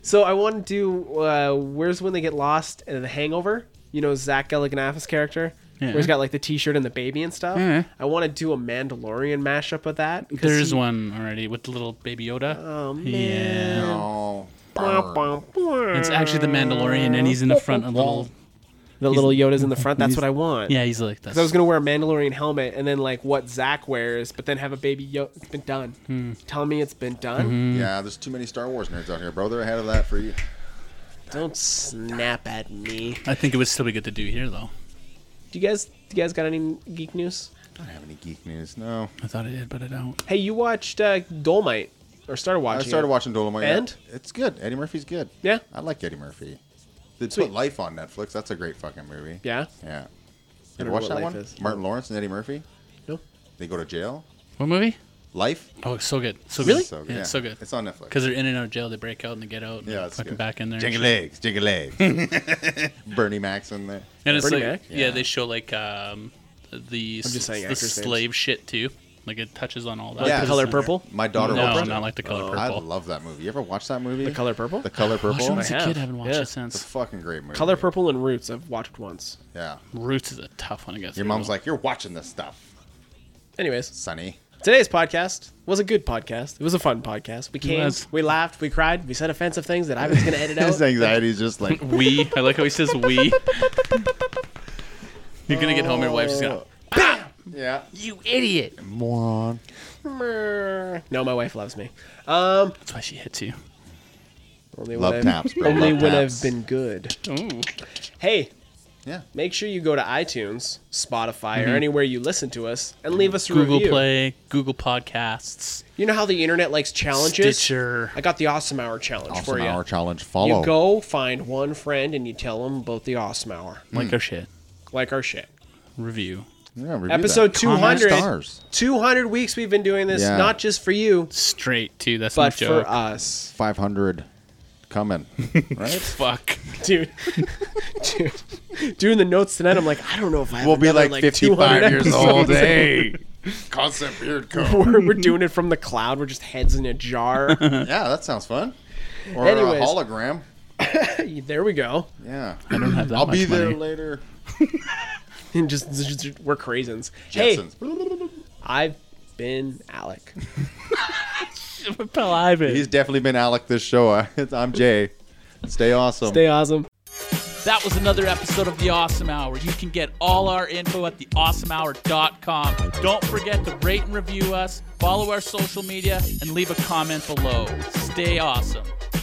Speaker 2: So I want to do uh, where's when they get lost and the Hangover. You know Zach Galifianakis' character, where he's got like the T-shirt and the baby and stuff. I want to do a Mandalorian mashup of that. 'cause
Speaker 1: There's
Speaker 2: he-
Speaker 1: one already with the little baby Yoda. Oh man.
Speaker 3: Oh,
Speaker 2: Bah, bah, bah.
Speaker 1: It's actually the Mandalorian, and he's in the front a little.
Speaker 2: the little Yoda's in the front. That's what I want.
Speaker 1: Yeah, he's like this.
Speaker 2: So I was gonna wear a Mandalorian helmet and then like what Zach wears, but then have a baby Yoda. It's been done.
Speaker 1: Hmm.
Speaker 2: Tell me it's been done.
Speaker 3: yeah. There's too many Star Wars nerds out here, bro. They're ahead of that for you.
Speaker 1: Mm-hmm.
Speaker 2: Don't snap at me.
Speaker 1: I think it would still be good to do here, though.
Speaker 2: Do you guys? Do you guys got any geek news?
Speaker 3: I don't have any geek news. No,
Speaker 1: I thought I did, but I don't.
Speaker 2: Hey, you watched uh, Dolmite or started
Speaker 3: I
Speaker 2: watching?
Speaker 3: started
Speaker 2: it.
Speaker 3: watching Dolomite.
Speaker 2: And?
Speaker 3: it's good. Eddie Murphy's good.
Speaker 2: Yeah.
Speaker 3: I like Eddie Murphy. They
Speaker 2: Sweet.
Speaker 3: put Life on Netflix. That's a great fucking movie.
Speaker 2: Yeah.
Speaker 3: Yeah.
Speaker 2: don't know
Speaker 3: You ever watch
Speaker 2: what
Speaker 3: that
Speaker 2: Life
Speaker 3: one?
Speaker 2: is.
Speaker 3: Martin Lawrence and Eddie Murphy.
Speaker 2: No.
Speaker 3: They go to jail.
Speaker 1: What movie?
Speaker 3: Life.
Speaker 1: Oh, it's so good. So
Speaker 2: Really?
Speaker 1: Good. yeah, it's so good.
Speaker 3: It's on Netflix.
Speaker 1: Because they're in and out of jail, they break out and they get out. and
Speaker 3: Yeah, it's
Speaker 1: fucking
Speaker 3: good.
Speaker 1: back in there. and
Speaker 3: Jiggle
Speaker 1: shit.
Speaker 3: legs, jiggle legs. [LAUGHS]
Speaker 2: [LAUGHS]
Speaker 3: Bernie Mac's in there.
Speaker 1: And it's
Speaker 2: Bernie
Speaker 1: like,
Speaker 2: Mac?
Speaker 1: yeah.
Speaker 3: Yeah.
Speaker 1: they show like um, the,
Speaker 2: just
Speaker 1: s-
Speaker 2: saying
Speaker 1: the
Speaker 2: actors' names.
Speaker 1: slave shit too. Like it touches on all that.
Speaker 3: Yeah.
Speaker 2: The
Speaker 3: It's
Speaker 2: color
Speaker 3: not
Speaker 2: purple.
Speaker 3: [LAUGHS] My daughter.
Speaker 1: No,
Speaker 3: watched
Speaker 1: not
Speaker 3: it. Oh,
Speaker 1: like The Color
Speaker 3: I
Speaker 1: Purple.
Speaker 3: love that movie. You ever watch that movie?
Speaker 2: The color purple.
Speaker 3: The color
Speaker 1: Watched it
Speaker 3: purple.
Speaker 1: as a
Speaker 2: I
Speaker 1: kid.
Speaker 2: have.
Speaker 1: I haven't watched
Speaker 2: Yeah.
Speaker 1: it
Speaker 3: It's a
Speaker 1: since.
Speaker 3: fucking great movie.
Speaker 2: color purple and roots. I've watched once.
Speaker 3: Yeah.
Speaker 1: Roots is a tough one, I guess.
Speaker 3: Your mom's like, you're watching this stuff,
Speaker 2: Anyways,
Speaker 3: [LAUGHS] Sonny.
Speaker 2: today's podcast was a good podcast. It was a fun podcast. We came,
Speaker 1: was.
Speaker 2: we laughed, we cried, we said offensive things that I was gonna
Speaker 3: [LAUGHS]
Speaker 2: edit out.
Speaker 3: anxiety is just like.
Speaker 1: we. I like how he says we. You're gonna get home, your wife's gonna.
Speaker 3: [LAUGHS] Yeah.
Speaker 1: Oh. You idiot.
Speaker 3: Moron.
Speaker 2: Mer. No, my wife loves me.
Speaker 1: That's why she hits you.
Speaker 2: Only
Speaker 3: Love
Speaker 2: when
Speaker 3: taps,
Speaker 2: I've,
Speaker 3: bro.
Speaker 2: Only
Speaker 3: Love
Speaker 2: when
Speaker 3: taps.
Speaker 2: I've been good.
Speaker 1: Ooh.
Speaker 2: Hey,
Speaker 3: Yeah.
Speaker 2: make sure you go to iTunes, Spotify, or anywhere you listen to us and leave us a
Speaker 1: Mm-hmm. Google
Speaker 2: review.
Speaker 1: Play, Google Podcasts,
Speaker 2: You know how the internet likes challenges?
Speaker 1: Stitcher.
Speaker 2: I got the awesome hour challenge for
Speaker 3: Awesome
Speaker 2: you.
Speaker 3: hour challenge.
Speaker 2: you
Speaker 3: Follow.
Speaker 2: go find one friend and you tell them about the awesome hour,
Speaker 3: Mm.
Speaker 1: like
Speaker 3: Hmm.
Speaker 1: our shit.
Speaker 2: like our shit.
Speaker 1: Review.
Speaker 3: Yeah, review
Speaker 2: Episode
Speaker 3: that. Comment
Speaker 2: 200.
Speaker 3: Stars.
Speaker 2: 200 weeks we've been doing this,
Speaker 3: Yeah.
Speaker 2: not just for you,
Speaker 1: Straight too. That's
Speaker 2: but
Speaker 1: not a joke.
Speaker 2: for us. [LAUGHS]
Speaker 3: 500 [LAUGHS] coming. Right?
Speaker 1: Fuck.
Speaker 2: Dude. [LAUGHS] Dude. Doing the notes tonight, I'm like, I don't know if I have
Speaker 3: we'll be
Speaker 2: another,
Speaker 3: like 55
Speaker 2: 200
Speaker 3: years
Speaker 2: episodes.
Speaker 1: [LAUGHS]
Speaker 3: old. eh? Hey. Concept
Speaker 2: [LAUGHS]
Speaker 3: beard code.
Speaker 2: we're,
Speaker 3: [LAUGHS]
Speaker 2: we're doing it from the cloud. We're just heads in a jar. [LAUGHS]
Speaker 3: Yeah, that sounds fun. Or
Speaker 2: Anyways.
Speaker 3: a hologram.
Speaker 2: there we go. [LAUGHS]
Speaker 3: Yeah.
Speaker 1: I don't have that
Speaker 3: I'll
Speaker 1: much
Speaker 3: be there
Speaker 1: money.
Speaker 3: later.
Speaker 2: And just, just- just- we're craisins. Hey,
Speaker 3: Jetsons.
Speaker 2: I've been Alec.
Speaker 1: [LAUGHS]
Speaker 3: He's definitely been Alec this show. [LAUGHS] I'm Jay. Stay awesome.
Speaker 2: Stay awesome.
Speaker 1: That was another episode of The Awesome Hour. You can get all our info at theawesomehour.com. Don't forget to rate and review us, follow our social media, and leave a comment below. Stay awesome.